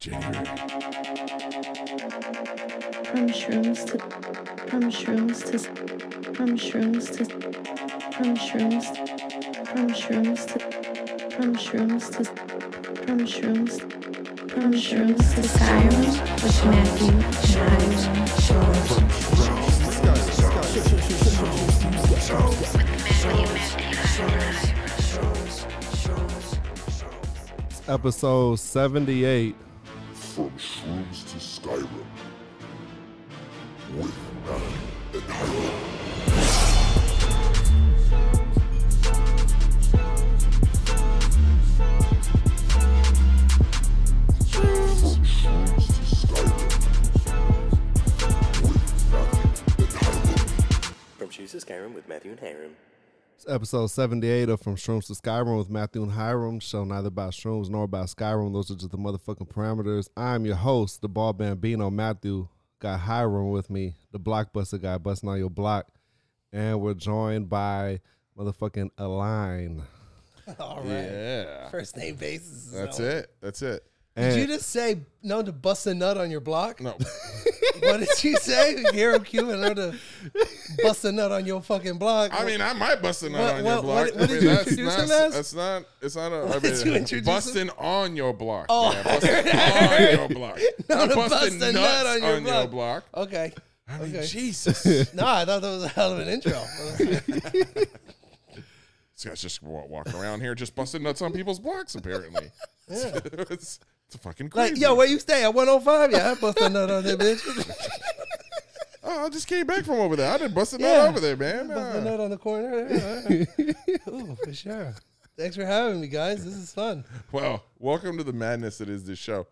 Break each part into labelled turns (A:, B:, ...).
A: Ginger.
B: From shrooms to from shrooms to from shrooms to from shrooms from shrooms to from shrooms to from shrooms from shrooms to sirens with Matthew Shines Shores.
C: episode 78.
A: From Shrooms to Skyrim. With Nine and Hyrum. From Shrooms to Skyrim. With Nine and Hyrum.
D: From Shoes to Skyrim with Matthew and Hiram.
C: It's episode 78 of From Shrooms to Skyrim with Matthew and Hiram. Show neither by Shrooms nor by Skyrim. Those are just the motherfucking parameters. I'm your host, the ball bambino Matthew. Got Hiram with me, the blockbuster guy busting on your block. And we're joined by motherfucking Align.
E: All right.
F: Yeah.
E: First name basis. is
F: That's
E: known.
F: it. That's it.
E: Did
C: And-
E: you just say known to bust a nut on your block?
F: No.
E: What did you say? Hero Cuban known to bust a nut on your fucking block.
F: I mean, I might bust a nut
E: What-
F: on
E: what-
F: your block.
E: what- what
F: I
E: did
F: mean,
E: you
F: that's
E: introduce
F: not,
E: him as?
F: That's not. It's not a. I
E: What did
F: mean,
E: you introduce him?
F: busting on your block.
E: Oh.
F: man. busting on your block.
E: known
F: Not
E: to bust
F: busting
E: a
F: nuts
E: nut on your
F: on
E: block.
F: your block.
E: okay.
F: I mean,
E: Okay.
F: Jesus.
E: No, I thought that was a hell of an intro.
F: These guys just wa- walk around here just busting nuts on people's blocks. Apparently,
E: Yeah.
F: it's, it's fucking crazy.
E: like, yo, where you stay? At 105? Yeah, I bust a nut on that bitch.
F: oh, I just came back from over there. I didn't bust a
E: Yeah.
F: nut over there, man.
E: bust a
F: Uh,
E: nut on the corner. Yeah, all right. Ooh, for sure. Thanks for having me, guys. This is fun.
F: well, welcome to the madness that is this show.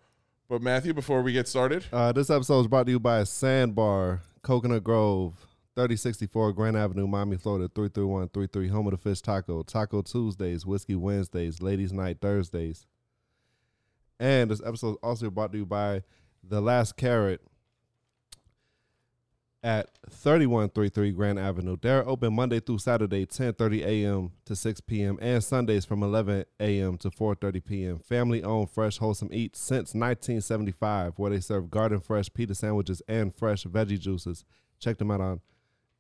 F: But Matthew, before we get started,
C: Uh, this episode is brought to you by Sandbar, Coconut Grove, 3064 Grand Avenue, Miami, Florida, 33133, home of the fish taco, Taco Tuesdays, Whiskey Wednesdays, Ladies Night Thursdays. And this episode is also brought to you by The Last Carrot at 3133 Grand Avenue. They're open Monday through Saturday, 10:30 a.m. to 6 p.m. and Sundays from 11 a.m. to 4:30 p.m. Family-owned, fresh, wholesome eats since 1975, where they serve garden fresh pita sandwiches and fresh veggie juices. Check them out on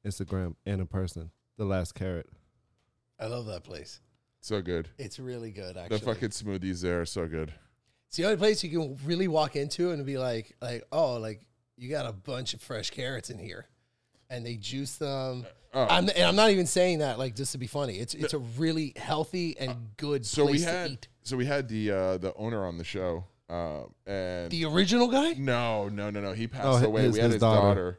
C: Instagram and in person. The Last Carrot.
E: I love that place.
F: so good.
E: It's really good, actually.
F: The fucking smoothies there are so good.
E: It's the only place you can really walk into and be like, like, oh, like you got a bunch of fresh carrots in here, and they juice them.
F: Oh.
E: I'm, and I'm not even saying that like just to be funny. It's it's a really healthy and good
F: So
E: place
F: we
E: to
F: had
E: eat.
F: so we had the uh, the owner on the show, uh, and
E: The original guy.
F: no, no, no, no, he passed
C: Oh, his-
F: away.
C: his-
F: we had
C: his
F: his,
C: daughter.
F: daughter.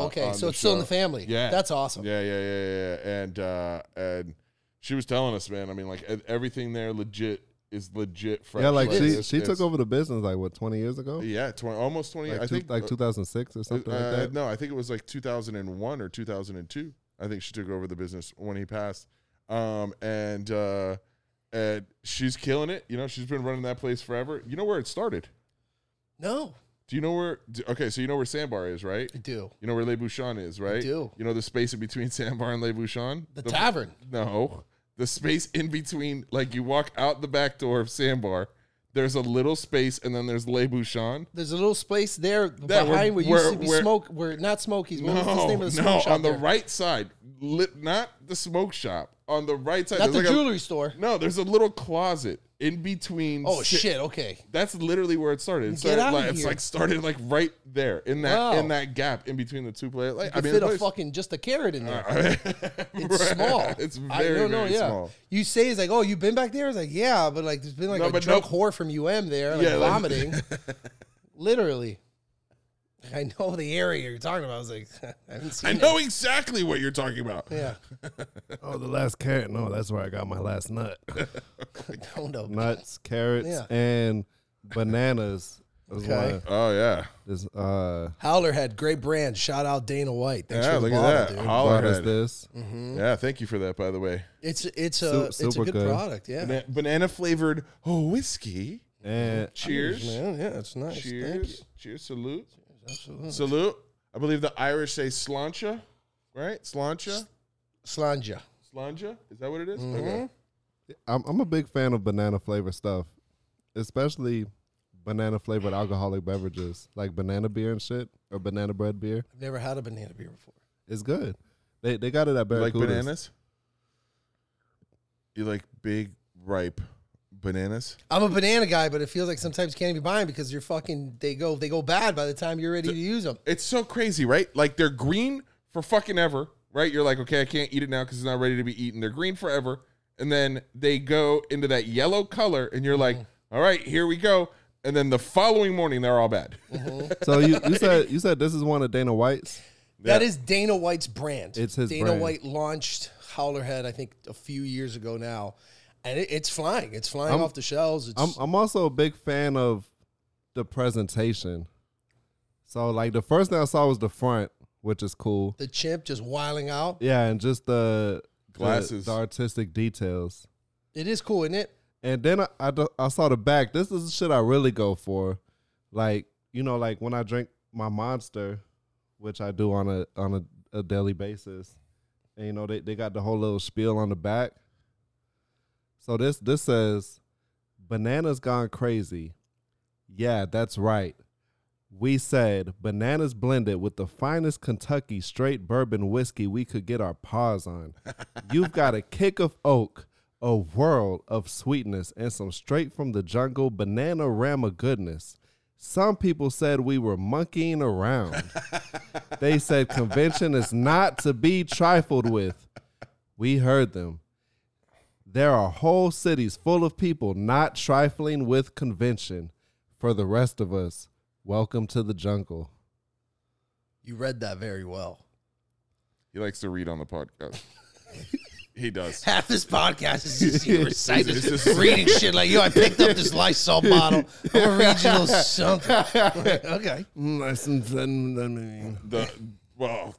F: uh,
E: okay,
F: on
E: so it's still in the
F: show.
E: family.
F: Yeah.
E: that's awesome.
F: Yeah, yeah, yeah, yeah, yeah. And uh, and she was telling us, man. I mean, like e- everything there, legit is legit fresh.
C: yeah, like she
F: it's-
C: she took
F: it's-
C: over the business like what 20 years ago?
F: Yeah, 20, almost twenty.
C: Like,
F: I
C: two-
F: think
C: like
F: uh,
C: 2006 or something
F: uh,
C: like that.
F: No, I think it was like 2001 or 2002. I think she took over the business when he passed. Um, and uh, and she's killing it. You know, she's been running that place forever. You know where it started?
E: No,
F: Do you know where? d okay, so you know where Sandbar is, right?
E: I do
F: You know where Le Bouchon is, right?
E: do.
F: You know the space in between Sandbar and Le Bouchon?
E: the, tavern.
F: No, the space in between. Like you walk out the back door of Sandbar. There's a little space, and then there's Le Bouchon.
E: There's a little space there
F: That we're-
E: behind where, you
F: we're-
E: used to be
F: we're-
E: smoke. Where not Smokies. What was the name of the
F: no,
E: smoke shop
F: on the
E: there?
F: right side, li- not the smoke shop. On the right side,
E: Not the
F: there's like a-
E: jewelry store.
F: no, there's a little closet in between.
E: Oh
F: si-
E: shit! Okay,
F: That's literally where it started. It
E: Get
F: started
E: outta
F: like, It's
E: here.
F: like started like right there in that
E: Wow.
F: in that gap in between the two players. Like, I
E: I
F: mean,
E: fit
F: the
E: a
F: place-
E: fucking just a carrot in there.
F: it's
E: It's small.
F: It's
E: I
F: very,
E: don't know,
F: very
E: yeah.
F: small.
E: You say it's like, oh, you've been back there? It's like, yeah, but like there's been like
F: No,
E: a
F: but
E: drunk
F: no-
E: whore from UM there, like
F: Yeah, like-
E: vomiting. Literally. I know the area you're talking about. I was like, I haven't seen
F: I
E: it.
F: know exactly what you're talking about.
E: Yeah.
C: Oh, the last carrot. No, that's where I got my last nut.
E: Oh no.
C: nuts, carrots,
E: Yeah.
C: and bananas. Is
E: Okay.
C: one.
F: Oh yeah,
C: This uh,
E: Howler had great brand. Shout out Dana White. Thanks
F: yeah.
E: for the
F: Look
E: bottle,
F: at that.
E: dude. Mm-hmm.
F: Holler
C: what is
F: at it.
C: this?
F: Yeah, thank you for that. By the way,
E: It's it's
C: Su-
E: a it's a
C: super
E: good,
C: good.
E: product. Yeah.
F: Bana- banana flavored whiskey.
E: Mm-hmm.
C: And
F: Cheers.
E: Man, yeah, it's nice. Thank you.
F: Cheers. Cheers. Salute. Salute. I believe the Irish say slancha, right? Slancha?
E: Slanja.
F: Slanja? Is that what it
E: Mm-hmm.
F: is? Okay.
C: I'm I'm a big fan of banana flavor stuff, especially banana flavored alcoholic beverages like banana beer and shit or banana bread beer.
E: I've never had a banana beer before.
C: It's good. They they got it at
F: You like
C: Barracudas.
F: bananas? You like big ripe bananas?
E: I'm a banana guy, but it feels like sometimes you can't even buy them because you're fucking. They go they go bad by the time you're ready to use them.
F: It's so crazy, right? Like they're green for fucking ever, right? You're like, okay, I can't eat it now because it's not ready to be eaten. They're green forever, and then they go into that yellow color, and you're like,
E: Mm-hmm.
F: all right, here we go. And then the following morning, they're all bad.
C: So you, you said you said this is one of Dana White's.
E: That is Dana White's brand.
C: It's his
E: Dana
C: brand.
E: White launched Howlerhead, I think, a few years ago now, and it, it's flying. It's flying
C: I'm-
E: off the shelves. It's,
C: I'm I'm also a big fan of the presentation. So like the first thing I saw was the front, which is cool.
E: the chimp just wiling out.
C: Yeah, and just the the-
F: Glasses.
C: the, artistic details.
E: It is cool, isn't it?
C: And then I, I do- I saw the back. This is the shit I really go for. Like you know, like when I drink my Monster, which I do on a on a, a daily basis, and you know they they got the whole little spiel on the back. So this this says, bananas gone crazy. Yeah, that's right. We said bananas blended with the finest Kentucky straight bourbon whiskey we could get our paws on. You've got a kick of oak, a world of sweetness, and some straight from the jungle banana rama goodness. Some people said we were monkeying around. they said convention is not to be trifled with. We heard them. There are whole cities full of people not trifling with convention. For the rest of us, welcome to the jungle.
E: You read that very well.
F: He likes to read on the podcast. he does.
E: Half this podcast is just you reciting,
F: It's just-
E: reading shit like, yo, I picked up this Lysol bottle, original something. okay.
F: The well,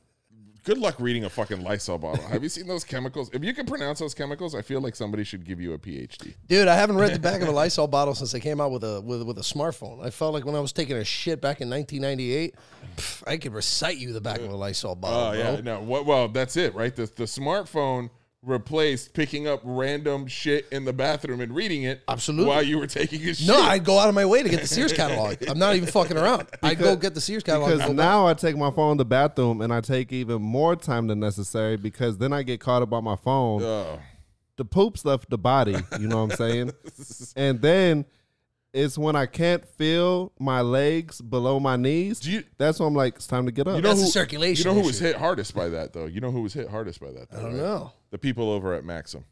F: good luck reading a fucking Lysol bottle. Have you seen those chemicals? If you can pronounce those chemicals, I feel like somebody should give you a PhD.
E: Dude, I haven't read the back of a Lysol bottle since I came out with a with, with a smartphone. I felt like when I was taking a shit back in 1998, pff, I could recite you the back of a Lysol bottle.
F: Oh yeah,
E: bro.
F: no. What, well, that's it, right? The the smartphone replaced picking up random shit in the bathroom and reading it.
E: Absolutely.
F: While you were taking a shit.
E: No, I'd go out of my way to get the Sears catalog. I'm not even fucking around. I'd go get the Sears catalog.
C: Because now I take my phone in the bathroom and I take even more time than necessary because then I get caught up on my phone.
F: Oh.
C: The poop's left the body, you know what I'm saying? and then it's when I can't feel my legs below my knees.
F: Do you-
C: that's when I'm like, it's time to get up.
F: You know
E: That's
F: who,
E: a circulation
F: You know who was
E: issue.
F: hit hardest by that though? You know who was hit hardest by that? Though,
E: I don't
F: right?
E: know.
F: the people over at Maxim.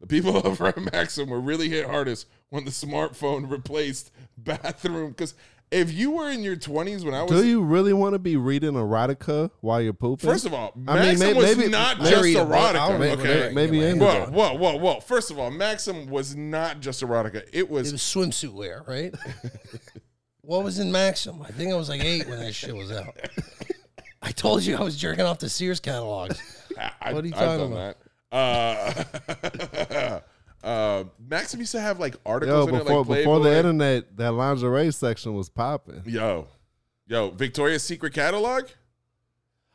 F: The people over at Maxim were really hit hardest when the smartphone replaced bathroom. Because if you were in your 20s when I was.
C: Do you really want to be reading erotica while you're pooping?
F: First of all,
C: I mean,
F: Maxim
C: may-
F: was
C: maybe-
F: not
C: maybe-
F: just
E: Read a book. I'll
F: erotica.
E: read
C: Maybe-
F: okay.
E: whatever I
C: maybe
E: can get
C: in
E: my
F: Whoa,
E: hands on.
F: whoa, whoa, whoa. First of all, Maxim was not just erotica. It
E: It
F: was
E: was swimsuit wear, right? what was in Maxim? I think I was like eight when that shit was out. I told you I was jerking off the Sears catalogs.
F: I,
E: What are you
F: I've
E: talking
F: done That. Uh, uh, Maxim used to have like
C: Yo,
F: articles in
C: before,
F: it, like
C: before the
F: Playboy.
C: internet, that lingerie section was popping.
F: Yo, yo, Victoria's Secret catalog,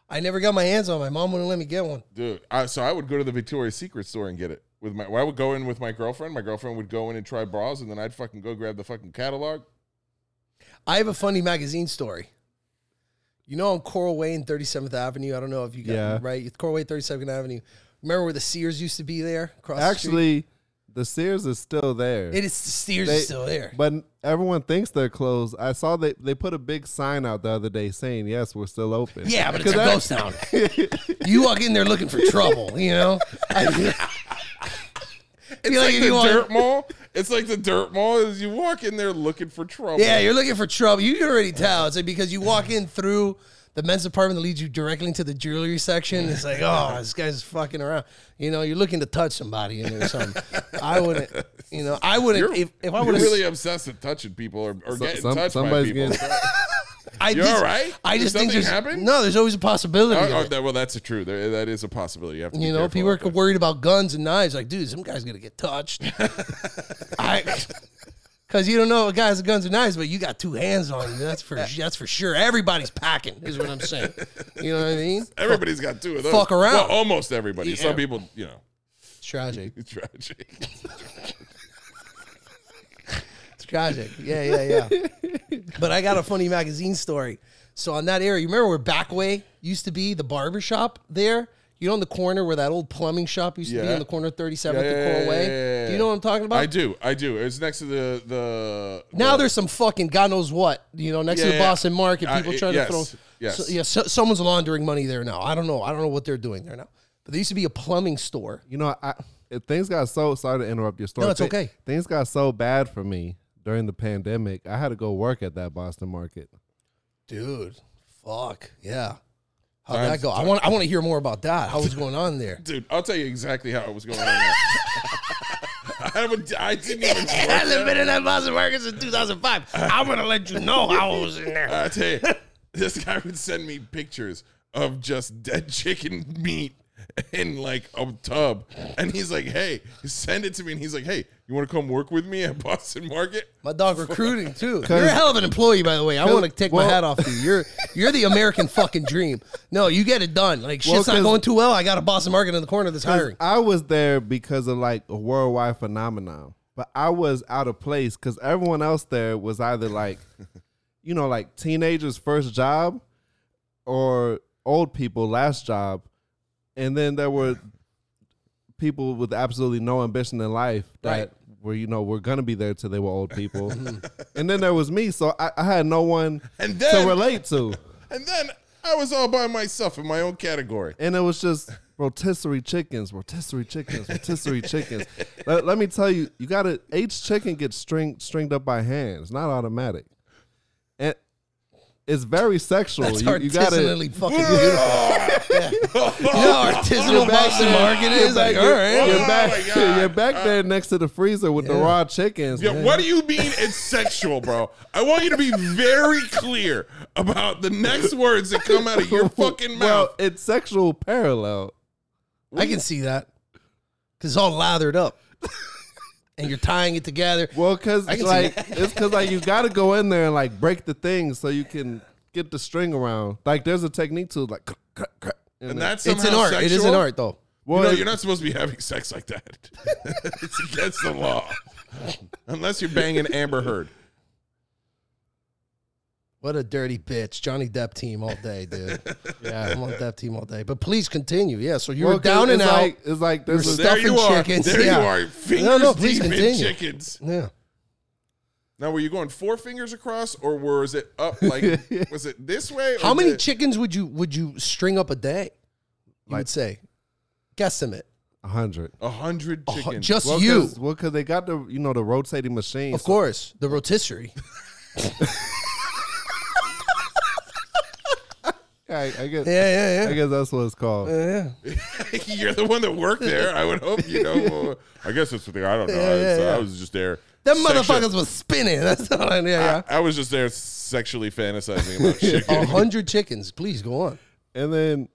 E: I never got my hands on. it. My mom wouldn't let me get one.
F: dude. I, so I would go to the Victoria's Secret store and get it with my. I would go in with my girlfriend. My girlfriend would go in and try bras, and then I'd fucking go grab the fucking catalog.
E: I have a funny magazine story. You know, on Coral Way and 37th Avenue. I don't know if you got
C: Yeah.
E: right. Coral Way, 37th Avenue. Remember where the Sears used to be there? Across the
C: Actually, the Sears is still there.
E: street? it is the Sears
C: They-
E: is still there.
C: But everyone thinks they're closed. I saw they, they put a big sign out the other day saying, yes, we're still open.
E: Yeah, but it's a ghost town. you walk in there looking for trouble, you know?
F: It's
E: Be like
F: like,
E: if
F: the
E: you want-
F: dirt mall. It's like the dirt mall. Is you walk in there looking for trouble.
E: yeah, you're looking for trouble. You can already tell. It's like because you walk in through the men's department that leads you directly into the jewelry section. It's like, oh, this guy's fucking around. You know, you're looking to touch somebody in there or something. I wouldn't, you know, I
F: You're,
E: wouldn't. If, if I
F: you're
E: would have
F: really obsessed with touching people or, or
C: So-
F: getting
C: some-
F: touched by
C: somebody's
F: people.
C: getting-
E: I
F: You're
E: just,
F: all right?
E: I
F: Did
E: just think
F: something
E: there's
F: happen?
E: no. There's always a possibility.
F: Oh,
E: of
F: oh,
E: it.
F: that, well, that's a true. There, that is a possibility. You, have to be
E: you know,
F: careful
E: people are
F: out there.
E: worried about guns and knives. Like, dude, some guy's gonna get touched. I, because you don't know a guy's guns and knives, but you got two hands on you. That's for that's for sure. Everybody's packing, is what I'm saying. You know what I mean?
F: Everybody's got two of those.
E: Fuck around.
F: Well, almost everybody.
E: Yeah.
F: Some people, you know,
E: It's tragic.
F: it's tragic.
E: It's Tragic. Yeah, yeah, yeah. but I got a funny magazine story. So on that area, you remember where Backway used to be, the barber shop there? You know, in the corner where that old plumbing shop used to be
F: Yeah.
E: in the corner of 37th and
F: Yeah, yeah,
E: Coral
F: yeah,
E: Way?
F: yeah, yeah,
E: Do you know what I'm talking about?
F: I do, I do. It's next to the the.
E: Now there's some fucking God knows what, you know, next to
F: Yeah,
E: the
F: yeah.
E: Boston market,
F: Uh,
E: people
F: it-
E: trying
F: yes,
E: to throw.
F: yes.
E: So, yeah, so, someone's laundering money there now. I don't know. I don't know what they're doing there now. But there used to be a plumbing store.
C: You know, I if things got so sorry to interrupt your story.
E: No, it's
C: thi-
E: okay.
C: Things got so bad for me during the pandemic. I had to go work at that Boston market.
E: Dude, fuck. Yeah. How'd
F: Times-
E: that go? I want I want to hear more about that. How was going on there?
F: dude. I'll tell you exactly how it was going on. there. I, would, I didn't even.
E: I haven't been in that Boston market since 2005. I'm gonna let you know how I was in there.
F: I tell you, this guy would send me pictures of just dead chicken meat in like a tub, and he's like, "Hey, send it to me." And he's like, "Hey, you want to come work with me at Boston Market?"
E: My dog recruiting too. You're a hell of an employee, by the way. I want to take
C: well-
E: my hat off to you. You're you're the American fucking dream. No, you get it done. Like shit's not
C: 'cause-
E: going too well. I got a Boston market in the corner that's
C: 'Cause
E: hiring.
C: I was there because of like a worldwide phenomenon, but I was out of place because everyone else there was either like, you know, like teenagers' first job, or old people last job, and then there were people with absolutely no ambition in life that
E: Right.
C: were you know were gonna be there till they were old people, and then there was me, so I, I had no one
F: And
C: to
F: then-
C: relate to,
F: And then I was all by myself in my own category.
C: and it was just rotisserie chickens, rotisserie chickens, rotisserie chickens. Let, let me tell you, you got to each chicken gets string, stringed up by hand. It's not automatic, and it's very sexual.
E: It's
C: you, you got
E: artisanally
C: to.
E: fucking beautiful. You know how artisanal Boston market is? Like, all right.
C: You're
F: Oh
C: back,
F: my God.
C: you're back there next to the freezer with the raw chickens.
F: Yeah, what do you mean it's sexual, bro? I want you to be very clear about the next words that come out of your fucking
C: Well,
F: mouth.
C: it's sexual parallel.
E: I can see that. Cause it's all lathered up. and you're tying it together.
C: Well, because
E: I can see
C: like it's because like you got to go in there and like break the thing so you can get the string around. Like there's a technique to like,
F: and that's
E: It's an
F: somehow
E: art. It is an
F: sexual?
E: art though.
C: well,
F: no, you're not supposed to be having sex like that. it's against the law. Unless you're banging Amber Heard.
E: What a dirty bitch. Johnny Depp team all day, dude. yeah, I'm on Depp team all day. But please continue. Yeah, so you
C: well,
E: were
C: 'cause
E: down and
C: it's
E: out.
C: Like, it's like there's a,
E: You're stuck.
F: There you
E: Stuffing
F: are.
E: chickens,
F: There
E: yeah.
F: you are. Fingers
E: No, no, please
F: deep in
E: continue.
F: chickens.
E: yeah.
F: Now, were you going four fingers across or was it up like, was it this way? or
E: How many
F: did-
E: chickens would you would you string up a day? You
C: Like-
E: would say, guesstimate,
C: a hundred.
F: A hundred
E: A hu-
F: chickens.
E: Oh, just
C: Well,
E: you,
C: 'cause- well, because they got the you know the rotating machine.
E: of
C: so-
E: course, the rotisserie.
C: I, I guess.
E: yeah,
C: I guess that's what it's called.
F: You're the one that worked there. I would hope you know. I guess that's the thing. I don't know. I, was,
E: yeah, yeah.
F: I was just there.
E: Them
F: sexual-
E: motherfuckers was spinning. That's all. I, yeah,
F: I, I was just there sexually fantasizing about chicken.
E: yeah. A hundred chickens. Please go on.
C: And then,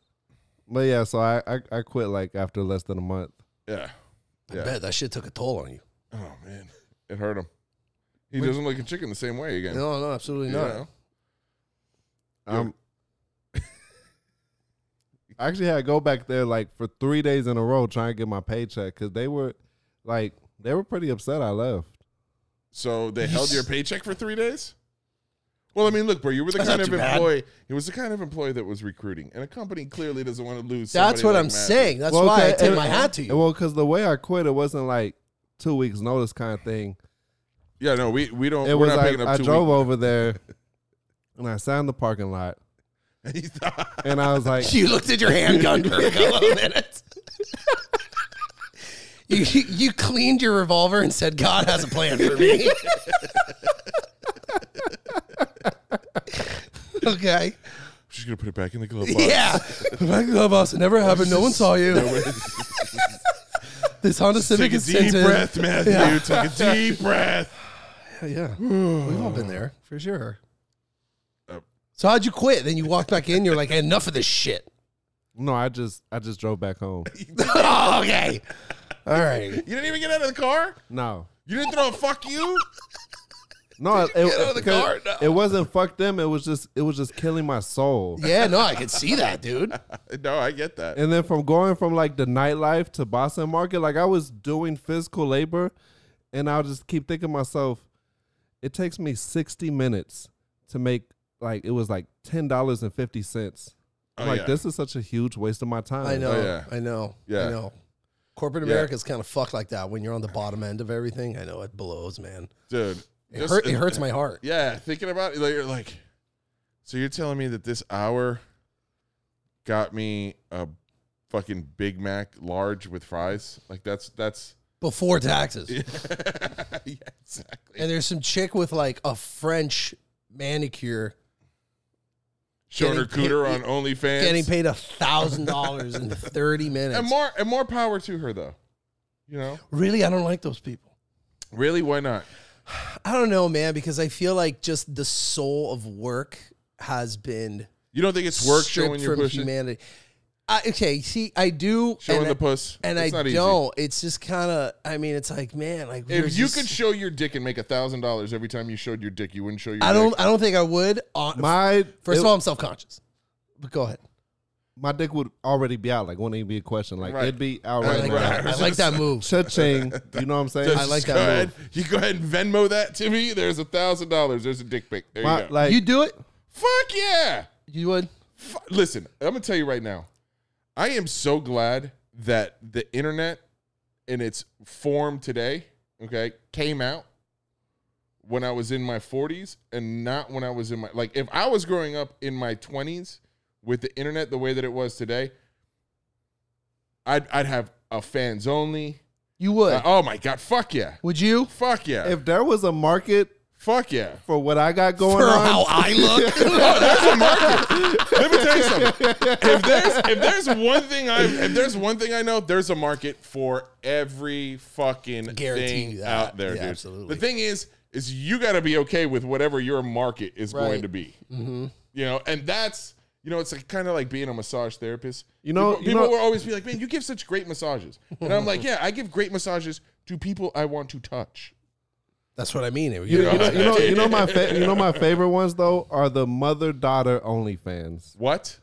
C: but yeah, so I, I I quit like after less than a month.
F: Yeah.
E: I bet that shit took a toll on you.
F: Oh man, it hurt him. He doesn't like a chicken the same way again.
E: No, no, absolutely
F: You
E: not.
F: know?
C: Um, I actually had to go back there like for three days in a row trying to get my paycheck because they were like they were pretty upset I left.
F: So they held your paycheck for three days. Well, I mean, look, bro, you were the
E: That's
F: kind
E: not
F: of
E: too bad.
F: employee. It was the kind of employee that was recruiting, and a company clearly doesn't want to lose.
E: That's
F: somebody
E: what
F: like
E: I'm
F: Matthew.
E: saying. That's
C: Well,
E: why I
C: okay,
E: take
C: and-
E: my hat to you.
C: Well, because the way I quit, it wasn't like two weeks notice kind of thing.
F: Yeah, no, we we don't.
C: It
F: we're
C: was
F: not
C: like
F: picking up
C: I
F: two
C: drove
F: weeks.
C: over there and I signed the parking lot
F: He thought-
C: and I was like,
E: You looked at your handgun for a couple of minutes. You, you cleaned your revolver and said, God has a plan for me. okay.
F: She's gonna put it back in the glove box.
E: Yeah. My clubhouse it never happened. No one saw you. This Honda Civic
F: Take a
E: is
F: deep
E: tinted.
F: breath, Matthew. Take a deep breath.
E: Yeah. We've all been there for sure.
F: Oh.
E: So how'd you quit? Then you walked back in. You're like, enough of this shit.
C: "No, I just I just drove back home."
E: okay. All right.
F: You didn't even get out of the car.
C: No,
F: You didn't throw a fuck you.
C: no, it,
F: out of the
C: because
F: car? No.
C: it wasn't fuck them. It was just it was just killing my soul.
E: Yeah, no, I can see that, dude.
F: No, I get that.
C: And then from going from like the nightlife to Boston market, like I was doing physical labor, and I'll just keep thinking to myself, It takes me 60 minutes to make like it was like $10.50. I'm
F: Oh,
C: like
F: yeah.
C: this is such a huge waste of my time.
E: I know.
F: Oh, yeah.
E: I know.
F: Yeah.
E: I know. Corporate
F: Yeah.
E: America's kind of fucked like that. When you're on the bottom end of everything, I know it blows, man.
F: dude.
E: It,
F: just-
E: hurt, it hurts my heart.
F: Yeah, thinking about it, like, you're like, so you're telling me that this hour got me a fucking Big Mac large with fries? Like that's that's
E: Before taxes.
F: yeah, exactly.
E: And there's some chick with like a French manicure
F: Showing her
E: getting
F: cooter
E: paid-
F: on OnlyFans.
E: getting paid a thousand dollars in 30 minutes.
F: and more and more power to her though. You know,
E: really, I don't like those people.
F: really? Why not?
E: I don't know, man, because I feel like just the soul of work has been
F: You don't think it's work
E: stripped
F: showing your
E: from
F: pussy,
E: humanity. I, okay, see, I do,
F: showing
E: and
F: the
E: I-
F: puss,
E: and
F: It's
E: I
F: not easy.
E: don't. It's just kind of. I mean, it's like, man, like
F: If
E: there's
F: you
E: this-
F: could show your dick and make a thousand dollars every time you showed your dick, you wouldn't show your.
E: I
F: dick.
E: don't. I don't think I would. On,
C: My
E: first
C: it-
E: of all, I'm self conscious. But go ahead.
C: my dick would already be out like wouldn't even be a question. Like
F: Right.
C: it'd be out
E: I
C: right,
E: like,
C: now.
F: right.
E: that. I like that move.
C: Cha-ching, you know what I'm saying?
F: Just
E: I like
F: go
E: that move.
F: ahead. You go ahead and Venmo that to me. There's a thousand dollars. There's a dick pic. There
C: My-
F: you go.
C: like
E: You do it.
F: Fuck yeah!
E: You would.
F: Fu- Listen, I'm gonna tell you right now. I am so glad that the internet in its form today, okay, came out when I was in my 40s and not when I was in my like. If I was growing up in my 20s with the internet the way that it was today, I'd I'd have a fans only.
E: You would.
F: Uh, oh my god! Fuck yeah!
E: would you?
F: Fuck yeah!
C: if there was a market
F: fuck yeah!
C: for what I got going
E: For
C: on,
E: how I look.
F: Let me tell you something. If there's if there's one thing I if there's one thing I know, there's a market for every fucking
E: Guarantee
F: thing
E: you that.
F: out there,
E: Yeah,
F: dude.
E: absolutely.
F: The thing is, is you got to be okay with whatever your market is going
E: Right. Mm-hmm.
F: to be. You know, and that's you know, it's like, kind of like being a massage therapist.
C: You know-
F: people,
C: you
F: people
C: know-
F: will always be like, "Man, you give such great massages," and I'm like, "Yeah, I give great massages to people I want to touch."
E: That's what I mean. You,
C: you know, you know, you know my fa- you know my favorite ones though are the mother daughter OnlyFans.
F: What?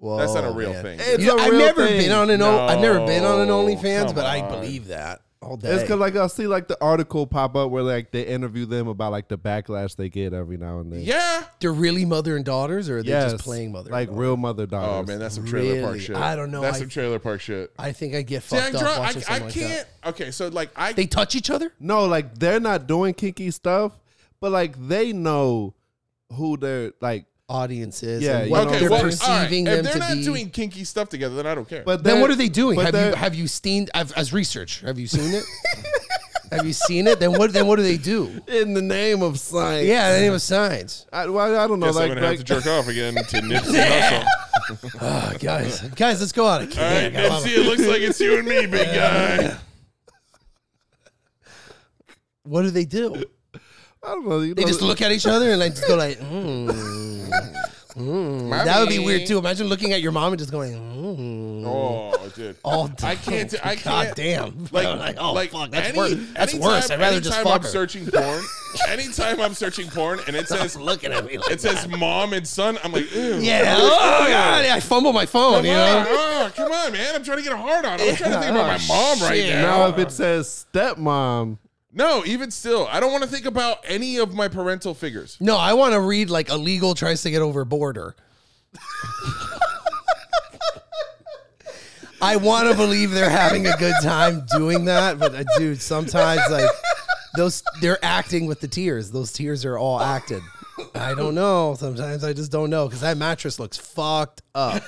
F: That's not a real thing.
E: It's
C: It's a
E: I've
C: real
E: never
C: thing.
E: been on an. O- I've never been on an
F: No,
E: OnlyFans,
F: come
E: but I
F: on.
E: believe that all day.
C: It's because like I'll see like the article pop up where like they interview them about like the backlash they get every now and then.
F: Yeah.
E: They're really mother and daughters, or are they
C: Yes.
E: just playing mother?
C: like
E: and daughter?
C: real mother
F: Oh
C: daughters.
F: man, that's some trailer park
E: Really?
F: shit.
E: I don't know.
F: That's
E: I-
F: some trailer park shit.
E: I think I get
F: See,
E: fucked
F: I,
E: up
F: draw, I,
E: watching
F: I
E: something like that.
F: can't. Okay, so like I
E: They touch each other.
C: No, like they're not doing kinky stuff, but like they know who they're like.
E: Audiences.
C: Yeah,
E: Yeah, and
C: you
E: what
C: know,
F: okay,
E: they're
F: well, all right,
E: perceiving
F: if
E: them
F: they're
E: to
F: not
E: be.
F: doing kinky stuff together, then I don't care.
C: But
E: then
C: they're-
E: what are they doing?
C: but
E: Have you
C: they're-
E: have you seen? I've, as research, have you seen it? have you seen it? Then what? Then what do they do?
C: in the name of science?
E: Yeah, the name of science.
C: I, well, I don't know.
F: guess
C: Like,
F: I'm gonna
C: like
F: have to jerk off again to Nipsey Hussle. Uh,
E: Oh, guys, guys, let's go out. I
F: All right,
E: can't. I love
F: Nipsey,
E: it.
F: it looks like it's you and me, big guy.
E: What do they do?
C: I don't know. You know
E: They just look at each other and like just go like, mm. that would
F: Mommy.
E: be weird too. Imagine looking at your mom and just going, mm.
F: Oh, dude.
E: all day.
F: I can't. I can't.
E: God damn.
F: Like,
E: Like, oh,
F: like
E: fuck, that's
F: any-
E: worse. That's
F: anytime-
E: worse. I'd rather just
F: anytime
E: fuck
F: I'm
E: her.
F: searching porn, anytime I'm searching porn, and it says
E: Stop looking at me like
F: it says mom and son, I'm like, ew.
E: Yeah. Oh god, I fumble my phone.
F: Come
E: you
F: on,
E: know.
F: oh, come on, man. I'm trying to get a hard on. I'm trying to think about my mom right
E: Oh, shit.
F: now.
C: now if it says stepmom,
F: No, even still, I don't want to think about any of my parental figures.
E: No, I want to read like illegal tries to get over border. I want to believe they're having a good time doing that, but uh, dude, sometimes like those they're acting with the tears. Those tears are all acted. I don't know. Sometimes I just don't know because that mattress looks fucked up.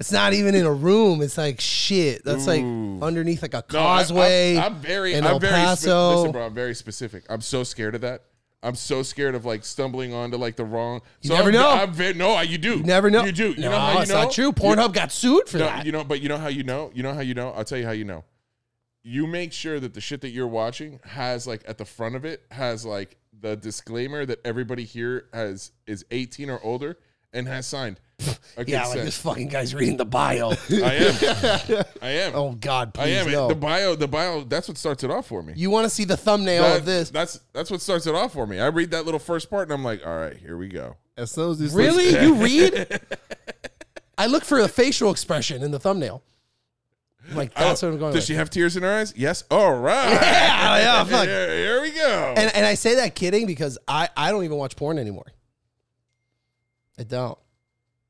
E: it's not even in a room. It's like shit. That's like underneath like a
F: No, I- I'm-
E: causway.
F: I'm, very,
E: in
F: I'm
E: El
F: very.
E: Paso.
F: Spe- listen, bro, I'm very specific. I'm so scared of that. I'm so scared of like stumbling onto like the wrong. You so
E: never
F: I'm,
E: know.
F: I'm very, no, I- you do.
E: You never know.
F: You do. You
E: no,
F: know how you
E: it's
F: know?
E: not true.
F: You-
E: Pornhub got sued for
F: No,
E: that.
F: you know, but you know how you know. You know how you know. I'll tell you how you know. You make sure that the shit that you're watching has like at the front of it has like the disclaimer that everybody here has is 18 or older and has signed. a
E: yeah, like
F: consent.
E: this fucking guy's reading the bio.
F: I am. I am.
E: oh God,
F: I
E: please
F: am. It-
E: no.
F: The bio. The bio. That's what starts it off for me.
E: you want to see the thumbnail
F: That-
E: of this?
F: That's that's what starts it off for me. I read that little first part and I'm like, all right, here we go.
C: as soon as you say
E: really? You read? I look for a facial expression in the thumbnail. Like that's
F: Oh,
E: what I'm going.
F: Does
E: with.
F: she have tears in her eyes? Yes. All right.
E: Yeah, yeah, fuck.
F: Here, here we go.
E: and and I say that kidding because I I don't even watch porn anymore. I don't.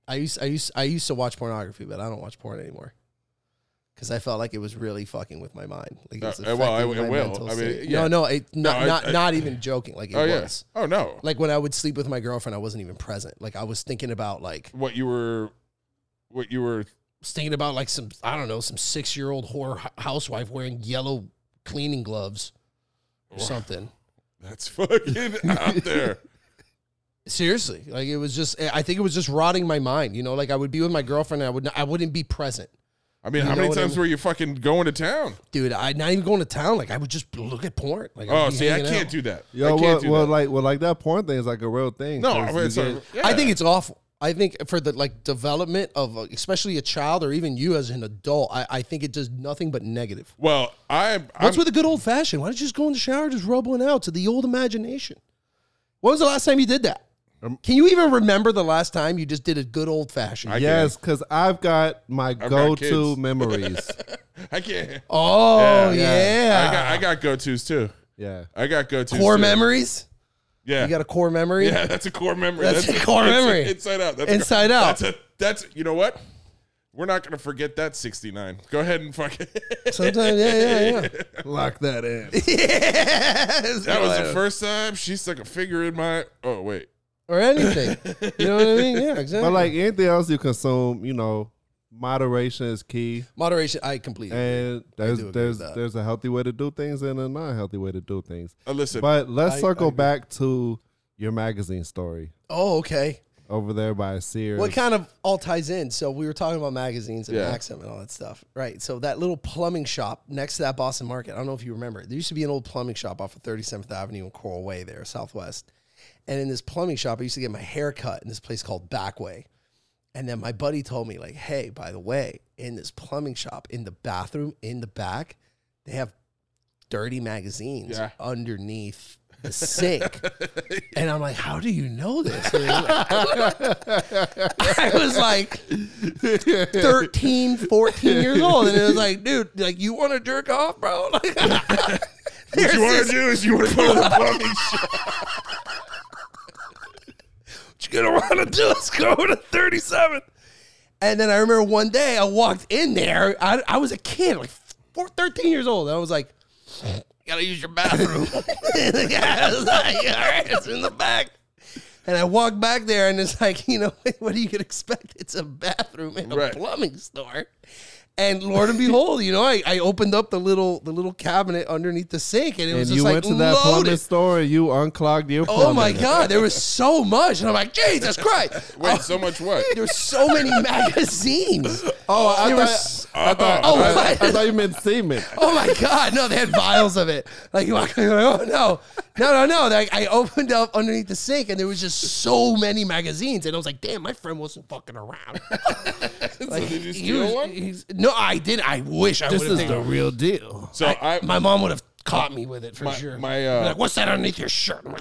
E: I used I used I used to watch pornography, but I don't watch porn anymore. Because I felt like it was really fucking with my mind. Like it was
F: Uh, uh, well, I-
E: affecting
F: it
E: my
F: will.
E: mental
F: I mean,
E: state.
F: yeah.
E: No, no, it, not
F: I-
E: not,
F: I-
E: not even joking. Like it
F: oh
E: was.
F: yes. Oh no.
E: Like when I would sleep with my girlfriend, I wasn't even present. Like I was thinking about like
F: What you were, what you were.
E: was thinking about like some I don't know some six year old whore h- housewife wearing yellow cleaning gloves or something.
F: That's fucking out there.
E: Seriously, like it was just eh, I think it was just rotting my mind. You know, like I would be with my girlfriend and I would not, I wouldn't be present,
F: I mean,
E: You
F: how
E: know
F: many
E: what I
F: times
E: mean?
F: were you fucking going to town?
E: dude. I not even going to town. Like I would just look at porn. Like I'd
F: Oh,
E: be
F: see, I
E: hanging
F: can't
E: out.
F: do that. I
C: Yo,
F: can't
C: well,
F: do
C: well
F: that.
C: like, well, like that porn thing is like a real thing.
F: no,
C: 'cause
F: I mean,
C: you
F: it's a-
C: get-
E: I
F: yeah.
E: think it's awful. I think for the like development of uh, especially a child or even you as an adult, I, I think it does nothing but negative.
F: Well, I. I'm,
E: What's with the good old fashioned? Why don't you just go in the shower, just rub one out to the old imagination? When was the last time you did that?
F: Um,
E: Can you even remember the last time you just did a good old fashioned?
F: I-
C: yes, because I've got my
F: got
C: go-to
F: kids.
C: memories.
F: I can't.
E: oh yeah,
F: I got. I got go tos too.
C: yeah,
F: I got go tos.
E: core
F: too.
E: memories.
F: Yeah.
E: You got a core memory.
F: Yeah, that's a core memory.
E: That's a core
F: it's
E: memory.
F: inside out. That's a-
E: Inside out.
F: That's a. That's you know what. We're not gonna forget that 69. Go ahead and fuck it.
E: Sometimes, yeah, yeah, yeah.
C: lock that in.
E: yes.
F: That was the first time she stuck a finger in my. Oh wait.
E: or anything. You know what I mean? Yeah, exactly.
C: But like anything else you consume, you know, moderation is key.
E: moderation, I completely.
C: And there's
E: do agree with
C: there's
E: that.
C: there's a healthy way to do things and a not healthy way to do things.
F: Uh, listen,
C: But let's
E: I- I
C: circle
E: agree.
C: back to your magazine story
E: oh, okay.
C: over there by Sears.
E: What kind of all ties in? So we were talking about magazines and
F: Yeah.
E: Maxim and all that stuff, right? So that little plumbing shop next to that Boston Market. I don't know if you remember. There used to be an old plumbing shop off of 37th Avenue and Coral Way there, Southwest. And in this plumbing shop, I used to get my hair cut in this place called Backway. And then my buddy told me, like, hey, by the way, in this plumbing shop, in the bathroom, in the back, they have dirty magazines
F: Yeah.
E: underneath the sink. and I'm like, how do you know this? And they're like, I was like 13, 14 years old. And it was like, dude, like you want to jerk off, bro? Like,
F: what you want to do is you want to go to the plumbing shop.
E: you're going to want to do is go to 37. And then I remember one day I walked in there. I, I was a kid, like four, 13 years old. And I was like, gotta use your bathroom. the guy was like, all right, it's in the back. And I walked back there, and it's like, you know, what do you could expect? It's a bathroom in a
F: Right.
E: plumbing store. And Lord and behold, you know, I, I opened up the little the little cabinet underneath the sink, and it was
C: and
E: just
C: you
E: like
C: went to that
E: loaded.
C: plumbing store and you unclogged your plumbing.
E: Oh my God, there was so much. And I'm like, Jesus Christ.
F: Wait,
E: Oh,
F: so much what?
E: There's so many magazines.
C: Oh, I
E: There
C: thought,
E: was-
C: I, thought,
E: Oh,
C: I-
E: what?
C: I thought you meant semen.
E: Oh my God. No, they had vials of it. Like, you walk in, you're like, oh no. No, no, no. Like, I opened up underneath the sink and there was just so many magazines. And I was like, damn, my friend wasn't fucking around.
F: so did you
E: He
F: steal
E: was-
F: one?
E: he's- no, I did. I wish I would have.
C: real deal.
F: So I, my,
E: my mom would have caught me with it for
F: My-
E: sure.
F: my, uh,
E: Be like, what's that underneath your shirt? I'm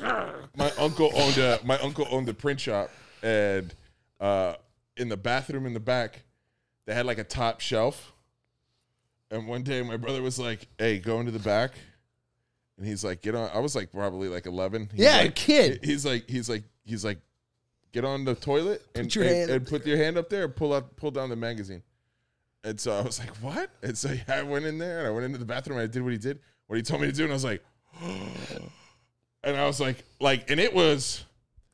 E: like, "Argh."
F: uncle owned a my uncle owned a print shop, and uh, in the bathroom in the back, they had like a top shelf. And one day, my brother was like, "Hey, go into the back," and he's like, "Get on." I was like probably like eleven. He's
E: yeah,
F: like,
E: kid.
F: he's like he's like he's like get on the toilet and,
E: your
F: and-
E: hand
F: and
E: up
F: put your hand up there and pull out pull down the magazine and so i was like what and so i went in there and i went into the bathroom and i did what he did what he told me to do and i was like and i was like like and it was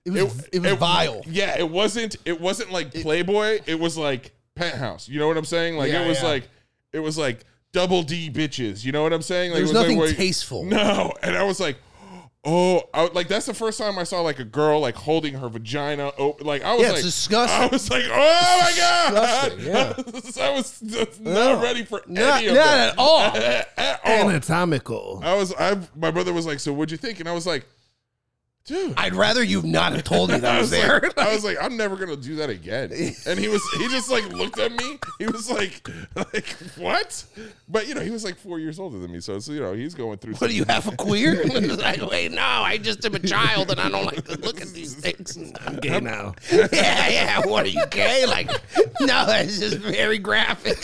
E: It was, it, was vile.
F: yeah it wasn't it wasn't like playboy it was like penthouse you know what i'm saying like
E: Yeah,
F: it was
E: yeah.
F: like it was like double d bitches you know what i'm saying like
E: There was
F: it was
E: nothing
F: like, where-
E: tasteful.
F: no, and I was like, oh, I, like that's the first time I saw like a girl like holding her vagina open. Like I was
E: Yeah, it's
F: like,
E: disgusting.
F: I was like, oh my god,
E: Disgusting, yeah.
F: I was just not ready for
E: Not,
F: any of
E: not
F: that
E: at all.
F: at
E: Oh.
F: all.
C: Anatomical.
F: I was, I, my brother was like, so what'd you think? And I was like, dude.
E: I'd rather you not have told me that I was there.
F: Like, I was like, I'm never gonna do that again. And he was, he just like looked at me. He was like, like what? But you know, he was like four years older than me, so, so you know, he's going through.
E: What are you half a queer? like, wait, no, I just am a child and I don't like to look at these things. I'm gay now. yeah, yeah. What are you gay? Like, no, it's just very graphic.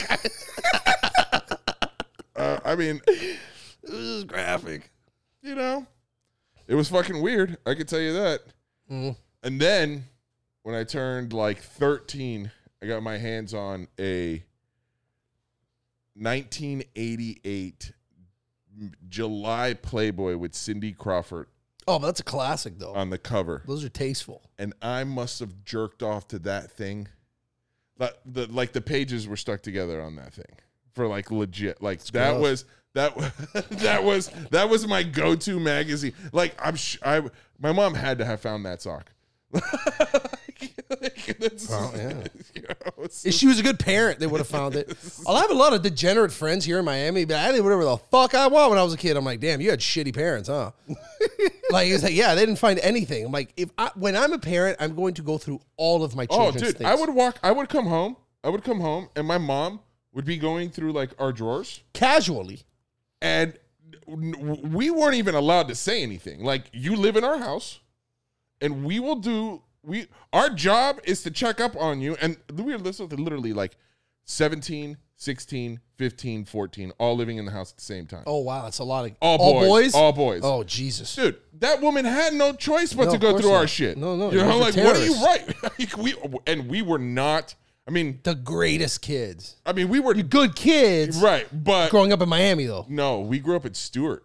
F: uh, I mean,
E: This is graphic.
F: you know, it was fucking weird. I could tell you that.
E: Mm.
F: And then when I turned like 13, I got my hands on a 1988 m- July Playboy with Cindy Crawford
E: Oh, but that's a classic though.
F: on the cover.
E: Those are tasteful.
F: And I must have jerked off to that thing. Like the, like the pages were stuck together on that thing for like legit. Like that
E: gross.
F: was that wa- that was that was my go-to magazine. Like I'm sh- I my mom had to have found that sock. like, that's-
E: Oh, yeah.
F: you know, it's-
E: If she was a good parent, they would have found it. I have a lot of degenerate friends here in Miami, but I did whatever the fuck I want when I was a kid. I'm like, damn, you had shitty parents, huh? like, it's like, yeah, they didn't find anything. I'm like, if I, when I'm a parent, I'm going to go through all of my
F: Oh,
E: children's
F: dude,
E: things.
F: I would walk. I would come home. I would come home, and my mom would be going through like our drawers,
E: casually.
F: and n- w- we weren't even allowed to say anything. Like, you live in our house, and we will do. We our job is to check up on you, and we were listening to literally like 17, 16, 15, 14, all living in the house at the same time.
E: Oh wow, it's a lot of
F: all, boys, all boys.
E: Oh Jesus,
F: Dude, that woman had no choice but
E: No,
F: to
E: of
F: go
E: course
F: through our
E: not.
F: shit.
E: No, no,
F: you
E: you
F: know,
E: were
F: like
E: a
F: what are you
E: terrorist.
F: right? Like, we and we were not. I mean,
E: the greatest kids,
F: I mean, we were
E: good kids.
F: right, but
E: Growing up in Miami though,
F: no, we grew up at Stewart.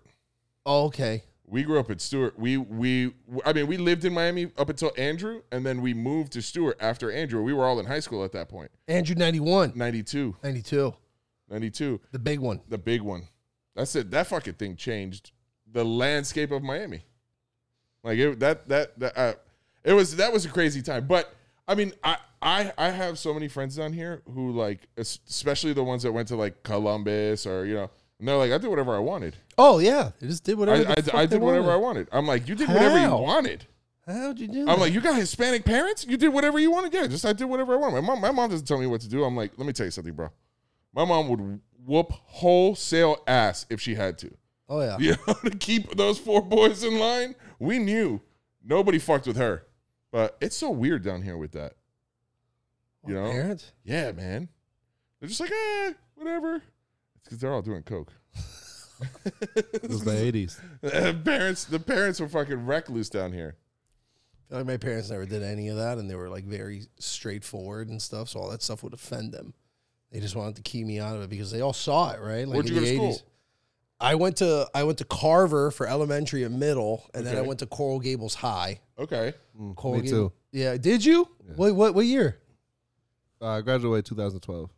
E: oh, okay,
F: We grew up at Stewart. We we I mean, we lived in Miami up until Andrew, and then we moved to Stewart after Andrew. We were all in high school at that point.
E: Andrew 91,
F: 92,
E: 92,
F: 92,
E: the big one.
F: the big one. That's it. That fucking thing changed the landscape of Miami. Like it, that that that uh, it was that was a crazy time. But I mean, I I I have so many friends down here who like, es- especially the ones that went to like Columbus or you know, and they're like, I did whatever I wanted.
E: Oh yeah, they just did whatever.
F: I, I,
E: the fuck
F: I
E: they
F: did whatever I wanted.
E: wanted.
F: I'm like, you did whatever you
E: How?
F: wanted.
E: How'd you do?
F: I'm
E: that?
F: like, you got Hispanic parents? You did whatever you wanted. Yeah, just I did whatever I wanted. My mom, my mom doesn't tell me what to do. I'm like, let me tell you something, bro. My mom would whoop wholesale ass if she had to.
E: oh yeah.
F: You know, to keep those four boys in line. We knew nobody fucked with her. But it's so weird down here with that. You know?
E: Parents?
F: Yeah, man. They're just like, eh, whatever. It's because they're all doing coke.
C: It was the 80s.
F: parents, the parents were fucking recluse down here.
E: Like my parents never did any of that, and they were like very straightforward and stuff. So all that stuff would offend them. They just wanted to keep me out of it because they all saw it, right? Like
F: Where'd
E: in
F: you go
E: the
F: to school?
E: I went to I went to Carver for elementary and middle, and then I
F: Okay. Mm,
E: went to Coral Gables High.
F: Okay.
E: Coral
C: me
E: Gab-
C: too.
E: Yeah, did you? What what what year?
C: Uh, I graduated 2012.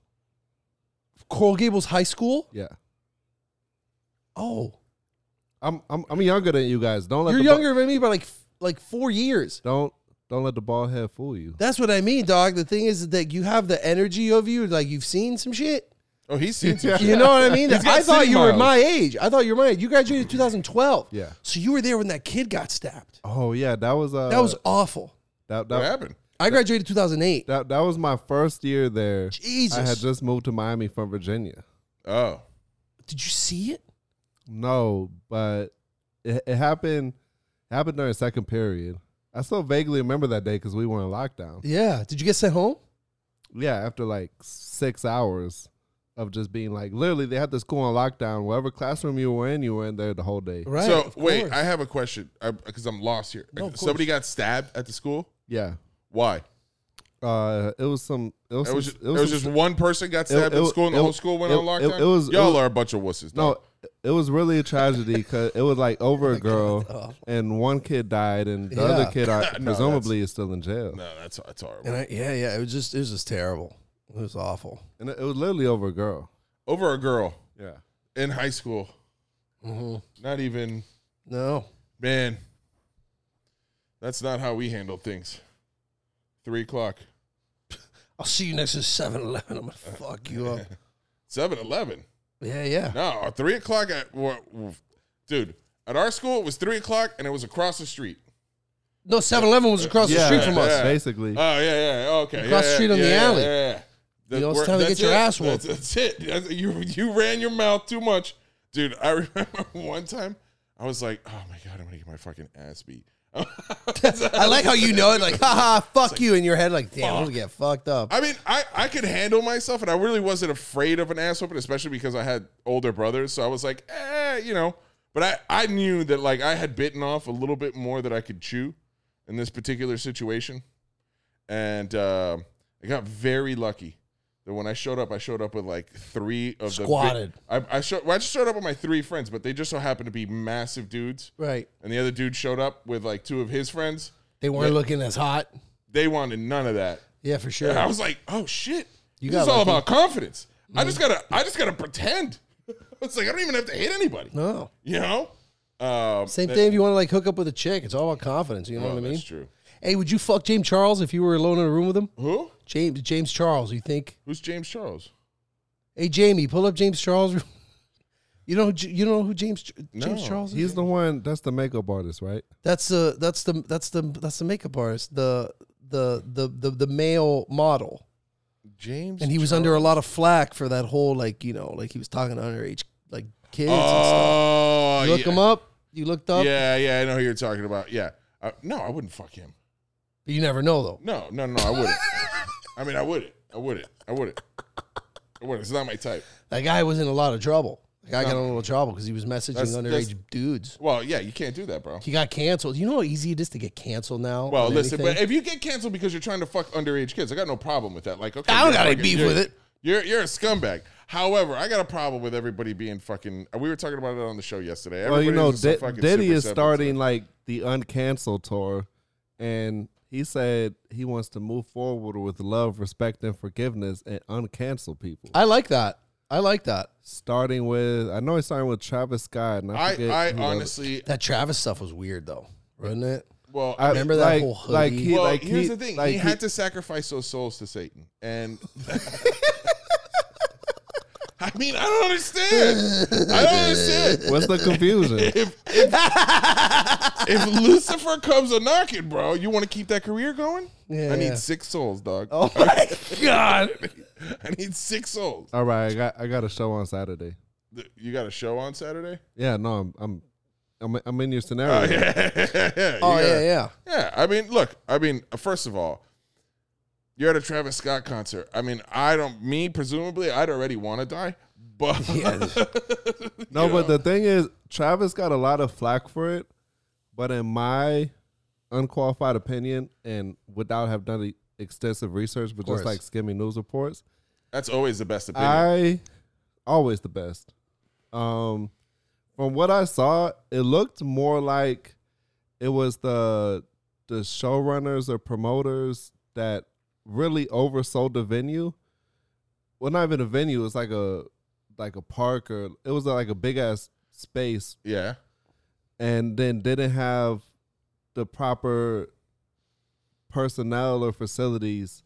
E: Coral Gables High School.
C: Yeah.
E: Oh,
C: I'm I'm I'm younger than you guys. Don't let
E: you're
C: the ba-
E: younger than me by like f- like four years.
C: don't don't let the bald head fool you.
E: That's what I mean, dog. The thing is that you have the energy of you, like you've seen some shit.
F: Oh, he's seen some shit.
E: You know what I mean?
F: He's got
E: I thought
F: city
E: you were
F: miles.
E: my age. I thought you were my age. You graduated 2012.
C: Yeah.
E: So you were there when that kid got stabbed.
C: Oh yeah, that was uh,
E: That was awful.
C: that
F: What
C: that,
F: happened?
E: I graduated 2008.
C: that that was my first year there. I had
E: Jesus.
C: just moved to Miami from Virginia.
F: Oh.
E: Did you see it?
C: No, but it, it happened happened during second period. I still vaguely remember that day because we were in lockdown.
E: Yeah. Did you get sent home?
C: Yeah, after like six hours of just being like, literally, they had the school on lockdown. Whatever classroom you were in, you were in there the whole day.
E: Right.
F: so
E: of
F: wait,
E: course.
F: I have a question because I'm lost here.
E: No, of
F: Somebody got stabbed at the school.
C: Yeah,
F: Why?
C: uh, it was some. It was.
F: It
C: some-
F: was just, it was just one person got stabbed
C: it
F: at
C: was-
F: school, and the
C: it
F: whole
C: was-
F: school went
C: it-
F: on
C: it-
F: lockdown.
C: it was- it
F: y'all
C: was-
F: are a bunch of wusses.
C: No, it was really a tragedy because it was like over a girl,
E: Oh.
C: and one kid died, and the
E: Yeah.
C: other kid I,
F: No,
C: presumably is still in jail.
F: no, that's that's horrible.
E: and I, yeah, yeah. It was just, it was just terrible. It was awful.
C: And it, it was literally over a girl.
F: Over a girl
C: Yeah,
F: in high school. Not even
E: Mm-hmm. No.
F: man. That's not how we handle things. Three o'clock,
E: I'll see you next to 7 Eleven. I'm going to fuck you up.
F: seven eleven.
E: Yeah, yeah.
F: No, three o'clock at what, dude? At our school, it was three o'clock, and it was across the street.
E: No, 7 Eleven was across the
C: yeah,
E: street from us.
F: yeah.
C: basically.
F: Oh yeah, yeah. Okay,
E: Across
F: yeah,
E: the street
F: yeah,
E: on the
F: yeah,
E: alley.
F: Yeah, yeah. That-
E: know, it's
F: we're-
E: time to
F: that's
E: get your
F: it.
E: ass whooped.
F: That's, that's it. That's- you you ran your mouth too much, dude. I remember one time I was like, oh my god, I'm gonna get my fucking ass beat.
E: I like how you know it, like, haha, fuck you in your head, like, damn, we'll get fucked up.
F: I mean, I, I could handle myself, and I really wasn't afraid of an ass whooping, especially because I had older brothers. So I was like, eh, you know. But I, I knew that like I had bitten off a little bit more that I could chew in this particular situation, and uh, I got very lucky that when I showed up, I showed up with like three of
E: Squatted.
F: the I I, showed, well, I just showed up with my three friends, but they just so happened to be massive dudes,
E: Right.
F: and the other dude showed up with like two of his friends.
E: They weren't looking as hot.
F: They wanted none of that.
E: Yeah, for sure.
F: And I was like, oh shit.
E: You
F: this is
E: got
F: all
E: lucky. Mm-hmm.
F: about confidence. I just gotta I just gotta pretend. It's like I don't even have to hit anybody.
E: no.
F: You know? Um,
E: Same
F: that-
E: thing if you want to like hook up with a chick. It's all about confidence. You know
F: oh,
E: what I mean?
F: That's true.
E: Hey, would you fuck James Charles if you were alone in a room with him?
F: Who?
E: James James Charles, you think?
F: Who's James Charles?
E: Hey, Jamie, pull up James Charles. You know, you don't know who James James
F: No.
E: Charles is?
C: He's the one that's the makeup artist, right?
E: That's the that's the that's the that's the makeup artist, the the the the, the male model,
F: James
E: and he was under a lot of flack for that whole like you know like he was talking to underage like kids.
F: Oh,
E: and stuff. You look
F: yeah.
E: him up. You looked up.
F: Yeah, yeah, I know who you're talking about. Yeah. Uh, no, I wouldn't fuck him.
E: But you never know though.
F: No, no, no, I wouldn't. I mean, I wouldn't. I wouldn't. I wouldn't. I wouldn't. It's not my type.
E: That guy was in a lot of trouble. That guy got in a little trouble because he was messaging
F: That's-
E: underage
F: that's-
E: dudes.
F: Well, yeah, you can't do that, bro.
E: He got canceled. You know how easy it is to get canceled now.
F: Well,
E: on
F: listen, but
E: anything?
F: if you get canceled because you're trying to fuck underage kids, I got no problem with that. Like, okay,
E: I don't
F: you're
E: got any
F: fucking-
E: beef
F: you're-
E: with it.
F: You're you're a scumbag. However, I got a problem with everybody being fucking. We were talking about it on the show yesterday.
C: Well, you know,
F: Everybody's just a
C: D-
F: fucking
C: Diddy
F: super
C: is
F: seven
C: starting
F: to-
C: like the uncancel tour, and he said he wants to move forward with love, respect, and forgiveness, and uncancel people.
E: I like that. I like that.
C: starting with, I know he's starting with Travis Scott, and I, forget
F: I I
C: who else.
F: honestly
E: That Travis stuff was weird though, wasn't it?
F: well.
C: I-
E: Remember that
C: like-
E: whole hoodie?
C: Like he,
F: well,
C: like
F: here's
C: he-
F: the thing:
C: like
F: he had to sacrifice those souls to Satan, and I mean, I don't understand. I don't understand.
C: What's the confusion?
F: if if, if Lucifer comes a knocking, bro, you want to keep that career going?
E: Yeah,
F: I need
E: yeah.
F: six souls, dog.
E: Oh my god! Uh,
F: I need six souls.
C: All right, I got I got a show on Saturday.
F: Th- You got a show on Saturday?
C: Yeah, no, I'm I'm I'm, I'm in your scenario.
F: Oh yeah. You
E: Oh
F: gotta-
E: yeah, yeah.
F: Yeah, I mean, look, I mean, first of all, you're at a Travis Scott concert. I mean, I don't, me presumably, I'd already want to die, but
C: No,
F: you
C: but
F: know.
C: the thing is, Travis got a lot of flack for it, but in my unqualified opinion, and without have done e- extensive research, but
E: course.
C: just like skimming news reports,
F: that's always the best opinion.
C: I always the best. Um, from what I saw, it looked more like it was the the showrunners or promoters that really oversold the venue. Well, not even a venue; it's like a like a park or it was like a big ass space
F: yeah.
C: and then didn't have the proper personnel or facilities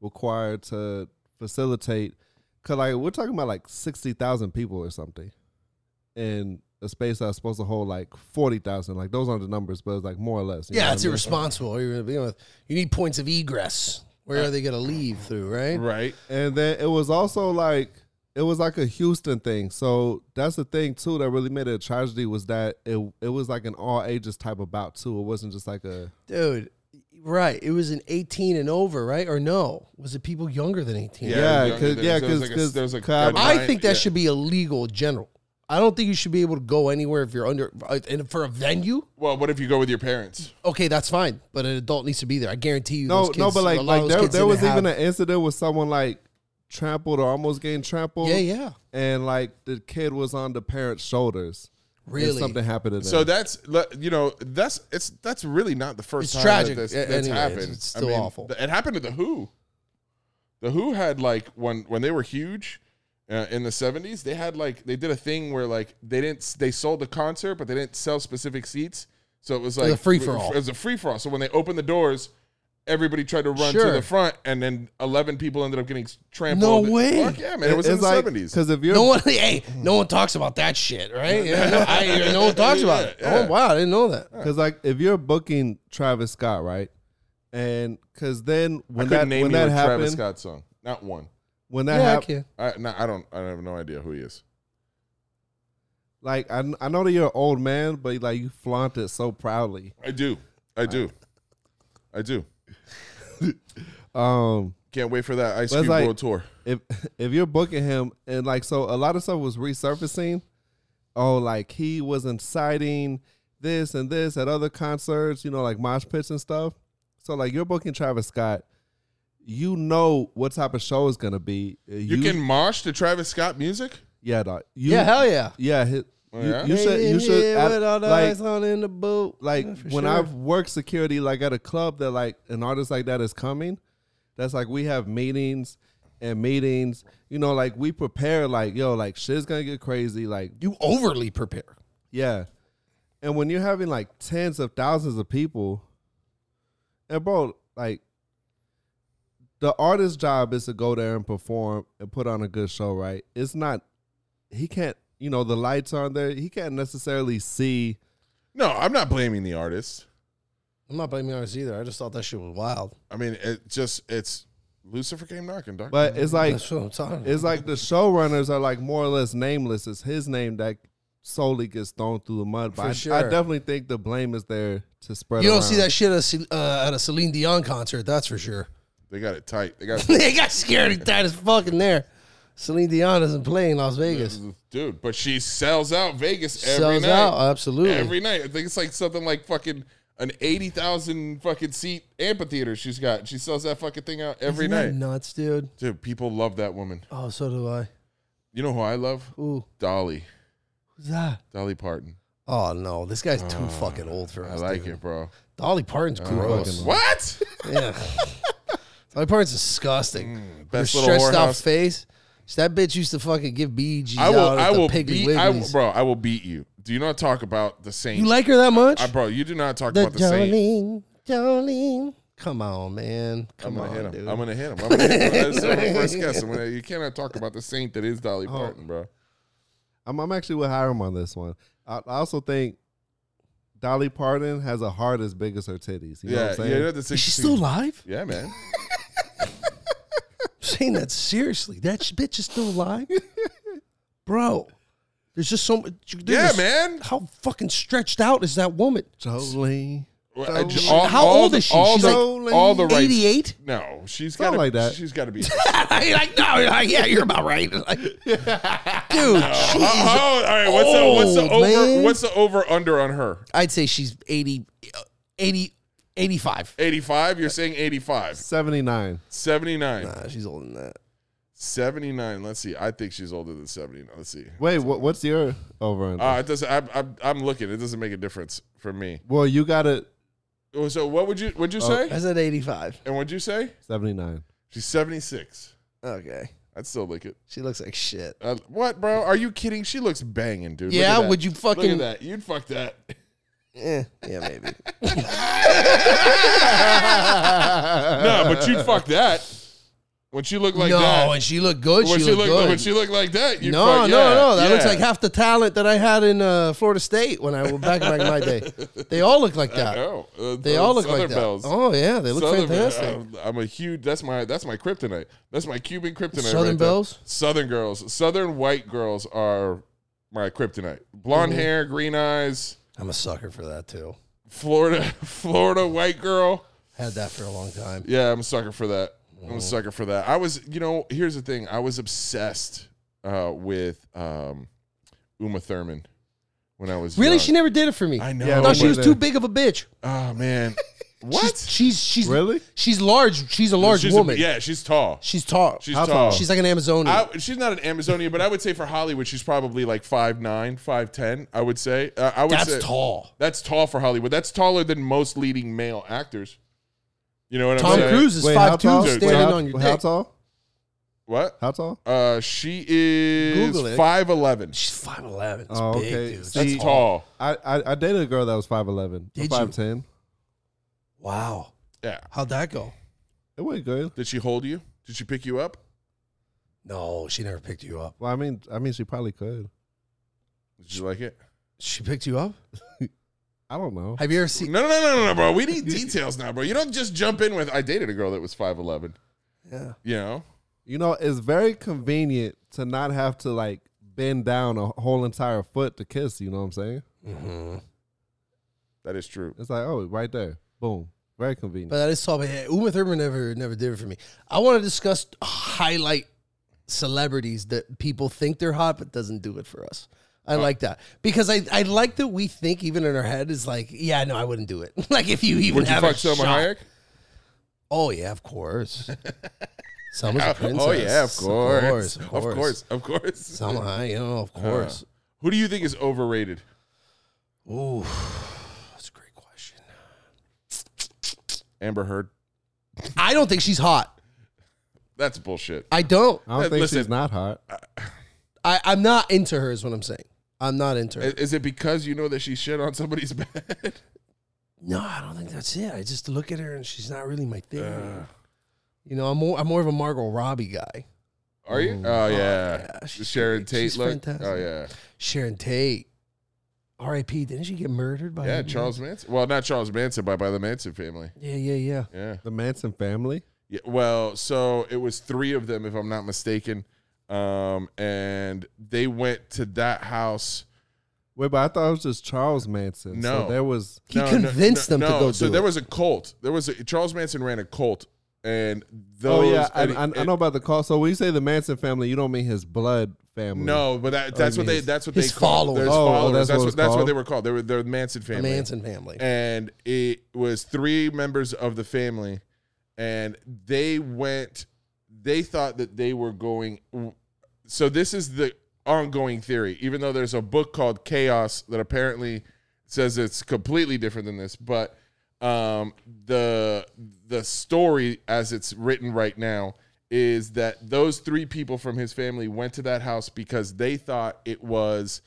C: required to facilitate because like we're talking about like 60,000 people or something in a space that's supposed to hold like 40,000 like those aren't the numbers but it's like more or less you know
E: Yeah,
C: what
E: it's
C: I mean?
E: irresponsible. You're gonna be with. You need points of egress. Where are they gonna leave through? Right.
F: Right.
C: And then it was also like it was like a Houston thing. So that's the thing too that really made it a tragedy was that it it was like an all ages type of bout too. It wasn't just like a
E: dude. Right. It was an 18 and over, right? Or no? Was it people younger than 18?
F: Yeah.
C: Yeah,
F: younger
C: cause,
F: than-
C: yeah,
F: so there's like a-
C: because
F: there's
C: there's
F: like a-
E: I
F: Right,
E: think that
F: yeah.
E: should be illegal in general. I don't think you should be able to go anywhere if you're under uh, and for a venue.
F: Well, what if you go with your parents?
E: Okay, that's fine, but an adult needs to be there. I guarantee you.
C: no,
E: those kids,
C: no, but
E: a
C: like,
E: lot of
C: like
E: those
C: there,
E: kids
C: there
E: didn't
C: was even
E: have-
C: an incident with someone like trampled or almost getting trampled.
E: yeah, yeah,
C: And like the kid was on the parent's shoulders. and
E: really.
C: something happened to them.
F: So that's le- you know that's it's that's really not the first
E: It's
F: time
E: tragic.
F: that this,
E: A-
F: that's
E: anyway,
F: happened.
E: it's- it's still awful.
F: th- It happened to the Who. The Who had like when when they were huge uh, in the seventies, they had like they did a thing where like they didn't s- they sold the concert, but they didn't sell specific seats. So it was
E: was
F: like
E: a free-for-all.
F: It was a free for all. So when they opened the doors. Everybody tried to run to
E: Sure.
F: the front, and then eleven people ended up getting s- trampled.
E: No way.
F: Fuck yeah, man! It was in
C: It's
F: the
C: like-
F: seventies.
C: Cause if you're
E: No one, hey, no one talks about that shit, right? Yeah, no, I, no one talks about it.
F: Yeah, yeah.
E: Oh wow, I didn't know that.
C: Because like if you're booking Travis Scott, right, and because then
F: I
C: when that
F: couldn't name
C: when
F: you a
C: that
F: Travis
C: happened,
F: Scott song, not one.
C: when that
E: Yeah, I
C: happened,
E: can.
F: I, no, I don't. I have no idea who he is.
C: like I, I know that you're an old man, but like you flaunt it so proudly.
F: I do. I do. I do.
C: Um,
F: Can't wait for that Ice
C: But it's
F: Cube
C: like-
F: World Tour.
C: if if you're booking him and like so a lot of stuff was resurfacing oh like he was inciting this and this at other concerts you know like mosh pits and stuff so like you're booking travis scott you know what type of show is gonna be Uh,
F: You, can mosh to Travis Scott music?
C: yeah dog, you,
E: yeah, hell yeah.
C: yeah, hit-
F: Oh,
C: you,
F: yeah?
C: you should you should
E: Yeah,
C: add-
E: with all the
C: like,
E: ice on in the boot.
C: like
E: for
C: when
E: sure.
C: I've worked security, like at a club that like an artist like that is coming, that's like we have meetings and meetings. You know, like we prepare, like yo, like shit's gonna get crazy, like
E: you overly prepare.
C: yeah. And when you're having like tens of thousands of people, and bro, like the artist's job is to go there and perform and put on a good show, right? It's not he can't. You know the lights aren't there. He can't necessarily see.
F: No, I'm not blaming the artist.
E: I'm not blaming artists either. I just thought that shit was wild.
F: I mean, it just it's Lucifer came knocking, dog.
C: But it's like
E: That's what I'm talking about.
C: It's like the showrunners are like more or less nameless. It's his name that solely gets thrown through the mud. But
E: For
C: I,
E: sure.
C: I definitely think the blame is there to spread.
E: You don't
C: around.
E: see that shit at a, Cel- uh, at a Celine Dion concert, that's for sure.
F: they got it tight. They got
E: they got scared and tight as fuck in there. Celine Dion doesn't play in Las Vegas.
F: dude, but she sells out Vegas every
E: Sells
F: night.
E: out, absolutely.
F: Every night. I think it's like something like fucking an eighty thousand fucking seat amphitheater she's got. She sells that fucking thing out every
E: Isn't that
F: night.
E: nuts, dude.
F: Dude, people love that woman.
E: Oh, so do I.
F: You know who I love?
E: Ooh,
F: Dolly.
E: who's that?
F: Dolly Parton.
E: Oh no, this guy's too fucking old for
F: I
E: us.
F: like
E: dude.
F: it, bro. Oh,
E: Dolly Parton's gross.
F: What?
E: Yeah, Dolly Parton's disgusting. Her
F: Mm, Best little
E: stretched out
F: whorehouse.
E: face. That bitch used to fucking give BG
F: I will.
E: out at
F: I
E: the
F: will
E: Piggly
F: beat. I, will-
E: Wigglies.
F: bro, I will beat you. Do you not talk about the Saint?
E: you like her that much?
F: I, bro, you do not talk
E: the
F: about the Saint.
E: Jolene, Jolene. Come on, man.
F: I'm
E: Come
F: gonna
E: on,
F: hit him.
E: dude.
F: I'm gonna hit him. I'm gonna hit him. That's my first guess. I'm gonna, you cannot talk about the Saint that is
E: Oh.
F: Dolly Parton, bro.
C: I'm, I'm actually with Hiram on this one. I, I also think Dolly Parton has a heart as big as her titties. You know
F: Yeah,
C: what I'm
F: yeah.
C: saying?
F: that's
E: Is she still alive?
F: Yeah, man.
E: I'm saying that seriously. That sh- bitch is still alive, bro. There's just so much. dude,
F: Yeah,
E: there's-
F: man.
E: How fucking stretched out is that woman?
C: Jolene.
F: Well,
C: Jolene.
F: all-
E: How
F: all
E: old
F: the-
E: is she?
F: All
E: She's
F: the,
C: like
F: all the rights.
E: 88.
F: No, she's got to
C: like that.
F: She's got to be.
E: like no, you're like, yeah, you're about right. Like, dude, she
F: Oh,
E: is-
F: all right. What's the what's the
E: old,
F: over
E: man.
F: what's the over under on her?
E: I'd say she's 80, uh, 80 85.
F: Eighty five. You're saying eighty five.
C: Seventy nine.
F: Seventy nine.
E: Nah, Uh, she's older than that.
F: 79. Let's see. I think she's older than 79. Let's see.
C: Wait, what, what's your over under?
F: Uh, it doesn't. I'm, I'm, I'm looking. It doesn't make a difference for me.
C: well, you got it.
F: Oh, So what would you would you say?
E: I said 85.
F: and what'd you say?
C: Seventy nine.
F: She's 76.
E: Okay.
F: I'd still lick it.
E: She looks like shit.
F: Uh, what, bro? Are you kidding? She looks banging, dude. Look
E: Yeah,
F: at that.
E: would you
F: look at
E: fucking-
F: that? You'd fuck that.
E: Eh, yeah, maybe.
F: no, but you'd fuck that. When she looked like
E: no,
F: that.
E: and she looked good.
F: when
E: she, looked good.
F: when she looked like that, you'd
E: no,
F: fuck,
E: no,
F: yeah,
E: no. That looks
F: yeah.
E: like half the talent that I had in uh, Florida State when I was back back in my day. They all look like that.
F: Oh, uh,
E: They
F: those
E: all look
F: Southern
E: like that.
F: Bells.
E: Oh yeah, they look
F: Southern-
E: fantastic.
F: I'm, I'm a huge. That's my. That's my kryptonite. That's my Cuban kryptonite.
E: Southern
F: right there.
E: Bells?
F: Southern girls. Southern white girls are my kryptonite.
E: Mm-hmm.
F: Blonde hair, green eyes.
E: I'm a sucker for that too.
F: Florida, Florida white girl.
E: Had that for a long time.
F: Yeah, I'm a sucker for that. I'm a sucker for that. I was, you know, here's the thing. I was obsessed uh, with um, Uma Thurman when I was
E: Really,
F: young.
E: she never did it for me.
F: I know.
C: Yeah,
E: I thought she
C: but-
E: was too big of a bitch.
F: Oh man, what?
E: She's she's, she's
C: Really?
E: she's large. She's a large
F: She's a-
E: woman.
F: yeah, she's tall.
E: She's tall.
F: She's
C: How
F: tall.
C: tall?
E: She's like an Amazonian.
F: I, she's not an Amazonian, but I would say for Hollywood, she's probably like 5'9", 5'10", I would say. Uh, I would
E: That's
F: say-
E: tall.
F: That's tall for Hollywood. That's taller than most leading male actors. You know what I'm
E: Tom
F: saying?
E: Cruise is
C: Wait,
E: five
C: how
E: two,
C: tall?
E: standing
C: Wait, how,
E: on your
C: how
E: dick.
C: tall?
F: What?
C: How tall?
F: Uh, she is
E: Google it.
F: 5'11".
E: She's five eleven. It's
C: Oh,
E: big,
C: okay.
E: dude.
C: See-
F: That's
C: she-
F: tall.
C: I, I I dated a girl that was five eleven.
E: Did you?
C: Five ten.
E: wow.
F: Yeah.
E: How'd that go?
C: It went good.
F: Did she hold you? Did she pick you up?
E: No, she never picked you up.
C: Well, I mean, I mean, she probably could.
F: Did you like it?
E: She picked you up?
C: I don't know.
E: Have you ever seen?
F: No, no, no, no, no, bro. We need details now, bro. You don't just jump in with, I dated a girl that was 5'11".
E: Yeah.
F: You know?
C: You know, it's very convenient to not have to like bend down a whole entire foot to kiss. You know what I'm saying?
F: That is true.
C: It's like, oh, right there. Boom. Very convenient.
E: But that is tough. Yeah, Uma Thurman never never did it for me. I want to discuss highlight celebrities that people think they're hot but doesn't do it for us. I like that because I, I like that we think even in our head is like yeah no I wouldn't do it like if you even
F: Would you
E: have
F: fuck
E: a
F: Selma
E: shot.
F: Hayek?
E: oh yeah of course Selma's a princess
F: Oh yeah, of
E: of
F: course,
E: course
F: of course, of course.
E: Selma Hayek oh, of course
F: Who do you think is overrated?
E: ooh that's a great question
F: Amber Heard.
E: I don't think she's hot
F: That's bullshit.
E: I don't
C: I don't think
F: Listen.
C: she's not hot.
E: I I'm not into her is what I'm saying I'm not into her
F: I- Is it because you know that she shit on somebody's bed?
E: No, I don't think that's it. I just look at her and she's not really my thing.
F: Uh.
E: you know, I'm more I'm more of a Margot Robbie guy.
F: Are you? Oh yeah,
E: yeah,
F: The
E: she's
F: Sharon
E: great.
F: Tate
E: She's
F: look.
E: fantastic.
F: Oh yeah,
E: Sharon Tate, R.I.P. Didn't she get murdered by?
F: yeah.
E: him?
F: Charles Manson. Well, not Charles Manson, but by the Manson family.
E: Yeah, yeah, yeah.
F: Yeah.
C: The Manson family.
F: yeah. Well, so it was three of them, if I'm not mistaken, um, and they went to that house.
C: Wait, but I thought it was just Charles Manson.
F: No.
C: So there was
E: He convinced them to go
F: So
E: do
F: there
E: it.
F: was a cult. There was a, Charles Manson ran a cult, and
C: Oh
F: those.
C: yeah, I,
F: and-
C: I, I know about the call. So when you say the Manson family, you don't mean his blood family.
F: No, but that, that's
C: you
F: what
C: mean
F: they.
C: his-
F: That's what
E: his
F: they called.
E: followers.
F: Their
C: Oh, oh,
F: followers.
C: that's
F: That's
C: what
F: what.
C: it's
F: That's what
C: called?
F: they were called. They were the Manson
E: The
F: family.
E: Manson family.
F: and it was three members of the family and they went they thought that they were going so this is the ongoing theory even though there's a book called chaos that apparently says it's completely different than this but um, the the story as it's written right now is that those three people from his family went to that house because they thought it was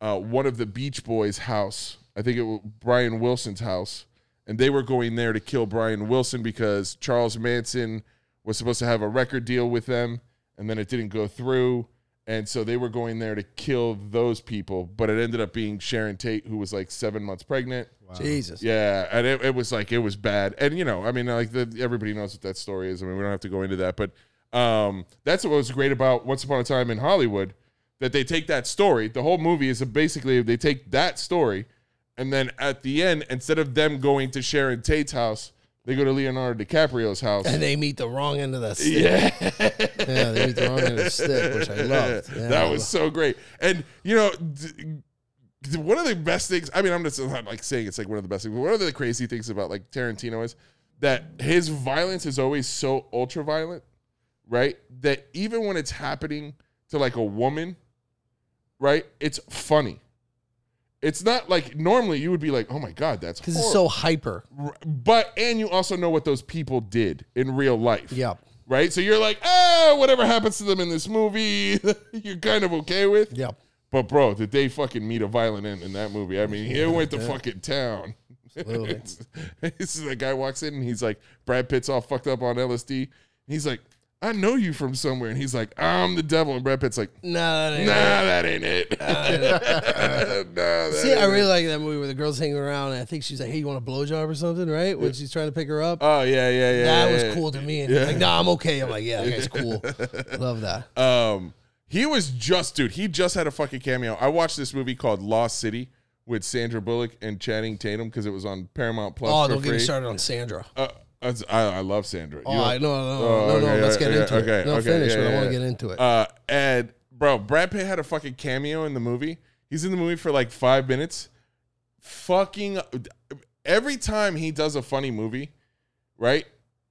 F: uh, one of the Beach Boys' house. I think it was Brian Wilson's house, and they were going there to kill Brian Wilson because Charles Manson was supposed to have a record deal with them, and then it didn't go through, and so they were going there to kill those people. But it ended up being Sharon Tate, who was like seven months pregnant.
E: Jesus.
F: uh, Yeah, and it, it was like it was bad, and you know, I mean, like the, everybody knows what that story is. I mean, we don't have to go into that, but um, that's what was great about Once Upon a Time in Hollywood that they take that story. The whole movie is basically they take that story, and then at the end, instead of them going to Sharon Tate's house, they go to Leonardo DiCaprio's house.
E: And they meet the wrong end of that stick.
F: Yeah,
E: Yeah, they meet the wrong end of the stick, which I loved. Yeah, I
F: that was so great. And you know, d- d- one of the best things. I mean, I'm just not like saying it's like one of the best things. But one of the crazy things about like Tarantino is that his violence is always so ultra violent, right? That even when it's happening to like a woman, right? It's funny. It's not like normally you would be like, oh my god, that's
E: because it's
F: horrible."
E: so hyper.
F: But and you also know what those people did in real life
E: Yeah,
F: right? So you're like, oh, whatever happens to them in this movie, you're kind of okay with.
E: yeah.
F: But bro, did they fucking meet a violent end in that movie? I mean, it went to fucking town.
E: Absolutely.
F: it's, it's the guy walks in and he's like, Brad Pitt's all fucked up on LSD. He's like, I know you from somewhere, and he's like, I'm the devil, and Brad Pitt's like,
E: No, no,
F: Nah,
E: no, no.
F: that ain't it. nah, that
E: See, I
F: ain't it.
E: really like that movie where the girl's hanging around, and I think she's like, "Hey, you want a blowjob or something?" Right when she's trying to pick her up.
F: Oh yeah, yeah, yeah.
E: that
F: yeah,
E: was
F: yeah.
E: cool to me. And he's like, nah, I'm okay. I'm like, yeah, that guy's cool. Love that.
F: Um, he was just dude. He just had a fucking cameo. I watched this movie called Lost City with Sandra Bullock and Channing Tatum because it was on Paramount Plus.
E: oh,
F: for
E: don't get me
F: free.
E: started on Sandra.
F: Uh, that's- I, I love Sandra. You
E: Oh,
F: know-
E: I, no, no, no,
F: Oh,
E: no, no.
F: okay,
E: Let's
F: okay,
E: get into
F: okay,
E: it. No,
F: okay,
E: finish,
F: yeah,
E: but I
F: yeah,
E: want to
F: yeah.
E: get into it.
F: Uh, and bro, Brad Pitt had a fucking cameo in the movie. He's in the movie for like five minutes. Fucking every time he does a funny movie, right?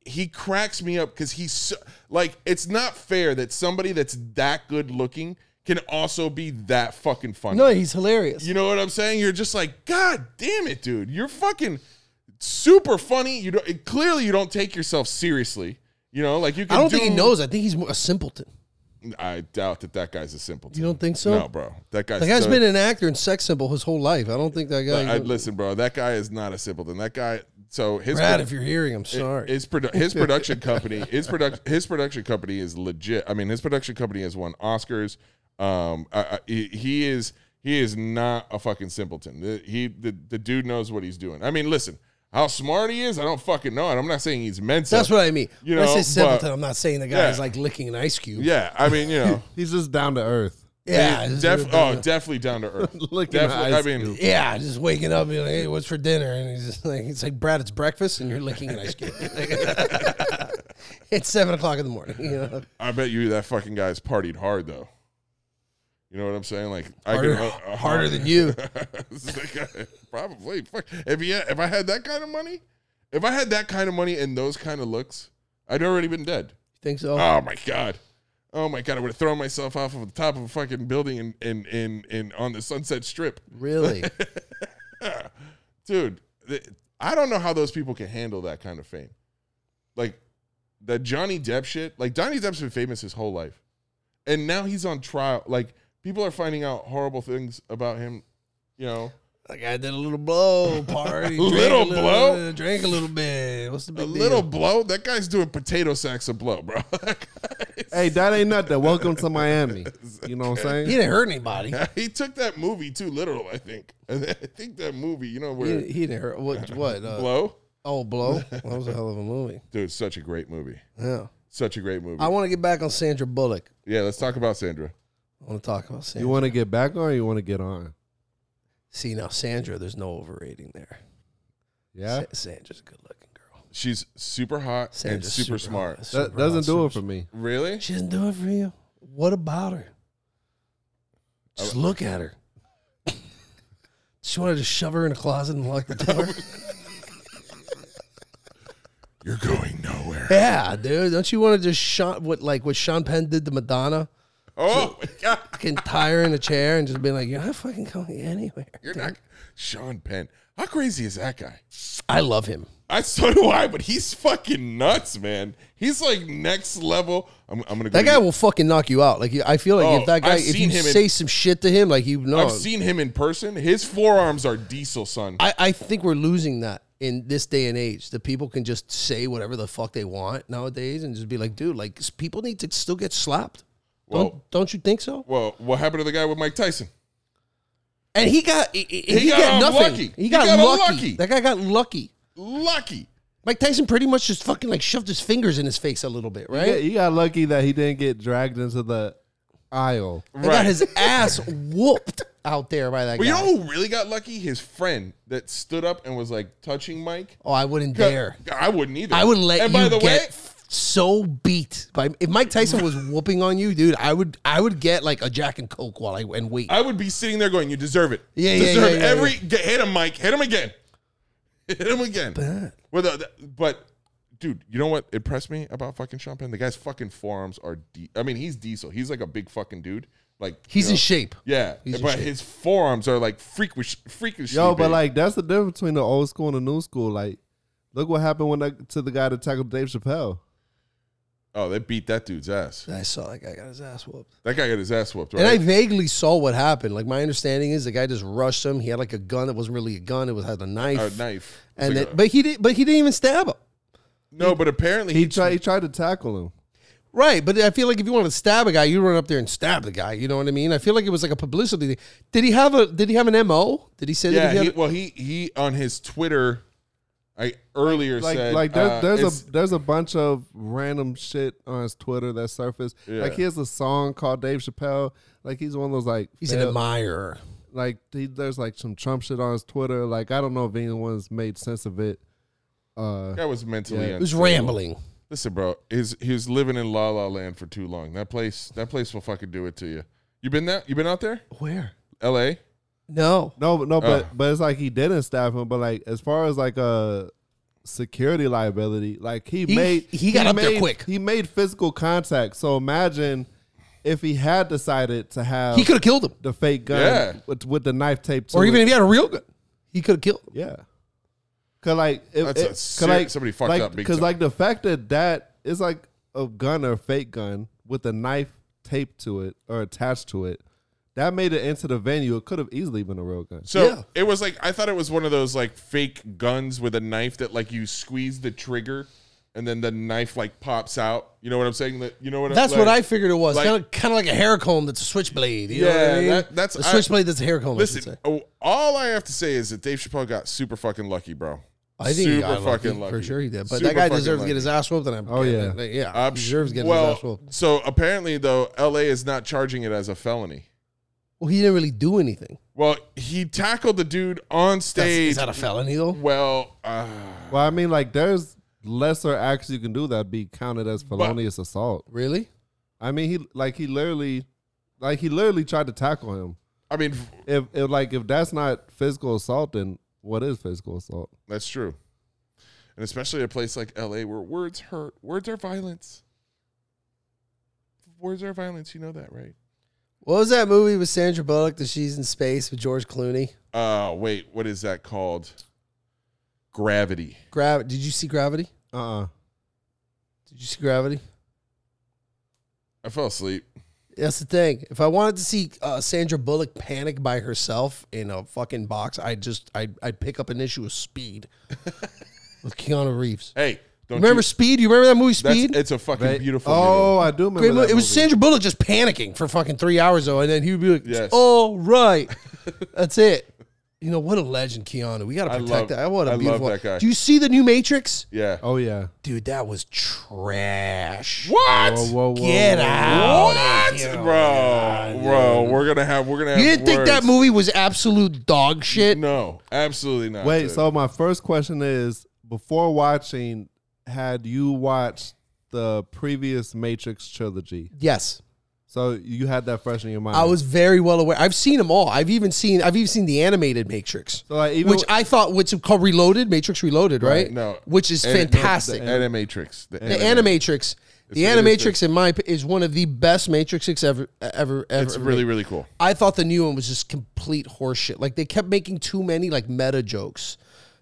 F: He cracks me up because he's so, like, it's not fair that somebody that's that good looking can also be that fucking funny.
E: no, he's hilarious.
F: You know what I'm saying? You're just like, God damn it, dude. You're fucking super funny. You don't, clearly you don't take yourself seriously. You know, like you. Can
E: I don't think he
F: do-
E: knows. I think he's more- a simpleton.
F: I doubt that that guy's a simpleton.
E: You don't think so?
F: No, bro. That guy's
E: The guy's
F: done-
E: been an actor and sex symbol his whole life. I don't think that guy.
F: I, listen, bro. That guy is not a simpleton. That guy. So his
E: Brad, if you're hearing, I'm sorry.
F: his, produ- his production company his production his production company is legit. I mean, his production company has won Oscars. Um, I, I, he- he is he is not a fucking simpleton. The, he the, the dude knows what he's doing. I mean, listen, how smart he is, I don't fucking know. And I'm not saying he's meant.
E: That's what I mean.
F: you
E: when I
F: know,
E: say simpleton,
F: but-
E: I'm not saying the guy
F: Yeah.
E: is like licking an ice cube.
F: Yeah, I mean, you know.
C: He's just down to earth.
E: Yeah.
F: It
E: just- uh,
F: def- oh, definitely down to earth.
C: Look at
F: definitely. I
C: Ice
F: mean,
C: Cube.
E: yeah, just waking up, and being like, "Hey, what's for dinner?" And he's just like, "It's like Brad, it's breakfast, and you're licking an ice cube." it's seven o'clock in the morning. You know,
F: I bet you that fucking guy's partied hard though. You know what I'm saying? Like
E: harder,
F: I can, uh, uh,
E: harder than you.
F: It's like, uh, probably. Fuck. If he had, if I had that kind of money, if I had that kind of money and those kind of looks, I'd already been dead.
E: Think so?
F: Oh my god. Oh my god, I would have thrown myself off of the top of a fucking building in in in, in on the Sunset Strip.
E: really?
F: Dude, th- I don't know how those people can handle that kind of fame. Like that Johnny Depp shit. Like Johnny Depp's been famous his whole life. And now he's on trial. Like people are finding out horrible things about him, you know.
E: Like I did a little blow party,
F: Little
E: drank a
F: blow?
E: uh, drank a little bit. What's the big
F: A
E: deal?
F: little blow. That guy's doing potato sacks of blow, bro.
C: Hey, that ain't nothing. Welcome to Miami. You know what I'm saying?
E: He didn't hurt anybody.
F: he took that movie too literal, I think. I think that movie, you know,
E: He,
F: where
E: he didn't hurt. What? What? Uh,
F: blow.
E: Oh, blow. That was a hell of a movie.
F: Dude, such a great movie.
E: Yeah.
F: Such a great movie.
E: I want to get back on Sandra Bullock.
F: yeah, let's talk about Sandra.
E: I want to talk about Sandra.
C: You want to get back on or you want to get on?
E: See now, Sandra. There's no overrating there.
C: Yeah?
E: Sa- Sandra's a good looking girl.
F: She's super hot and
E: Sandra's
F: super,
E: hot,
F: smart.
E: super
C: That doesn't
E: hot,
C: do it for
E: super
C: me.
F: Really?
E: She doesn't do it for you. What about her? Just look at her. She wanted to shove her in a closet and lock the door.
F: You're going nowhere.
E: yeah, dude. Don't you want to just Sean what like what Sean Penn did to Madonna?
F: Oh my god.
E: Fucking tie her in a chair and just be like, You're not fucking going anywhere.
F: You're not Sean Penn. How crazy is that guy?
E: I love him.
F: I so do I, but he's fucking nuts, man. He's like next level. I'm, I'm gonna go
E: That guy
F: to-
E: will fucking knock you out. Like I feel like
F: Oh,
E: if that guy,
F: I've
E: if
F: seen
E: you
F: him in-
E: say some shit to him, like you know,
F: I've seen him in person. His forearms are diesel, son.
E: I, I think we're losing that in this day and age. The people can just say whatever the fuck they want nowadays and just be like, dude, like s- people need to still get slapped.
F: Well-
E: don't, don't you think so?
F: well, what happened to the guy with Mike Tyson?
E: And he got he, he- he
F: got
E: got nothing.
F: unlucky.
E: He
F: He
E: got,
F: got
E: lucky.
F: unlucky.
E: That guy got lucky.
F: Lucky.
E: Mike Tyson pretty much just fucking like shoved his fingers in his face a little bit, right?
C: Yeah, you got lucky that he didn't get dragged into the aisle.
E: He got his ass whooped out there by that
F: But
E: guy.
F: you know who really got lucky? His friend that stood up and was like touching Mike.
E: oh, I wouldn't dare.
F: I wouldn't either.
E: I would let
F: and
E: you
F: by the
E: get
F: way,
E: f- so beat. By, if Mike Tyson was whooping on you, dude, I would I would get like a Jack and Coke while I and wait.
F: I would be sitting there going, "You deserve it.
E: Yeah, yeah,
F: deserve
E: yeah, yeah,
F: every Get, hit him, Mike. Hit him again. Hit him again." But, but, dude, you know what impressed me about fucking Sean Penn? The guy's fucking forearms are. De- I mean, he's diesel. He's like a big fucking dude. Like
E: He's
F: you know,
E: in shape.
F: Yeah,
E: He's in
F: but
E: shape.
F: his forearms are like freakish, freakishly.
C: Yo, but
F: big.
C: like that's the difference between the old school and the new school. Like, look what happened when that, to the guy that tackled Dave Chappelle.
F: oh, they beat that dude's ass.
E: I saw that guy got his ass whooped.
F: That guy got his ass whooped. Right?
E: And I vaguely saw what happened. Like my understanding is the guy just rushed him. He had like a gun that wasn't really a gun. It was had a knife.
F: a Oh, knife. It's
E: And
F: like
E: then-
F: a-
E: but he did but he didn't even stab him.
F: no, but apparently
C: He tried. He tried to tackle him.
E: Right, but I feel like if you want to stab a guy, you run up there and stab the guy. You know what I mean? I feel like it was like a publicity. thing. Did he have a Did he have an mo? Did he say that?
F: Yeah,
E: He had
F: he,
E: a-
F: well, he he on his Twitter, I earlier
C: Like,
F: said
C: like there,
F: uh,
C: there's
F: it's-
C: a there's a bunch of random shit on his Twitter that surfaced.
F: Yeah.
C: Like, he has a song called Dave Chappelle. Like, he's one of those like
E: he's an
C: failed-
E: admirer.
C: like he, there's like some Trump shit on his Twitter. Like, I don't know if anyone's made sense of it. Uh,
F: That was mentally.
C: Yeah.
E: It was
F: unstable.
E: rambling.
F: Listen, bro, he's he's living in La La Land for too long. That place, that place will fucking do it to you. You been that? You been out there?
E: Where?
F: L.A.
E: No.
C: No, but- no, but
F: Oh.
C: but it's like he didn't stab him. But like as far as like uh security liability, like he,
E: He-
C: made
E: he got up there
C: made-
E: quick.
C: He made physical contact. So imagine if he had decided to have
E: He could have killed him.
C: the fake gun
F: Yeah.
C: with, with the knife taped to
E: Or even
C: it.
E: if he had a real gun, he could have killed him.
C: yeah. Cause like if,
F: That's a
C: it- cause
F: serious- somebody fucked
C: like,
F: up big
C: Cause
F: time.
C: like the fact that that is like a gun or a fake gun with a knife taped to it or attached to it, that made it into the venue. It could have easily been a real gun.
F: So
E: Yeah.
F: it was like I thought it was one of those like fake guns with a knife that like you squeeze the trigger, and then the knife like pops out. You know what I'm saying? That you know what? I'm-
E: That's what
F: like-
E: I figured it was.
F: like-
E: kind of, kind of like a hair comb that's a switchblade. You know what
F: Yeah,
E: I mean?
F: that- that's-
E: a
F: I-
E: switchblade that's a hair comb. I, should
F: Listen,
E: say.
F: oh, all I have to say is that Dave Chappelle got super fucking lucky, bro.
E: I think he
F: super
E: got
F: fucking lucky.
E: for sure he did. But
F: Super
E: that guy
F: fucking
E: deserves to
F: lucky.
E: get his ass whooped. And I'm
C: Oh, yeah.
E: yeah, yeah,
F: I'm
E: he Ah, deserves to get
F: well,
E: his ass whooped.
F: So apparently, though, LA is not charging it as a felony.
G: Well, he didn't really do anything.
F: Well, he tackled the dude on
G: That's,
F: stage.
G: is that a felony though?
F: well, uh,
C: Well, I mean, like there's lesser acts you can do that be counted as felonious assault.
G: Really?
C: I mean, he like he literally, like he literally tried to tackle him.
F: I mean,
C: If, if like if that's not physical assault, then what is physical assault?
F: that's true. And especially at a place like LA where words hurt, words are violence. Words are violence, you know that, right?
E: What was that movie with Sandra Bullock that she's in space with George Clooney?
F: Uh, wait, what is that called? Gravity.
E: Grav Did you see Gravity?
C: Uh, uh
E: Did you see Gravity?
F: I fell asleep.
E: That's the thing. If I wanted to see uh, Sandra Bullock panic by herself in a fucking box, I just I I pick up an issue of Speed with Keanu Reeves.
F: Hey, don't
E: remember
F: you-
E: Speed? You remember that movie Speed?
F: That's, it's a fucking
C: Right.
F: beautiful.
C: Oh, I do remember.
E: Great movie.
C: that
E: It was
C: movie.
E: Sandra Bullock just panicking for fucking three hours though, and then he would be like,
F: Yes.
E: "All right, that's it." You know what a legend, Keanu. We got to
F: I
E: protect
F: love-
E: that. What
F: I
E: a
F: love
E: beautiful.
F: that guy.
E: Do you see the new Matrix,
F: movie. yeah.
C: Oh yeah.
E: dude? That was trash.
F: What?
C: Whoa, whoa, whoa.
E: Get
C: whoa.
E: out!
F: What, bro, bro? We're gonna have we're gonna. Have
E: You didn't think that
F: words.
E: movie was absolute dog shit?
F: No, absolutely not.
C: Wait.
F: dude.
C: So my first question is: Before watching, had you watched the previous Matrix trilogy?
E: Yes,
C: So you had that fresh in your mind.
E: I was very well aware. I've seen them all. I've even seen I've even seen the animated Matrix,
C: So like even
E: which I thought was called Reloaded, Matrix Reloaded, right?
F: no.
E: which is
F: And-
E: fantastic.
F: The Animatrix. The,
E: The
F: anime.
E: Animatrix,
F: it
E: the
F: is
E: Animatrix, in my op- is one of the best Matrixes ever, ever, ever.
F: It's really really cool.
E: I thought the new one was just complete horseshit. Like they kept making too many like meta jokes.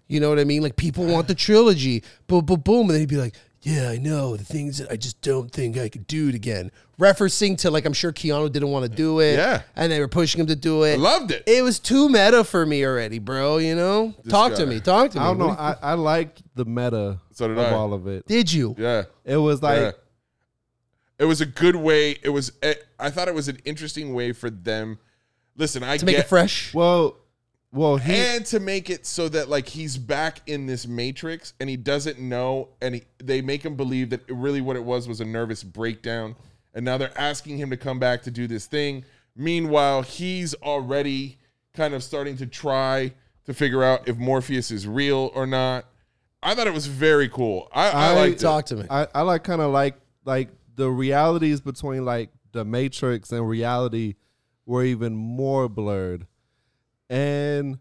E: You know what I mean? Like people want the trilogy, boom, boom, boom, and then he'd be like, "Yeah, I know the things that I just don't think I could do it again." Referencing to like I'm sure Keanu didn't want to do it,
F: Yeah.
E: and they were pushing him to do it.
F: I loved it.
E: It was too meta for me already, bro. You know, talk to
F: guy.
E: me, talk to me.
C: I don't know.
E: What do you-
C: I, I liked the meta
F: So did
C: of
F: I.
C: all of it.
E: Did you?
F: Yeah.
C: It was like
F: yeah. It was a good way. It was. It, I thought it was an interesting way for them. Listen, I
E: To make
F: get,
E: it fresh,
C: well, well he
F: and to make it so that like he's back in this matrix and he doesn't know and he, they make him believe that really what it was was a nervous breakdown and now they're asking him to come back to do this thing meanwhile he's already kind of starting to try to figure out if morpheus is real or not i thought it was very cool i, I,
C: I
F: liked
E: talk to me.
C: I, I like kind of like like the realities between like the Matrix and reality were even more blurred, and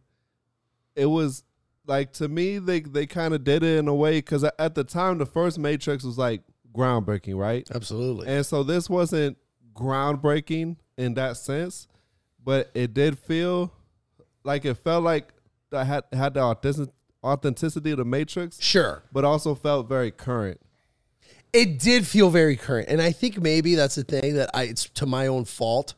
C: it was like to me they they kind of did it in a way because at the time the first Matrix was like groundbreaking, right?
E: absolutely.
C: And so this wasn't groundbreaking in that sense, but it did feel like it felt like I had had the authentic, authenticity of the Matrix,
E: Sure.
C: but also felt very current.
E: it did feel very current and i think maybe that's the thing that i it's to my own fault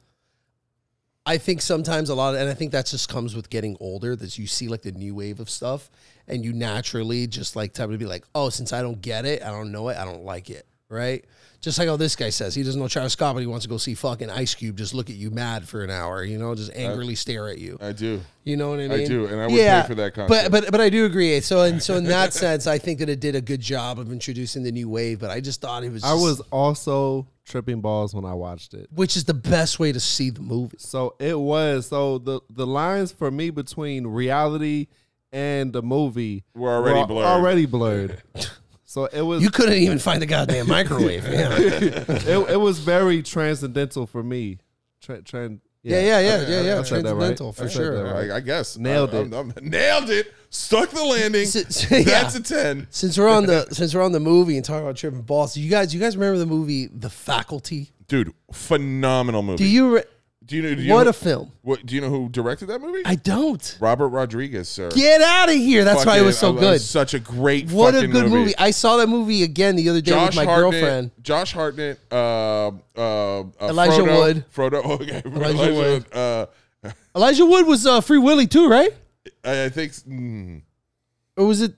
E: i think sometimes a lot and i think that just comes with getting older that you see like the new wave of stuff and you naturally just like tend to be like oh since i don't get it i don't know it i don't like it right just like how this guy says he doesn't know travis scott but he wants to go see fucking ice cube just look at you mad for an hour you know just angrily stare at you
F: i do
E: you know what I mean?
F: do, and I would pay for that concert.
E: But but but I do agree. So and so in that sense, I think that it did a good job of introducing the new wave. But I just thought it was.
C: I
E: just-
C: was also tripping balls when I watched it.
E: which is the best way to see the movies.
C: So it was so the the lines for me between reality and the movie
F: Were already
C: al-
F: blurred.
C: Already blurred. so it was
E: You couldn't even find a goddamn microwave. Yeah, yeah,
C: it, it was very transcendental for me. Tra- tran-
E: yeah, yeah, yeah. yeah.
C: I said that right.
E: Transcendental for
C: I said
E: sure.
C: that right.
F: I, I guess
C: Nailed
F: I-
C: it.
F: I'm- I'm- nailed it stuck the landing
E: S- yeah.
F: that's a 10
E: Since we're on the since we're on the movie and talking about tripping balls, you guys, you guys remember the movie The Faculty?
F: dude phenomenal movie
E: Do you? Re-
F: do you know do you
E: what
F: know,
E: a film!
F: what do you know who directed that movie
E: I don't.
F: Robert Rodriguez, sir.
E: Get out of here! That's why it
F: Fucking-
E: was so
F: uh,
E: good.
F: Such a great
E: What a
F: fucking
E: good movie. I saw that movie again the other day
F: Josh
E: with my
F: Hartnett,
E: girlfriend.
F: Josh Hartnett, uh, uh, uh,
E: Elijah
F: Frodo,
E: Wood.
F: Frodo, okay, Elijah,
E: Elijah Wood.
F: Wood. Uh,
E: Elijah Wood was uh, Free Willy too, right?
F: I I think mm,
E: Or was it?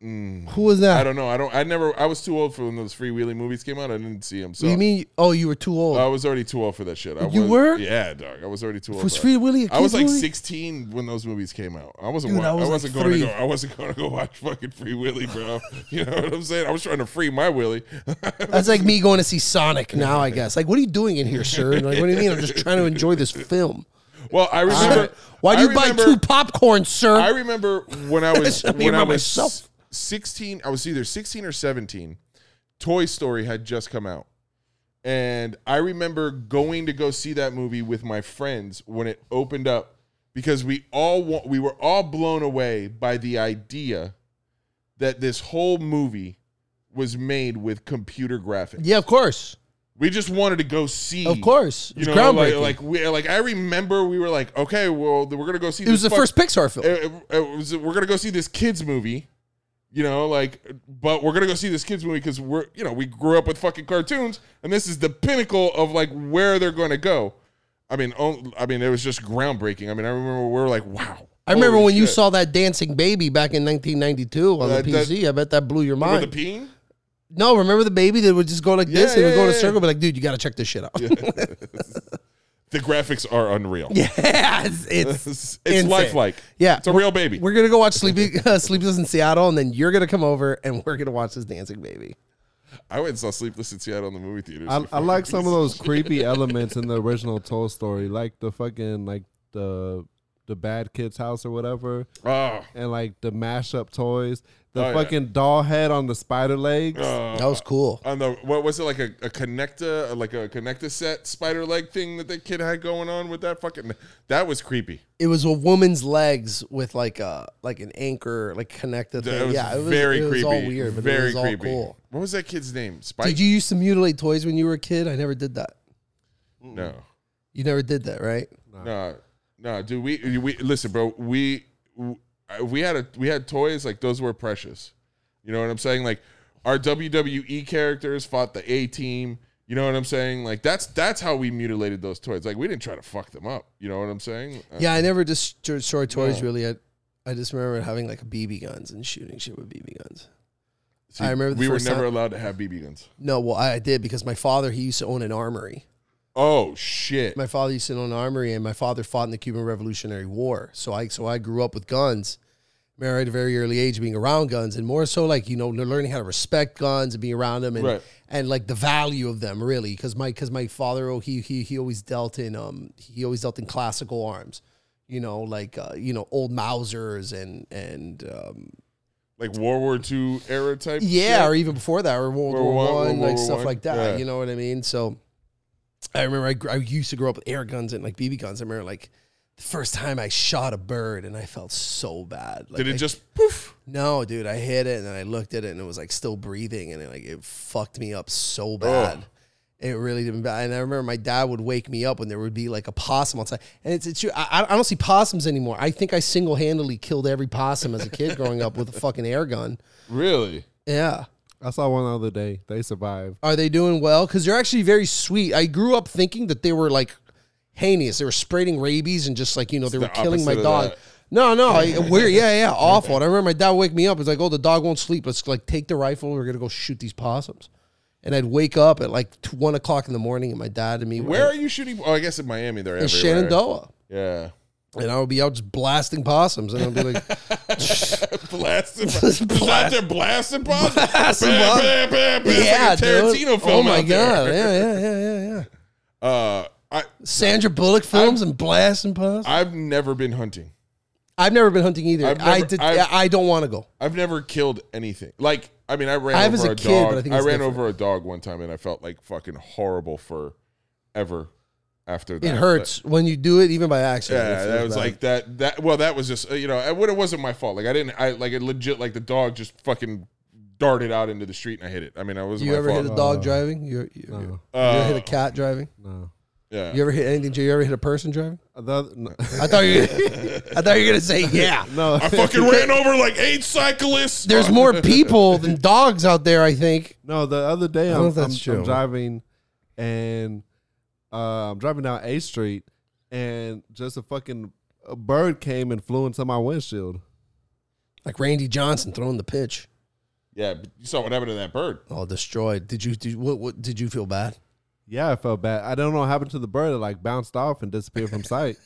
H: Who was that?
F: I don't know. I don't. I never. I was too old for when those freewheeling movies came out. I didn't see them. So
E: you mean? Oh, you were too old.
F: I was already too old for that shit. I
H: You
F: was-
H: were?
F: Yeah, dog. I was already too old.
H: Was
F: for
H: Free
F: that.
H: Willy a
F: I was
H: kid's
F: like
H: movie?
F: 16 when those movies came out. I wasn't.
H: Dude,
F: wa-
H: I
F: I,
H: was, like,
F: was not going
H: three.
F: to go. I wasn't going to go watch fucking Free Willy, bro. you know what I'm saying? I was trying to free my Willy.
E: That's like me going to see Sonic now. I guess. Like, what are you doing in here, sir? And Like, what do you mean? I'm just trying to enjoy this film.
F: well, I remember.
E: Why'd
F: I
E: you buy
F: remember-
E: two popcorn, sir?
F: I remember when I was
E: Let me
F: when I
E: remind
F: was
E: myself.
F: 16. I was either 16 or 17. Toy Story had just come out, and I remember going to go see that movie with my friends when it opened up because we all wa- we were all blown away by the idea that this whole movie was made with computer graphics.
E: yeah, of course,
F: We just wanted to go see.
E: of course. It
F: You
E: was
F: know, like,
E: groundbreaking.
F: like we, like I remember we were like, okay, well, we're gonna go see.
E: it was the first Pixar film.
F: it, it- eh, it was, we're gonna go see this kids movie, you know, like, but we're gonna go see this kids movie because we're, you know, we grew up with fucking cartoons, and this is the pinnacle of like where they're going to go. I mean, on- I mean, it was just groundbreaking. I mean, I remember we were like, wow.
E: I remember
F: holy
E: when you
F: shit.
E: saw that dancing baby back in 1992 on
F: That-
E: the
F: that-
E: PC. I bet that blew your
F: Remember
E: mind.
F: the peeing.
E: no, remember the baby that would just go like this
F: Yeah,
E: and it would
F: yeah,
E: go in a
F: yeah,
E: circle. and Be like, dude, you got to check this shit out. Yeah,
F: The graphics are unreal.
E: it's, it's-
F: it's
E: insane.
F: lifelike.
E: Yeah.
F: it's a real baby.
E: we're gonna go watch Sleepy uh, Sleepless in Seattle, and then you're gonna come over and we're gonna watch this dancing baby.
F: I went and saw Sleepless in Seattle in the movie theaters.
C: I, I like some of those creepy elements in the original Toy Story, like the fucking like the the bad kid's house or whatever,
F: Oh,
C: and like the mashup toys, the
F: Oh, yeah. Uh.
C: fucking doll head on the spider legs.
F: Oh.
E: That was cool.
F: on the what was it like a, a connecta like a connecta set spider leg thing that the kid had going on with that fucking that was creepy.
E: It was a woman's legs with like a like an anchor, like connected.
F: That
E: thing.
F: was
E: yeah, it was
F: very
E: it was
F: creepy.
E: all weird, but
F: very
E: it was all
F: creepy.
E: cool.
F: What was that kid's name? Spike.
E: Did you used to mutilate toys when you were a kid? I never did that.
F: No,
E: You never did that, right?
F: no, no. Do we? We listen, bro. We uh, we had a we had toys like those were precious. You know what I'm saying? Like our WWE characters fought the A team. You know what I'm saying? Like that's that's how we mutilated those toys. Like we didn't try to fuck them up. You know what I'm saying? Uh,
E: Yeah, I never just destroyed toys really. I, I just remember having like BB guns and shooting shit with BB guns.
F: see,
E: I remember the
F: we
E: first
F: were never
E: time-
F: allowed to have BB guns.
E: No, well, I, I did because my father he used to own an armory.
F: Oh shit!
E: My father used to own an armory, and my father fought in the Cuban Revolutionary War. So I so I grew up with guns. Married at a very early age, being around guns, and more so like you know learning how to respect guns and being around them, and
F: Right.
E: and like the value of them really, because my because my father oh he he he always dealt in um he always dealt in classical arms, you know like uh, you know old Mausers and and um,
F: like World War II era type.
E: yeah,
F: shit?
E: or even before that, or World
F: World War
E: War
F: One,
E: One,
F: World
E: like
F: War
E: stuff
F: One.
E: like that.
F: Yeah.
E: You know what I mean? So I remember I, gr- I used to grow up with air guns and like BB guns. I remember like the first time I shot a bird and I felt so bad. Like,
F: Did it
E: I-
F: just poof?
E: No, dude. I hit it and then I looked at it and it was like still breathing and it like it fucked me up so bad. It really didn't. Bad. And I remember my dad would wake me up when there would be like a possum outside. And it's, it's true. I, I don't see possums anymore. I think I single handedly killed every possum as a kid growing up with a fucking air gun.
F: Really?
E: Yeah.
C: I saw one the other day. They survived.
E: Are they doing well? Because they're actually very sweet. I grew up thinking that they were like heinous. They were spreading rabies and just like, you know, they were
F: the
E: killing my
F: opposite of
E: dog.
F: that.
E: No, no, I, we're, yeah, yeah, awful. And I remember my dad would wake me up. He's like, oh, the dog won't sleep. Let's like take the rifle. We're going to go shoot these possums. And I'd wake up at like t- one o'clock in the morning and my dad and me
F: Where are you shooting? Oh, I guess in Miami. They're
E: in
F: everywhere.
E: Shenandoah.
F: Yeah.
E: And I would be out just blasting possums. And I'd be like,
F: Blasted. He's out there blasting bombs.
E: Blasting bombs.
F: Bam, bam, bam, bam.
E: yeah,
F: It's like a Tarantino
E: dude.
F: film.
E: Oh my
F: out there.
E: God. Yeah, yeah, yeah, yeah, yeah.
F: Uh, I
E: Sandra Bullock films and blasting possums.
F: I've never been hunting.
E: I've never been hunting either.
F: I've
E: I
F: never-
E: did.
F: I've-
E: I don't want to go.
F: I've never killed anything. Like I mean, I ran
E: I have
F: over
E: as a
F: a
E: kid,
F: dog.
E: but I think
F: I
E: it's
F: ran
E: different.
F: over a dog one time, and I felt like fucking horrible for ever after that.
E: It hurts when you do it, even by accident. It
F: Yeah,
E: feels
F: that was
E: bad.
F: like that. That well, that was just uh, you know, it, wa- it wasn't my fault. Like I didn't, I like it legit. Like the dog just fucking darted out into the street and I hit it. I mean, I wasn't
E: You
F: my
E: ever
F: fault. Uh,
E: hit a dog driving? You, you, you, you ever hit a cat driving?
C: No.
F: yeah,
E: You ever hit anything? You ever hit a person driving?
C: The other- no.
E: I thought you. I thought you were gonna say yeah.
C: no.
F: I fucking ran over like eight cyclists.
E: There's more people than dogs out there. I think.
C: No, the other day
E: don't know
C: I'm,
E: if that's
C: I'm- I'm
E: true.
C: driving and uh, I'm driving down A Street and just a fucking a bird came and flew into my windshield.
E: Like Randy Johnson throwing the pitch.
F: Yeah, but you saw what happened to that bird.
E: Oh, destroyed. Did you did, what, what did you feel bad?
C: Yeah, I felt bad. I don't know what happened to the bird. It like bounced off and disappeared from sight.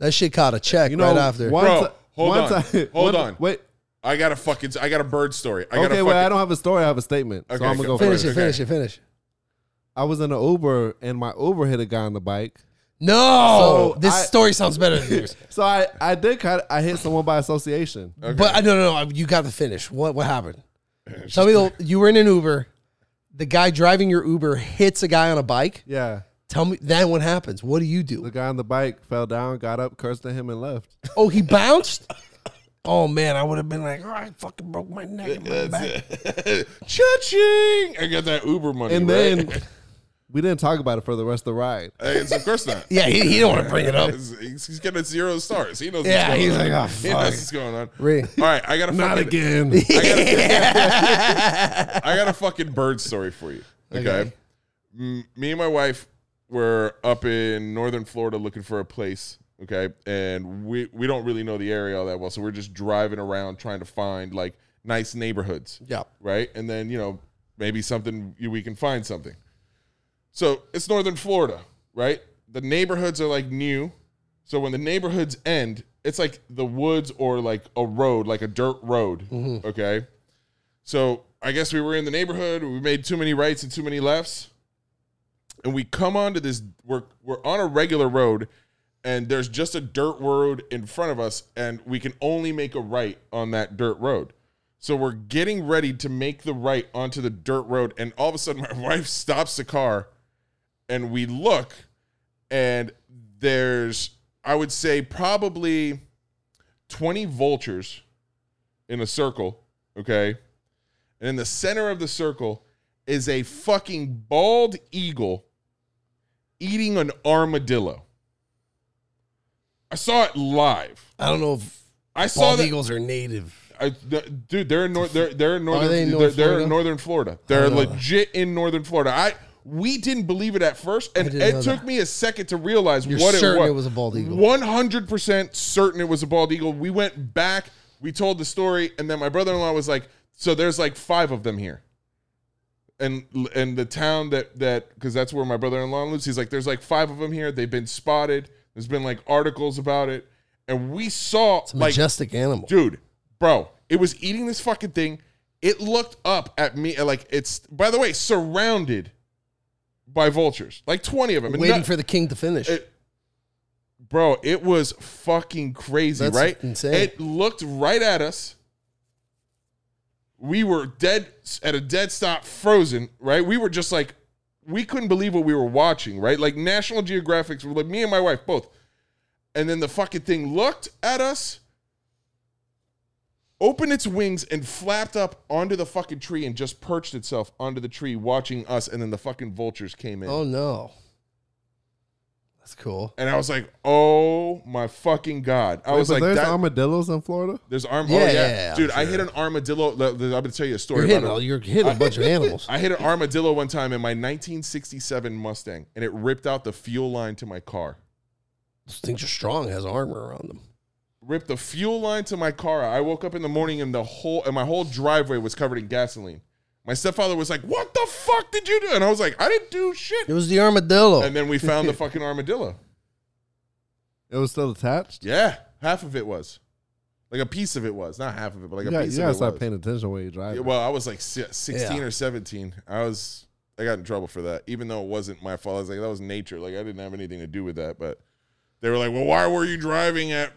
E: That shit caught a check
C: You know,
E: right after.
C: One
F: Bro,
C: ti-
F: hold
C: one
F: on.
C: ti-
F: Hold
C: one-
F: on.
C: Wait.
F: I got a fucking. I got a bird story. I
C: Okay,
F: got a fucking,
C: well, I don't have a story. I have a statement.
F: Okay,
C: so I'm going
F: go
C: to go
F: for
C: first.
E: finish it,
F: okay.
E: finish it, finish. it.
C: I was in an Uber and my Uber hit a guy on the bike.
E: No,
C: So,
E: this
C: I-
E: story sounds better than yours.
C: So I, I did kind of, I hit someone by association.
E: But I no no no. You got to finish. What what happened? Tell me the, you were in an Uber. The guy driving your Uber hits a guy on a bike.
C: Yeah.
E: Tell me then what happens. What do you
C: The
E: do?
C: guy on the bike fell down, got up, cursed at him, and left.
E: Oh, he bounced. Oh man, I would have been like, oh, I fucking broke my neck. and my back.
F: Cha-ching! I got that Uber money.
C: And
F: right?
C: then we didn't talk about it for the rest of the ride.
F: Hey, it's- of course not.
E: Yeah, he, he didn't want to bring it up.
F: He's, he's getting zero stars. He knows. what's
E: Yeah,
F: going
E: he's
F: on.
E: like, oh,
F: he knows what's going on.
E: Really?
F: All right, I got a fucking,
C: again.
F: I got a- I got a fucking bird story for you. Okay. M- me and my wife were up in northern Florida looking for a place. Okay, and we we don't really know the area all that well, so we're just driving around trying to find like nice neighborhoods.
E: Yeah.
F: Right, and then you know maybe something we can find something. So it's northern Florida, right? The neighborhoods are like new. So when the neighborhoods end, it's like the woods or like a road, like a dirt road. Okay. So I guess we were in the neighborhood. We made too many rights and too many lefts. And we come onto this, we're, we're on a regular road and there's just a dirt road in front of us and we can only make a right on that dirt road. So we're getting ready to make the right onto the dirt road, and all of a sudden, my wife stops the car, and we look, and there's, I would say, probably 20 vultures in a circle, okay? And in the center of the circle is a fucking bald eagle eating an armadillo. I saw it live.
E: I don't know if
F: I saw
E: bald
F: that.
E: eagles are native.
F: I, th- dude, they're in north. They're they're in northern.
E: they
F: they
E: in
F: are
E: North
F: they're
E: Florida?
F: in northern Florida. They're
E: know that.
F: legit in northern Florida. I we didn't believe it at first, and
E: didn't
F: it
E: know
F: took
E: that.
F: me a second to realize
E: You're
F: what
E: certain
F: it was.
E: it was a bald eagle.
F: One hundred percent certain it was a bald eagle. We went back. We told the story, and then my brother in law was like, "So there's like five of them here." and and the town that that because that's where my brother-in-law lives he's like there's like five of them here they've been spotted there's been like articles about it and we saw
E: It's a
F: like
E: majestic animal.
F: dude bro it was eating this fucking thing it looked up at me and, like it's by the way surrounded by vultures like 20 of them and
E: Waiting
F: no-
E: for the king to finish.
F: it- bro it was fucking crazy
E: That's
F: right
E: insane.
F: it looked right at us we were dead at a dead stop frozen right we were just like we couldn't believe what we were watching right like national geographics were like me and my wife both and then the fucking thing looked at us opened its wings and flapped up onto the fucking tree and just perched itself onto the tree watching us and then the fucking vultures came in
E: oh no, that's cool.
F: and I was like, "Oh my fucking god!" I
C: Wait,
F: was
C: but
F: like,
C: there's
F: that,
C: armadillos in Florida?
F: "There's arm,
E: Yeah,
F: oh yeah,
E: yeah, yeah,
F: dude!" I hit an armadillo. I'm gonna tell you a story
E: You're
F: about
E: hitting,
F: it.
E: all, you're hitting a bunch of animals.
F: I hit an armadillo one time in my 1967 Mustang, and it ripped out the fuel line to my car.
E: Those things are strong. Has armor around them.
F: Ripped the fuel line to my car. I woke up in the morning, and the whole and my whole driveway was covered in gasoline. My stepfather was like, "What the fuck did you do?" And I was like, "I didn't do
E: It
F: shit."
E: was the armadillo.
F: And then we found the fucking armadillo.
C: It was still attached?
F: Yeah, half of it was, like a piece of it was, not half of it, but like a
C: yeah, you
F: piece
C: gotta
F: of it was.
C: start paying attention when you drive.
F: Yeah, well, I was like si- 16 or 17. I was I got in trouble for that, even though it wasn't my fault. I was like, that was nature. Like I didn't have anything to do with that. But they were like, well, why were you driving at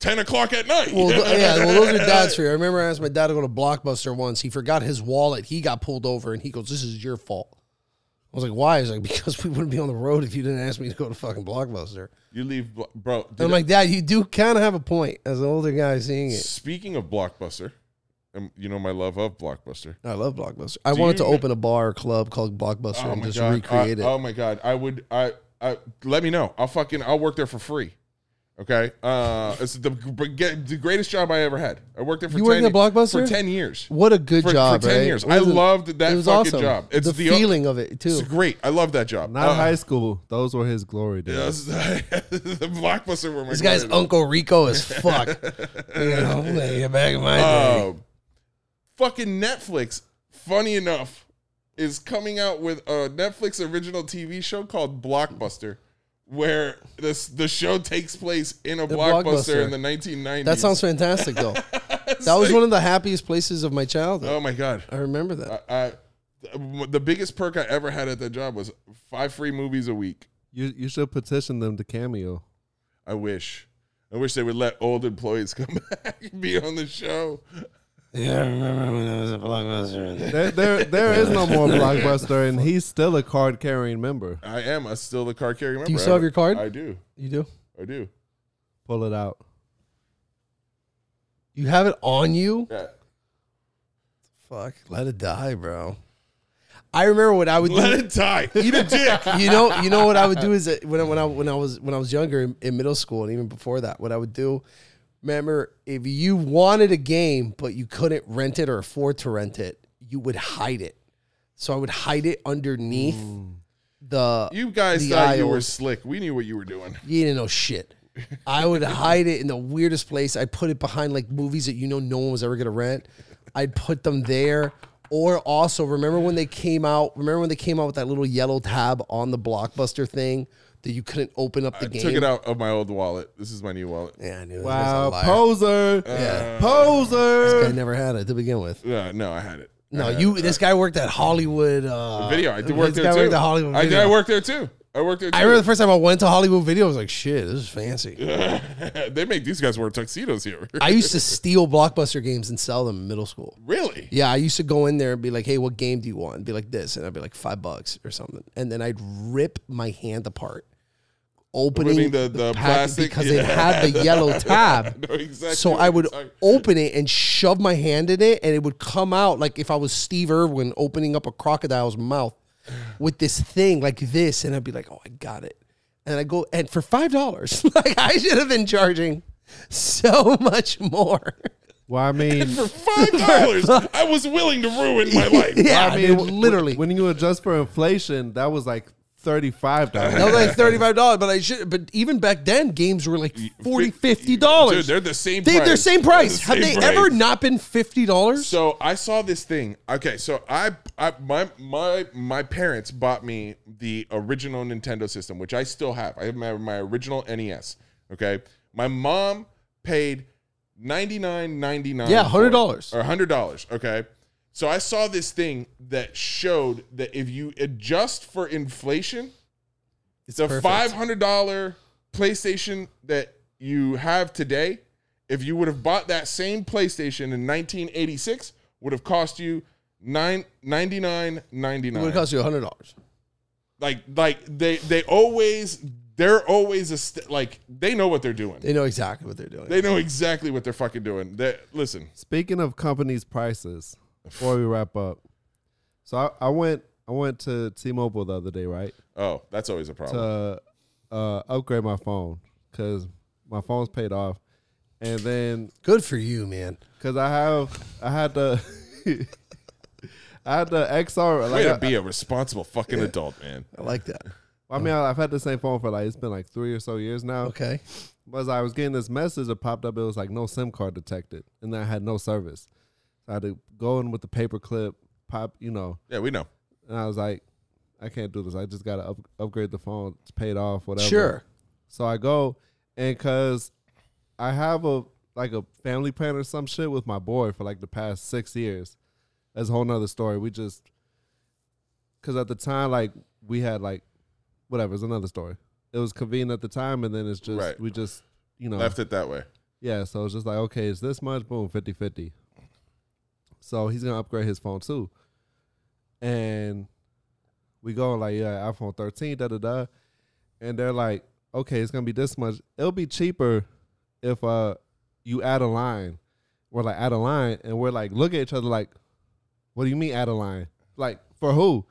F: 10 o'clock at night?
E: Well, th- yeah, well, those are dad's for you. I remember I asked my dad to go to Blockbuster once. He forgot his wallet. He got pulled over, and he goes, "This is your fault." I was like, "Why?" He's like, "Because we wouldn't be on the road if you didn't ask me to go to fucking Blockbuster."
F: you leave, Blo- bro. dude,
E: And I'm like, "Dad, you do kind of have a point." As an older guy, seeing it,
F: speaking of Blockbuster, um, you know my love of Blockbuster.
E: I love Blockbuster. I wanted
F: you-
E: to open a bar or club called Blockbuster and just
F: Oh God.
E: recreate
F: I-
E: it.
F: Oh my god, I would. I, I let me know. I'll fucking I'll work there for free. Okay, uh, it's the, gr- get- the greatest job I ever had. I worked there for
E: You
F: 10
E: worked at Blockbuster?
F: for ten years.
E: What a good
F: For- for
E: job!
F: 10
E: right?
F: years.
E: It
F: I
E: was a-
F: loved that
E: it was
F: fucking
E: awesome.
F: job. It's
E: the,
F: the o-
E: feeling of it too.
F: It's great. I love that job.
C: Not
F: Uh,
C: high school. Those were his glory days.
F: yeah, this- the blockbuster were my
I: This guy's
F: glory days.
I: Uncle Rico as fuck. you know, like, back in my day.
F: Um, fucking Netflix. Funny enough, is coming out with a Netflix original TV show called Blockbuster, where this the show takes place in a blockbuster,
E: Blockbuster.
F: in the 1990s.
E: That sounds fantastic, though. that was one of the happiest places of my childhood.
F: Oh my god.
E: I remember that.
F: I, I- the biggest perk I ever had at that job was five free movies a week.
C: You you should petition them to cameo.
F: I wish. I wish they would let old employees come back and be on the show.
I: Yeah, I remember when I was a blockbuster.
C: There there, there is no more blockbuster, and he's still a card carrying member.
F: I am. I still the card carrying member.
E: you still
F: I-
E: have your card?
F: I do.
E: You do?
F: I do.
C: Pull it out.
E: You have it on you?
F: Yeah.
E: Fuck. Let it die, bro. I remember what I would do.
F: Let it die. Eat a dick.
E: you know, you know what I would do is that when I, when I when I was when I was younger in, in middle school and even before that, what I would do. Remember, if you wanted a game but you couldn't rent it or afford to rent it, you would hide it. So I would hide it underneath the.
F: Mm. You guys
E: The
F: thought you were
E: aisles.
F: slick. We knew what you were doing.
E: You didn't know shit. I would hide it in the weirdest place. I put it behind like movies that you know no one was ever gonna rent. I'd put them there. Or also remember when they came out? Remember when they came out with that little yellow tab on the blockbuster thing that you couldn't open up the
F: I
E: game.
F: took it out of my old wallet. This is my new wallet.
E: Yeah, I knew it
C: Wow,
E: was a
C: poser.
E: liar. Yeah. I
C: Poser.
E: never had it to begin with.
F: Uh, no, I had it.
E: No, you. This guy worked at Hollywood. Uh,
F: Video. I did
E: this
F: work there
E: guy
F: too.
E: worked at Hollywood.
F: I did.
E: Video.
F: I worked there too. I worked there too.
E: I remember the first time I went to Hollywood Video, I was like, "Shit, this is fancy."
F: they make these guys wear tuxedos here.
E: I used to steal Blockbuster games and sell them in middle school.
F: really?
E: Yeah, I used to go in there and be like, "Hey, what game do you want?" And be like, "This," and I'd be like, five bucks or something," and then I'd rip my hand apart, opening
F: Opening the- the
E: packet
F: plastic,
E: because
F: yeah.
E: it had the yellow tab.
F: know exactly
E: So
F: what
E: I
F: you're
E: would
F: talking-
E: open it and shove my hand in it, and it would come out like if I was Steve Irwin opening up a crocodile's mouth with this thing like this, and I'd be like, "Oh, I got it," and I go and for five dollars, like I should have been charging so much more.
C: Well, I mean,
F: For five dollars, I was willing to ruin my life.
E: yeah,
C: I
E: I
C: mean,
E: mean,
C: w-
E: literally.
C: when you adjust for inflation, that was like thirty-five
E: That was
C: dollars.
E: like thirty five dollars, but I should. But even back then, games were like 40 dollars.
F: Dude, they're the same.
E: they,
F: price.
E: are same price.
F: They're
E: Have
F: the
E: they
F: same
E: ever
F: price.
E: not been fifty dollars?
F: So I saw this thing. Okay, so I, I, my, my, my parents bought me the original Nintendo system, which I still have. I have my, my original NES. Okay, my mom paid ninety nine ninety nine.
E: Yeah, $100.
F: or hundred dollars. Okay, so I saw this thing that showed that if you adjust for inflation, the
E: perfect.
F: five hundred dollar PlayStation that you have today, if you would have bought that same PlayStation in nineteen eighty six, would have cost you nine ninety nine ninety
E: It would
F: nine.
E: cost you hundred dollars.
F: Like like they they always they're always a st- like they know what they're doing.
E: They know exactly what they're doing.
F: They know exactly what they're fucking doing. They, listen,
C: Speaking of companies' prices, before we wrap up, so I, I went I went to T-Mobile the other day, right,
F: oh, that's always a problem.
C: to uh, upgrade my phone because my phone's paid off, and then
E: Good for you, man.
C: because I have I had the I had the XR.
F: Way
C: Like,
F: to
C: I,
F: be a responsible fucking adult, man.
E: I like that.
C: I mean, I've had the same phone for like it's been like three or so years now.
E: Okay.
C: But as I was getting this message, it popped up. It was like no SIM card detected, and I had no service. So I had to go in with the paper clip, pop, you know.
F: Yeah, we know.
C: And I was like, I can't do this. I just gotta up, upgrade the phone. It's paid off, whatever.
E: Sure.
C: So I go, and cause I have a like a family plan or some shit with my boy for like the past six years. That's a whole nother story. We just cause at the time like we had like whatever. It's another story. It was convenient at the time, and then it's just
F: Right.
C: we just you know
F: Left it that way.
C: yeah, so it's just like, okay, it's this much, boom, 50 50. So he's gonna upgrade his phone too. And we go like, yeah, iPhone 13, da da da. And they're like, okay, it's gonna be this much. It'll be cheaper if uh you add a line. We're like, add a line, and we're like, look at each other like, what do you mean add a line? Like, for who?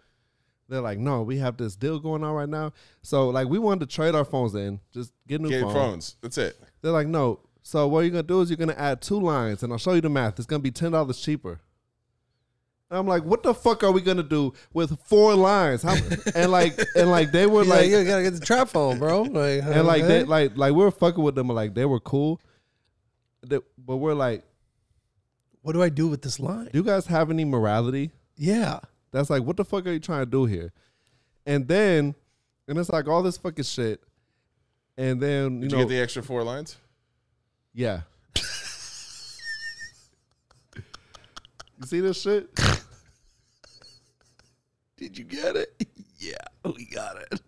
C: They're like, no, we have this deal going on right now. So like, we wanted to trade our phones in, just get new
F: Get
C: phones.
F: phones. That's it.
C: They're like, no. So what you're gonna do is you're gonna add two lines, and I'll show you the math. It's gonna be ten dollars cheaper. And I'm like, what the fuck are we gonna do with four lines? How, and like, and like they were
E: He's like,
C: like,
E: you gotta get the trap phone, bro. Like,
C: and like
E: okay.
C: they like like we were fucking with them, and like they were cool. They- but we're like,
E: what do I do with this line?
C: do you guys have any morality?
E: Yeah,
C: That's like, what the fuck are you trying to do here? And then, and it's like all this fucking shit. And then you
F: Did
C: know,
F: you get the extra four lines?
C: yeah. you see this shit?
E: did you get it? Yeah, we got it.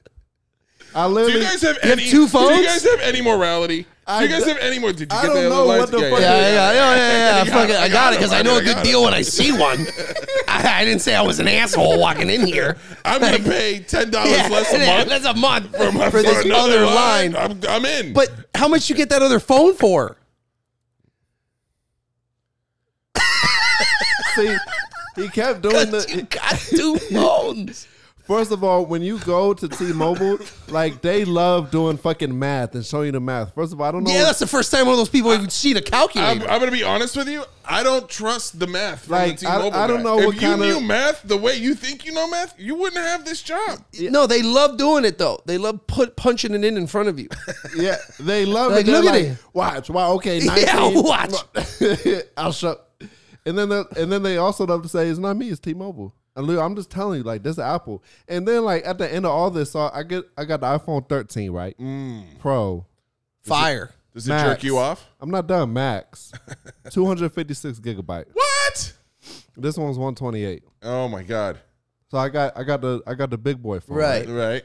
C: I
F: Do you
C: literally,
F: guys have
E: You have
F: any?
E: two
F: Do
E: phones?
F: you guys have any morality? Do
C: I
F: you guys
C: d-
F: have any more? Did you
C: I
F: get
C: don't
F: the
C: know
F: other
C: what
F: lines?
C: the
F: yeah,
C: fuck
F: yeah,
E: Yeah,
F: yeah.
E: yeah, yeah, yeah, yeah.
F: I
E: I,
F: got
E: fucking,
F: it, I
E: I got
F: got
E: it because
F: it,
E: I
F: I
E: know
F: got
E: a good
F: it.
E: deal when I see one. I, I didn't say I was an asshole walking in here.
F: I'm gonna pay ten dollars less a month
E: That's a month
F: for, my,
E: for this
F: another
E: other
F: line.
E: line.
F: I'm, I'm in.
E: But how much you get that other phone for?
C: see, he kept doing the.
E: You got two phones.
C: First of all, when you go to T-Mobile, like they love doing fucking math and showing you the math. First of all, I don't know.
E: Yeah, that's the first time one of those people would see the
F: I'm,
E: calculator.
F: I'm gonna be honest with you. I don't trust the math. From
C: Like,
F: the T-Mobile
C: I- I don't
F: guy.
C: know
F: If
C: what
F: you
C: kinda-
F: knew math the way you think you know math, you wouldn't have this job.
E: No, they love doing it though. They love put punching it in in front of you.
C: yeah, they love
E: Like,
C: it. They're
E: look at
C: like,
E: it.
C: Watch, wow, okay, 19.
E: Yeah, watch.
C: I'll show. And then, the, and then they also love to say it's not me, it's T-Mobile. And Lou, I'm just telling you, like this is Apple. And then, like at the end of all this, so I get, I got the iPhone 13, right?
E: Mm.
C: Pro.
E: Fire.
F: Does it
C: Max.
F: jerk you off?
C: I'm not done. Max, 256 gigabyte.
F: What?
C: This one's 128.
F: Oh my god!
C: So I got, I got the, I got the big boy phone.
E: Right.
F: Right.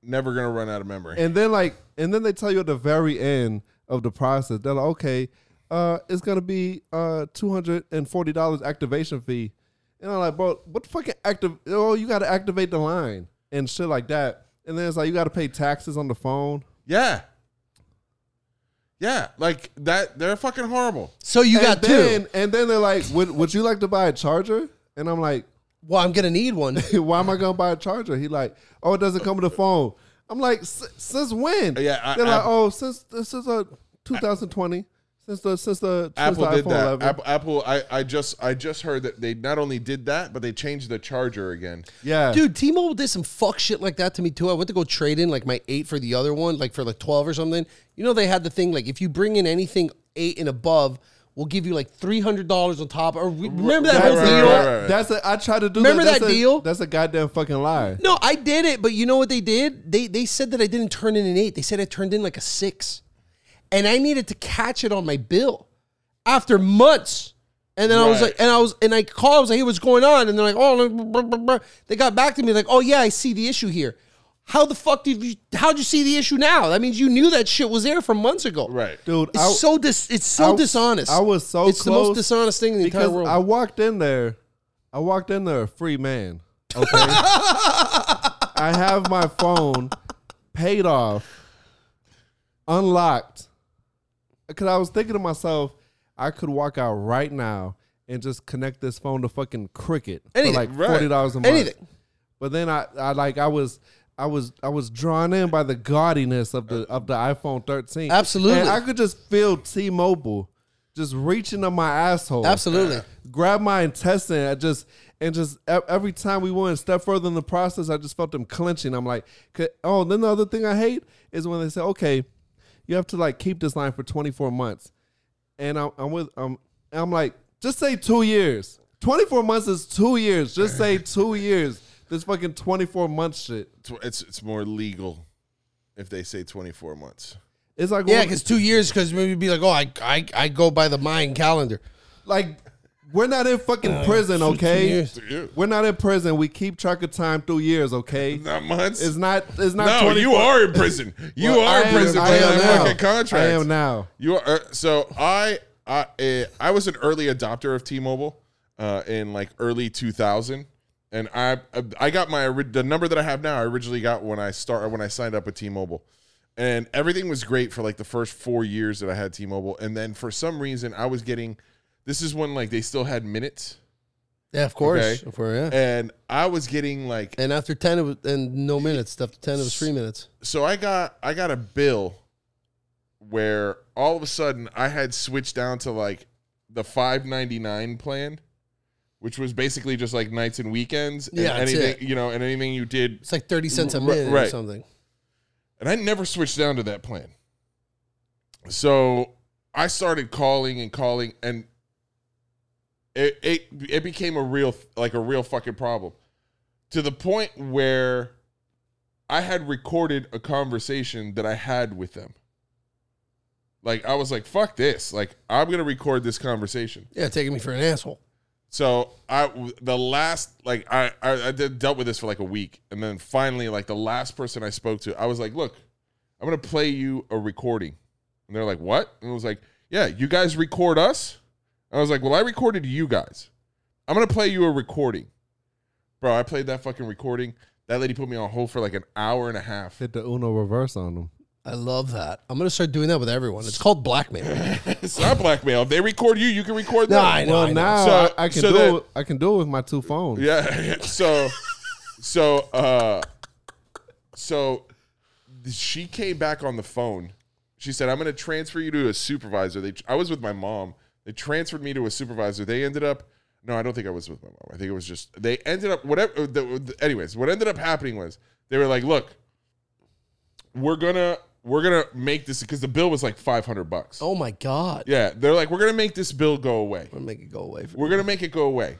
F: Never gonna run out of memory.
C: And then like, and then they tell you at the very end of the process, they're like, okay, uh, it's gonna be uh two hundred and forty dollars activation fee. And I'm like, bro, what the fucking active? Oh, you gotta activate the line and shit like that. And then it's like you gotta pay taxes on the phone.
F: yeah. Yeah, like that. They're fucking horrible.
E: So you
C: and
E: got
C: then,
E: two.
C: And then they're like, would would you like to buy a charger? And I'm like,
E: Well, I'm gonna need one.
C: why am I gonna buy a charger? He like, oh, it doesn't come with a phone. I'm like, "S- since when?
F: Yeah, I-
C: they're like,
F: I-
C: oh, since this is a 2020, since the since the since
F: Apple
C: the
F: did
C: iPhone
F: that.
C: 11.
F: Apple, Apple I, I just I just heard that they not only did that, but they changed the charger again.
C: yeah,
E: Dude, T-Mobile did some fuck shit like that to me too. I went to go trade in like my eight for the other one, like for like twelve or something. You know they had the thing like if you bring in anything eight and above, we'll give you like three hundred dollars on top. Or re- remember that
C: That's a-
E: whole
F: right,
E: deal?
F: right, right, right.
C: That's a, I tried to do.
E: Remember
C: that,
E: that
C: That's a-
E: deal?
C: That's a goddamn fucking lie.
E: No, I did it, but you know what they did? They they said that I didn't turn in an eight. They said I turned in like a six, and I needed to catch it on my bill after months. And then I was
F: Right.
E: like, and I was, and I called. I was like, "Hey, what's going on?" And they're like, "Oh," blah, blah, blah, blah." they got back to me like, "Oh yeah, I see the issue here." How the fuck did you? How'd you see the issue now? That means you knew that shit was there from months ago,
F: Right.
C: Dude,
E: It's
C: I,
E: so dis. It's so
C: I-
E: dishonest.
C: I was so
E: It's the most
C: close
E: dishonest thing in the entire
C: because
E: world.
C: I walked in there, I walked in there a free man. Okay, I have my phone paid off, unlocked, because I was thinking to myself, I could walk out right now and just connect this phone to fucking Cricket
E: Anything,
C: for like
F: right.
C: forty dollars a month.
E: Anything.
C: But then I, I like I was I was I was drawn in by the gaudiness of the of the iPhone 13.
E: Absolutely.
C: And I could just feel T-Mobile just reaching on my asshole.
E: Absolutely.
C: Grab my intestine. I just and just e- every time we went a step further in the process, I just felt them clenching. I'm like, "C- oh, then the other thing I hate is when they say, okay, you have to like keep this line for 24 months, and I'm, I'm with um, I'm like, just say two years. 24 months is two years. Just say two years. This fucking 24 month shit.
F: Tw- It's it's more legal if they say 24 months.
C: It's like
E: yeah,
C: well,
E: because two years, because maybe you'd be like, oh, I, I, I go by the Mayan calendar.
C: like we're not in fucking prison, okay?
E: years.
F: Dude,
C: We're not in prison. We keep track of time through years, okay?
F: not months.
C: It's not. It's not.
F: no,
C: 24
F: you are in prison. You
C: Well,
F: are
C: I
F: in
C: am-
F: prison
C: I
F: by
C: am
F: that
C: now.
F: fucking contract.
C: I am now.
F: You are uh, so I I uh, I was an early adopter of T-Mobile uh, in like early 2000, and I I got my ori- the number that I have now. I originally got when I start when I signed up with T-Mobile, and everything was great for like the first four years that I had T-Mobile, and then for some reason I was getting. This is when like they still had minutes.
E: Yeah, of course.
F: Okay.
E: Of course, yeah.
F: and I was getting like
E: And after ten, it was, and no minutes. After ten, it was three minutes.
F: so I got I got a bill where all of a sudden I had switched down to like the 599 plan which was basically just like nights and weekends and
E: Yeah, that's
F: anything
E: it.
F: you know and anything you did
E: It's like thirty cents a
F: Right,
E: minute or
F: right.
E: something.
F: and I never switched down to that plan so I started calling and calling and it it, it became a real like a real fucking problem to the point where I had recorded a conversation that I had with them like I was like fuck this like I'm going to record this conversation
E: Yeah, taking me for an asshole.
F: so I the last like I I, I did, dealt with this for like a week, and then finally like the last person I spoke to, I was like, "Look, I'm gonna play you a recording," and they're like, "What?" And I was like, "Yeah, you guys record us." I was like, "Well, I recorded you guys. I'm gonna play you a recording, bro." I played that fucking recording. That lady put me on hold for like an hour and a half.
C: Hit the Uno reverse on them.
E: I love that. I'm gonna start doing that with everyone. It's called blackmail.
F: it's not blackmail. If they record you, you can record them.
E: No, I know,
C: Well,
E: I know.
C: now
F: So-
C: I, I can
F: so
C: do
F: that-
C: it. I can do it with my two phones.
F: Yeah. So, so, uh, so she came back on the phone. She said, I'm going to transfer you to a supervisor. They, I was with my mom. They transferred me to a supervisor. They ended up, no, I don't think I was with my mom. I think it was just, they ended up, whatever. The, anyways, what ended up happening was they were like, look, we're going to, we're going to make this because the bill was like 500 bucks.
E: oh my god.
F: Yeah. They're like, we're going to make this bill go away.
E: I'm gonna make it go away. For
F: We're gonna make it go away.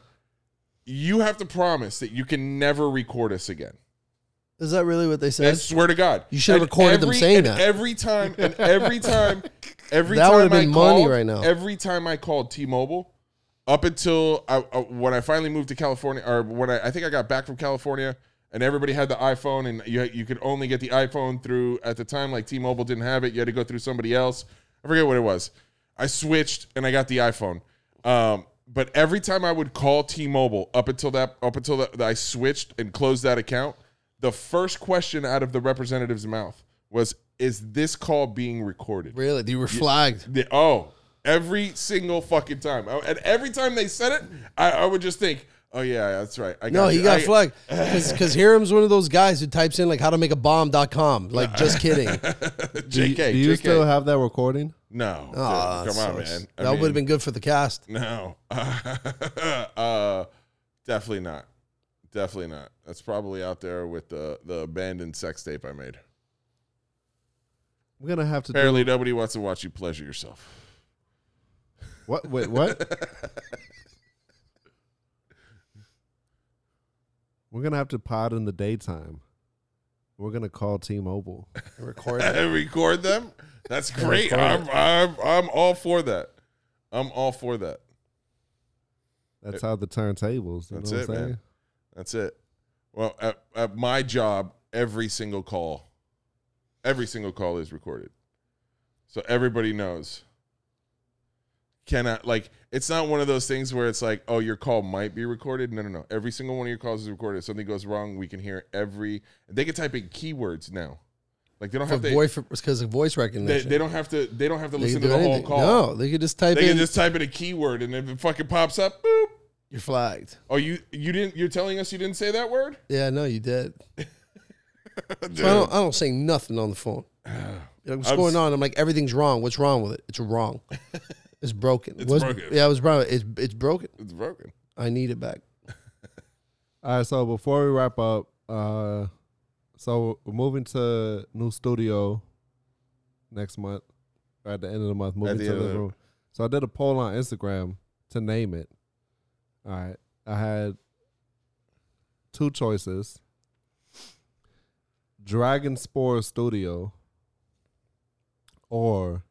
F: You have to promise that you can never record us again.
E: Is that really what they
F: I
E: said?
F: swear to God,
E: You should have
F: And
E: recorded them saying
F: and
E: that.
F: every time. And every time, every
E: That
F: time
E: would've
F: I
E: been money
F: called-
E: right now.
F: Every time I called T-Mobile, up until I, uh, when I finally moved to California, or when I, I think I got back from California, and everybody had the iPhone, and you you could only get the iPhone through at the time. Like T-Mobile didn't have it; you had to go through somebody else. I forget what it was. I switched and I got the iPhone. Um, but every time I would call T-Mobile up until that up until that I switched and closed that account, the first question out of the representative's mouth was, "Is this call being recorded?"
E: Really? You were flagged.
F: The- oh, every single fucking time. I- and every time they said it, I, I would just think, oh, yeah, that's right. I
E: No, he got
F: I-
E: flagged because Hiram's one of those guys who types in like how to make a bomb.com. Like, just kidding.
C: Do you,
F: JK.
C: do you
F: JK.
C: still have that recording?
F: no. dude,
E: Aw, that
F: come on,
E: sucks.
F: man. I
E: that would have
F: mean,
E: been good for the cast.
F: No. uh, definitely not. Definitely not. That's probably out there with the, the abandoned sex tape I made.
C: We're gonna have to. Do,
F: Apparently, nobody wants to watch you pleasure yourself.
C: what? Wait, what? We're gonna have to pod in the daytime. We're gonna call T-Mobile.
E: Record it.
F: Record them? That's great. I'm, I'm, I'm all for that. I'm all for that.
C: That's how the turntables. You
F: That's
C: know
F: it,
C: what I'm saying?
F: man. That's it. Well, at, at my job, every single call, every single call is recorded, so everybody knows. Cannot like it's not one of those things where it's like, oh, your call might be recorded. No, no, no. Every single one of your calls is recorded. If something goes wrong, we can hear every. They can type in keywords now, like they don't
E: For
F: have to.
E: voice because of voice
F: They,
E: recognition.
F: they don't have to. They don't have to
E: They
F: listen to
E: can
F: the
E: do
F: whole
E: anything.
F: call.
E: No, they could just type
F: They
E: in
F: can just type in a keyword and if it fucking pops up, boop.
E: you're flagged.
F: Oh, you you didn't. You're telling us you didn't say that word.
E: Yeah, no, you did. So
F: Dude.
E: I don't, I don't say nothing on the phone. Like, what's
F: I'm
E: going
F: s-
E: on? I'm like, everything's wrong. What's wrong with it? It's wrong. It's broken. it's
F: broken.
E: Yeah, it was broken. It's, it's broken.
F: It's broken.
E: I need it back.
C: All right, so before we wrap up, uh, so we're moving to new studio next month, or at the end of the month, moving
F: the
C: to
F: end of
C: the
F: the-
C: room. So I did a poll on Instagram to name it. All right, I had two choices: Dragon Spore Studio or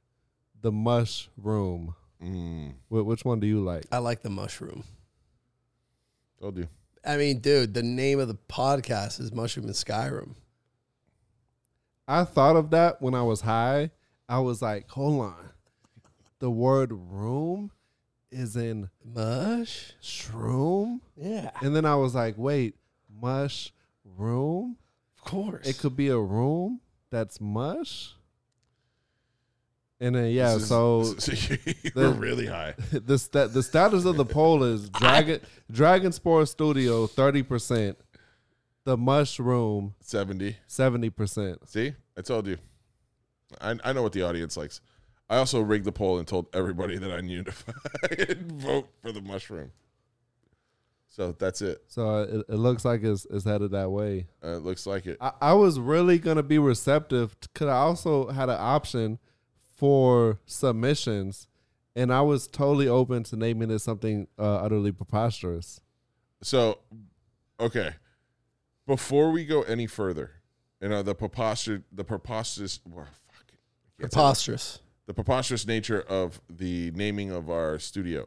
C: the Mush Room.
F: Mm.
C: Wh- Which one do you like?
E: I like the mushroom.
F: I'll do.
E: I mean, dude, the name of the podcast is Mushroom and Skyrim.
C: I thought of that when I was high. I was like, hold on. The word room is in
E: Mush?
C: shroom.
E: Yeah,
C: And then I was like, wait, mush room?
E: of course.
C: It could be a room that's mush. And then yeah, so
F: So you're really high.
C: the stat the status of the poll is Dragon Dragon Sports Studio thirty percent, the Mushroom
F: 70.
C: seventy percent.
F: See? I told you. I, I know what the audience likes. I also rigged the poll and told everybody that I knew to vote for the mushroom. So that's it.
C: So uh, it, it looks like it's, it's headed that way.
F: Uh, it looks like it.
C: I, I was really gonna be receptive because I also had an option for submissions, and I was totally open to naming it something uh, utterly preposterous.
F: So, okay. Before we go any further, you know the preposterous, the preposterous, well, fuck, I can't say it.
E: Preposterous.
F: the preposterous nature of the naming of our studio.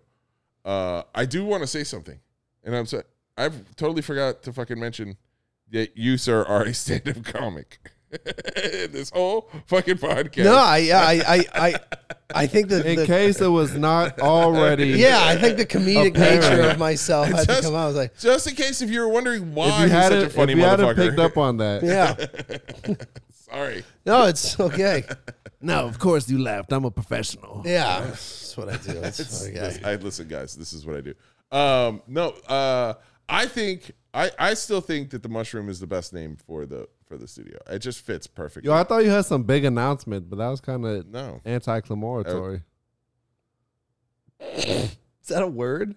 F: Uh, I do want to say something, and I'm sorry, I've totally forgot to fucking mention that you, sir, are a stand-up comic. this whole fucking podcast.
E: No, I, yeah, I, I, I, I think that.
C: In
E: the-
C: case it was not already,
E: yeah, I think the comedic nature
C: Apparently.
E: of myself had to come out. I was like,
F: just in case if you were wondering
C: If
F: why
C: you
F: Oh, he's such
C: hadn't,
F: a funny
C: if you hadn't
F: motherfucker.
C: picked up on that,
E: yeah,
F: Sorry.
E: no, it's okay.
C: no, of course you laughed. I'm a professional.
E: Yeah, that's what I do. That's what I got.
F: Listen, I listen, guys. This is what I do. Um, no, uh, I think I, I still think that the mushroom is the best name for the for the studio. It just fits perfectly.
C: Yo, I thought you had some big announcement, but that was kind of
F: no, Oh.
C: anticlimatory.
E: Is that a word?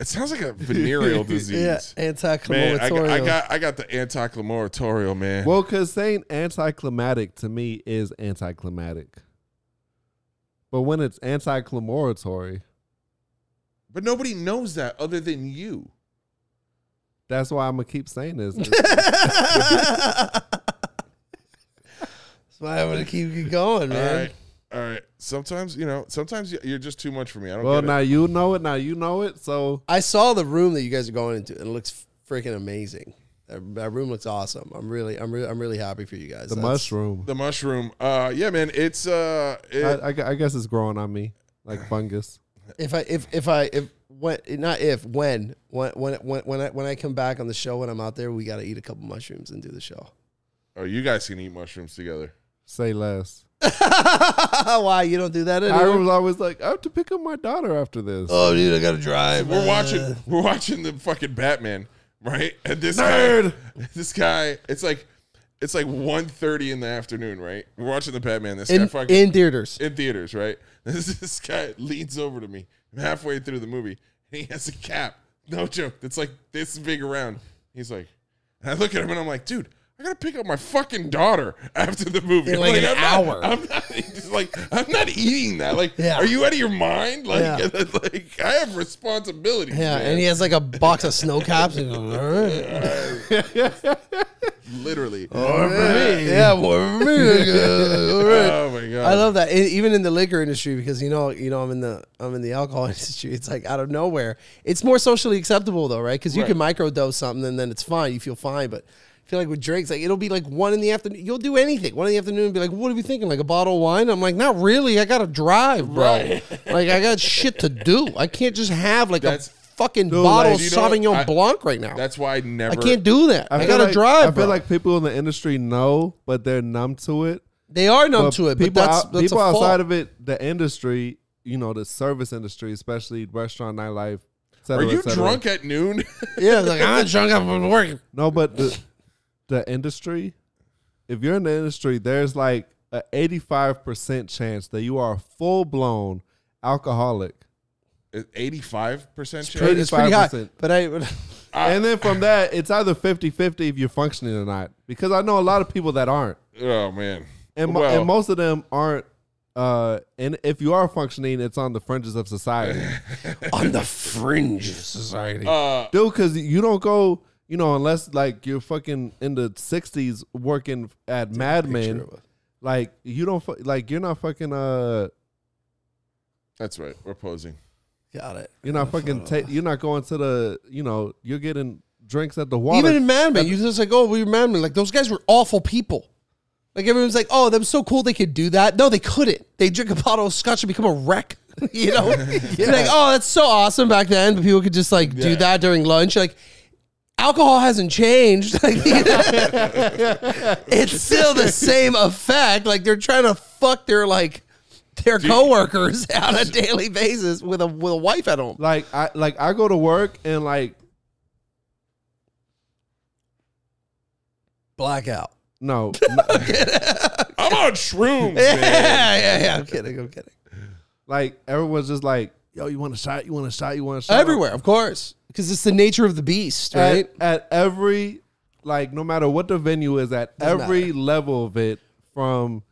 F: it sounds like a venereal disease.
E: Yeah,
F: Man, I, got-
E: anticlimactorial.
F: I got I got the anticlimatorial man.
C: Well, because saying anticlimactic to me is anticlimactic. But when it's anticlimatory,
F: But nobody knows that other than you.
C: that's why I'm going to keep saying this.
E: That's why I'm gonna keep you going,
F: All
E: man.
F: right, all right. Sometimes you know. Sometimes you- you're just too much for me. I don't.
C: well,
F: get it.
C: now you know it. Now you know it. So
E: I saw the room that you guys are going into, and it looks freaking amazing. That, that room looks awesome. I'm really, I'm really, I'm really happy for you guys.
C: the
E: That's-
C: mushroom.
F: the mushroom. Uh, yeah, man. It's uh, it,
C: I, I gu- I guess it's growing on me like fungus.
E: If I, if, if I, if when, not if, when, when, when, when, when I, when I come back on the show, when I'm out there, we got to eat a couple mushrooms and do the show.
F: oh, you guys can eat mushrooms together.
C: Say less.
E: Ah, why you don't do that
C: I
E: anymore?
C: was always like, I have to pick up my daughter after this.
E: Oh, dude, I gotta drive.
F: We're watching. We're watching the fucking Batman, right? And this
C: Nerd!
F: guy, this guy, it's like, it's like 1.30 in the afternoon, right? We're watching the Batman. This guy
E: in,
F: fucking
E: in theaters.
F: in theaters, right? This, this guy leans over to me halfway through the movie, and he has a cap, no joke, that's like this big around. He's like, and I look at him and I'm like, dude, I gotta pick up my fucking daughter after the movie.
E: In like an
F: I'm
E: hour.
F: Not, I'm not he's like, I'm not eating that. Like,
E: Yeah.
F: are you out of your mind? Like,
E: Yeah.
F: like I have responsibilities.
E: Yeah,
F: man.
E: and he has like a box of snow caps. And he's like,
F: literally.
E: Oh, yeah, well, all right.
F: Oh my god.
E: I love that. E- even in the liquor industry, because you know, you know, I'm in the I'm in the alcohol industry. It's like out of nowhere. It's more socially acceptable though, right? Because you can microdose something and then it's fine. You feel fine, but. I feel like with drinks, like it'll be like one in the afternoon. You'll do anything. One in the afternoon and be like, what are we thinking? Like a bottle of wine? I'm like, not really. I gotta drive, bro. Like I got shit to do. I can't just have like
F: That's-
E: a fucking
C: Dude,
E: bottle
C: like-
E: of
F: You know what?
E: Sauvignon
F: I-
E: Blanc right now.
F: That's why I never.
E: I can't do that. I,
C: feel
E: gotta
C: like-
E: drive.
C: I feel
E: bro.
C: like people in the industry know, but they're numb to it.
E: they are numb
C: But
E: to it, but
C: people
E: that's,
C: out-
E: that's
C: people
E: a fault.
C: outside of it, the industry, you know, the service industry, especially restaurant nightlife. et
F: Are
C: cetera,
F: you
C: et cetera.
F: drunk at noon?
E: Yeah, like I'm drunk. I've been working.
C: No, but the the industry. If you're in the industry, there's like a 85 percent chance that you are a full blown alcoholic,
F: Eighty-five percent
C: pretty-
F: chance.
E: It's pretty high,
C: 85%.
E: but I.
C: and then from that, it's either 50-50 if you're functioning or not. Because I know a lot of people that aren't,
F: Oh man.
C: and, mo-
F: Well-
C: and most of them aren't. Uh, and if you are functioning, it's on the fringes of society.
E: on the fringe of society.
F: Uh,
C: dude. Because you don't go, you know, unless like you're fucking in the '60s working at Mad Men. Like you don't fu- like you're not fucking uh
F: that's right. We're posing.
E: Got it.
C: you're not fucking ta- you're not going to the you know you're getting drinks at the water.
E: Even in Mad Men, you just like, oh, we were Mad Men. Like those guys were awful people. Like everyone's like, oh, that was so cool they could do that. No, they couldn't. They drink a bottle of scotch and become a wreck. you know, You're like, oh, that's so awesome back then. But people could just like do that during lunch. Like alcohol hasn't changed. Like, it's still the same effect. Like they're trying to fuck their like their coworkers on a daily basis with a with a wife at home.
C: Like I like I go to work and like
E: Blackout.
C: no,
F: I'm on shrooms,
E: Yeah,
F: man.
E: yeah, yeah. I'm kidding. I'm kidding.
C: like everyone's just like, yo, you want a shot? You want a shot? You want a shot?
E: Everywhere, of course, because it's the nature of the beast,
C: At,
E: right?
C: at every like no matter what the venue is at
E: Doesn't
C: every
E: matter.
C: level of it from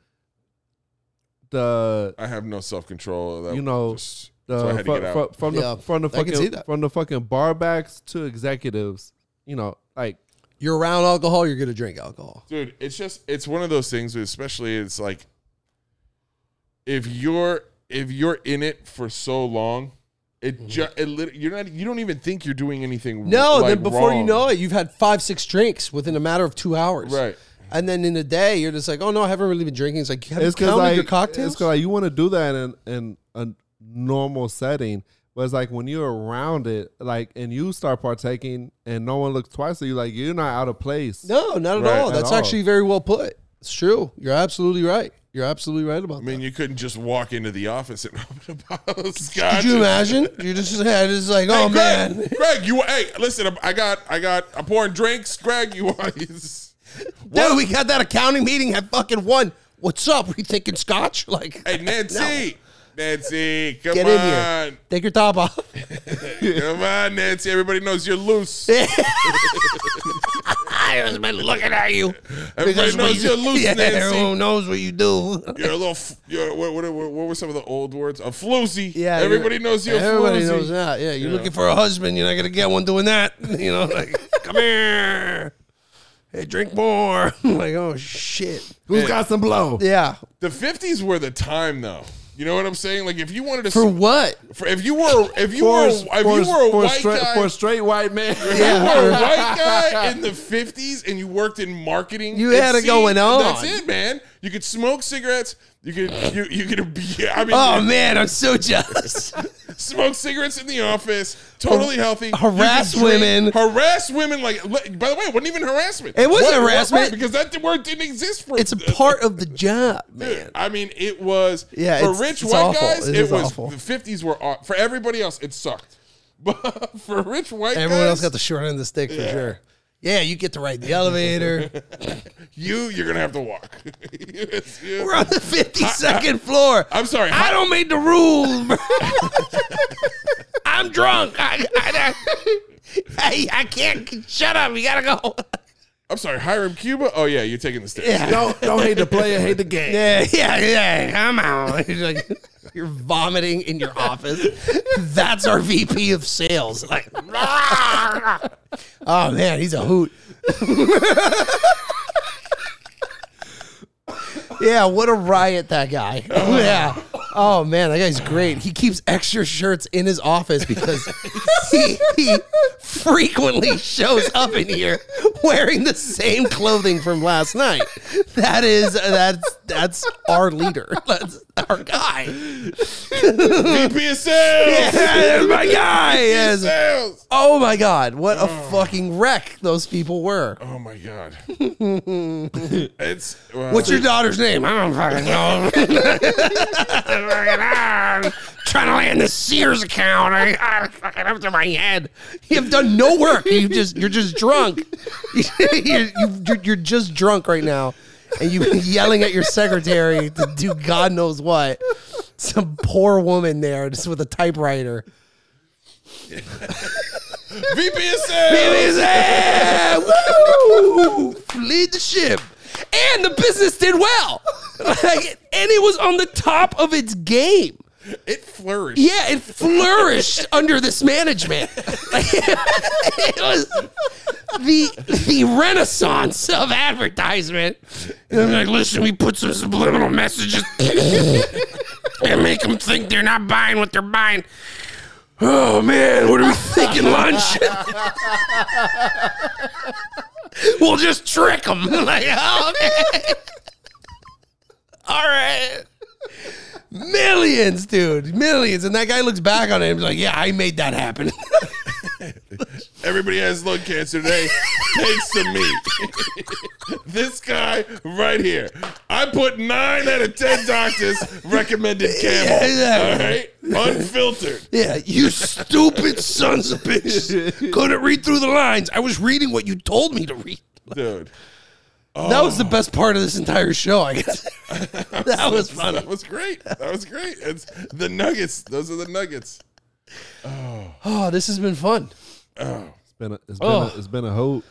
C: the
F: I have no self control.
C: you know,
F: just,
C: the,
F: so I had to
C: fro-
F: get out.
C: fro- from the
E: Yeah,
C: from the
E: I can see
C: fucking
E: that.
C: from the fucking bar backs to executives, you know, like
E: You're around alcohol, you're gonna drink alcohol.
F: dude it's just it's one of those things where especially it's like if you're if you're in it for so long it just it lit- you're not you don't even think you're doing anything
E: Mm-hmm. No,
F: like,
E: then before you
F: wrong.
E: know it, you've had five, six drinks within a matter of two hours.
F: Right.
E: And then in a day, you're just like, oh no, I haven't really been drinking. It's like, have
C: it's
E: you
C: because
E: counted
C: like
E: your
C: it's
E: cocktails?
C: 'cause, like you want to do that in in a normal setting, but it's like when you're around it, like and you start partaking, and no one looks twice at you, like you're not out of place.
E: no, not at
F: Right,
E: all.
F: at
E: That's
C: all.
E: actually very well put. It's true. You're absolutely right. You're absolutely right about
F: i mean
E: that.
F: you couldn't just walk into the office and open a bottle of scotch
E: Could you
F: and-
E: imagine? You're just, yeah, just like,
F: Hey,
E: oh
F: Greg,
E: man.
F: greg you hey listen i got i got i'm pouring drinks greg you want
E: Dude, we got that accounting meeting at fucking one. What's up? We thinking scotch? Like,
F: hey nancy nancy come
E: Get in
F: on
E: here. take your top off.
F: come on nancy everybody knows you're loose
E: Everyone's been looking at you.
F: everybody knows you're loose
E: yeah,
F: nancy
E: everyone knows what you do.
F: You're a little. F- you're, what, what, what, what were some of the old words? A floozy.
E: Yeah,
F: everybody
E: you're-
F: knows you're a
E: Everybody
F: floozy.
E: knows that. Yeah, you're looking for a husband. You're not gonna get one doing that. You know, like come here. Hey, drink more. like oh shit.
C: who's got some blow?
E: Yeah.
F: The fifties were the time, though. You know what I'm saying? Like if you wanted to,
E: For what?
F: for- if you were, if you
C: For,
F: were, if you were a
C: for,
F: white
C: straight,
F: guy,
C: for a straight white man,
F: if you were a white guy in the fifties and you worked in marketing,
E: You
F: it
E: had it going on.
F: That's it, man. You could smoke cigarettes. You could, you, you could be. I mean,
E: Oh man, I'm so jealous.
F: smoke cigarettes in the office, totally healthy.
E: harass
F: You can
E: women.
F: drink- harass women like. le- By the way, it wasn't even harassment.
E: It wasn't
F: What- what-
E: harassment.
F: right, because that word didn't exist for.
E: it's a part of the job, man.
F: I mean, it was
E: Yeah,
F: for
E: it's-
F: rich
E: it's
F: white
E: awful.
F: guys.
E: It
F: It,
E: is
F: was
E: awful.
F: the fifties were aw- for everybody else. It sucked, but for rich white
E: Everyone else
F: guys,
E: got the short end of the stick for sure. Yeah, you get to ride the elevator.
F: you you're gonna have to walk. Yes, yes.
E: We're on the 52nd floor.
F: I'm sorry.
E: I don't make the rules. bro. I'm drunk. I, I, I, hey, I can't. Shut up. You gotta go.
F: I'm sorry. Hiram Cuba. Oh yeah, you're taking the stairs.
C: don't don't hate the player, hate the game.
E: Yeah, yeah, yeah. I'm out. You're, like, you're vomiting in your office. That's our VP of sales. Like, oh man, he's a hoot. yeah, what a riot that guy. yeah. Oh man, that guy's great. He keeps extra shirts in his office because he, he frequently shows up in here wearing the same clothing from last night. That is that's that's our leader. That's our guy.
F: VP of sales.
E: that's my guy. Yes.
F: Sales.
E: Oh my god, what a fucking wreck those people were.
F: Oh my god. it's uh, well,
E: What's your daughter's name? I don't fucking know. Trying to land this Sears account. I, I fucking up to my head. You have done no work. You just you're just drunk. you're, you're, you're just drunk right now, and you've been yelling at your secretary to do God knows what. Some poor woman there, just with a typewriter.
F: VP of sales.
E: Billy's ass. Woo! Lead the ship. And the business did well. Like, and it was on the top of its game.
F: It flourished.
E: Yeah, it flourished under this management. Like, it was the the renaissance of advertisement. And I'm like, listen, we put some subliminal messages and make them think they're not buying what they're buying. Oh man, what are we thinking? Lunch? we'll just trick them. like, oh, okay. All right. Millions, dude. Millions. And that guy looks back on it and he's like, yeah, I made that happen.
F: Everybody has lung cancer today. Take some meat. this guy right here. I put nine out of ten doctors recommended camel. All right, unfiltered.
E: Yeah, you stupid sons of bitches. Couldn't read through the lines. I was reading what you told me to read.
F: Dude,
E: That was the
F: Oh.
E: best part of this entire show, I guess. that was funny.
F: that was great. That was great. It's the nuggets. Those are the nuggets.
E: Oh, this has been fun.
C: It's been a, it's been
E: Oh.
C: a, it's been a hoot.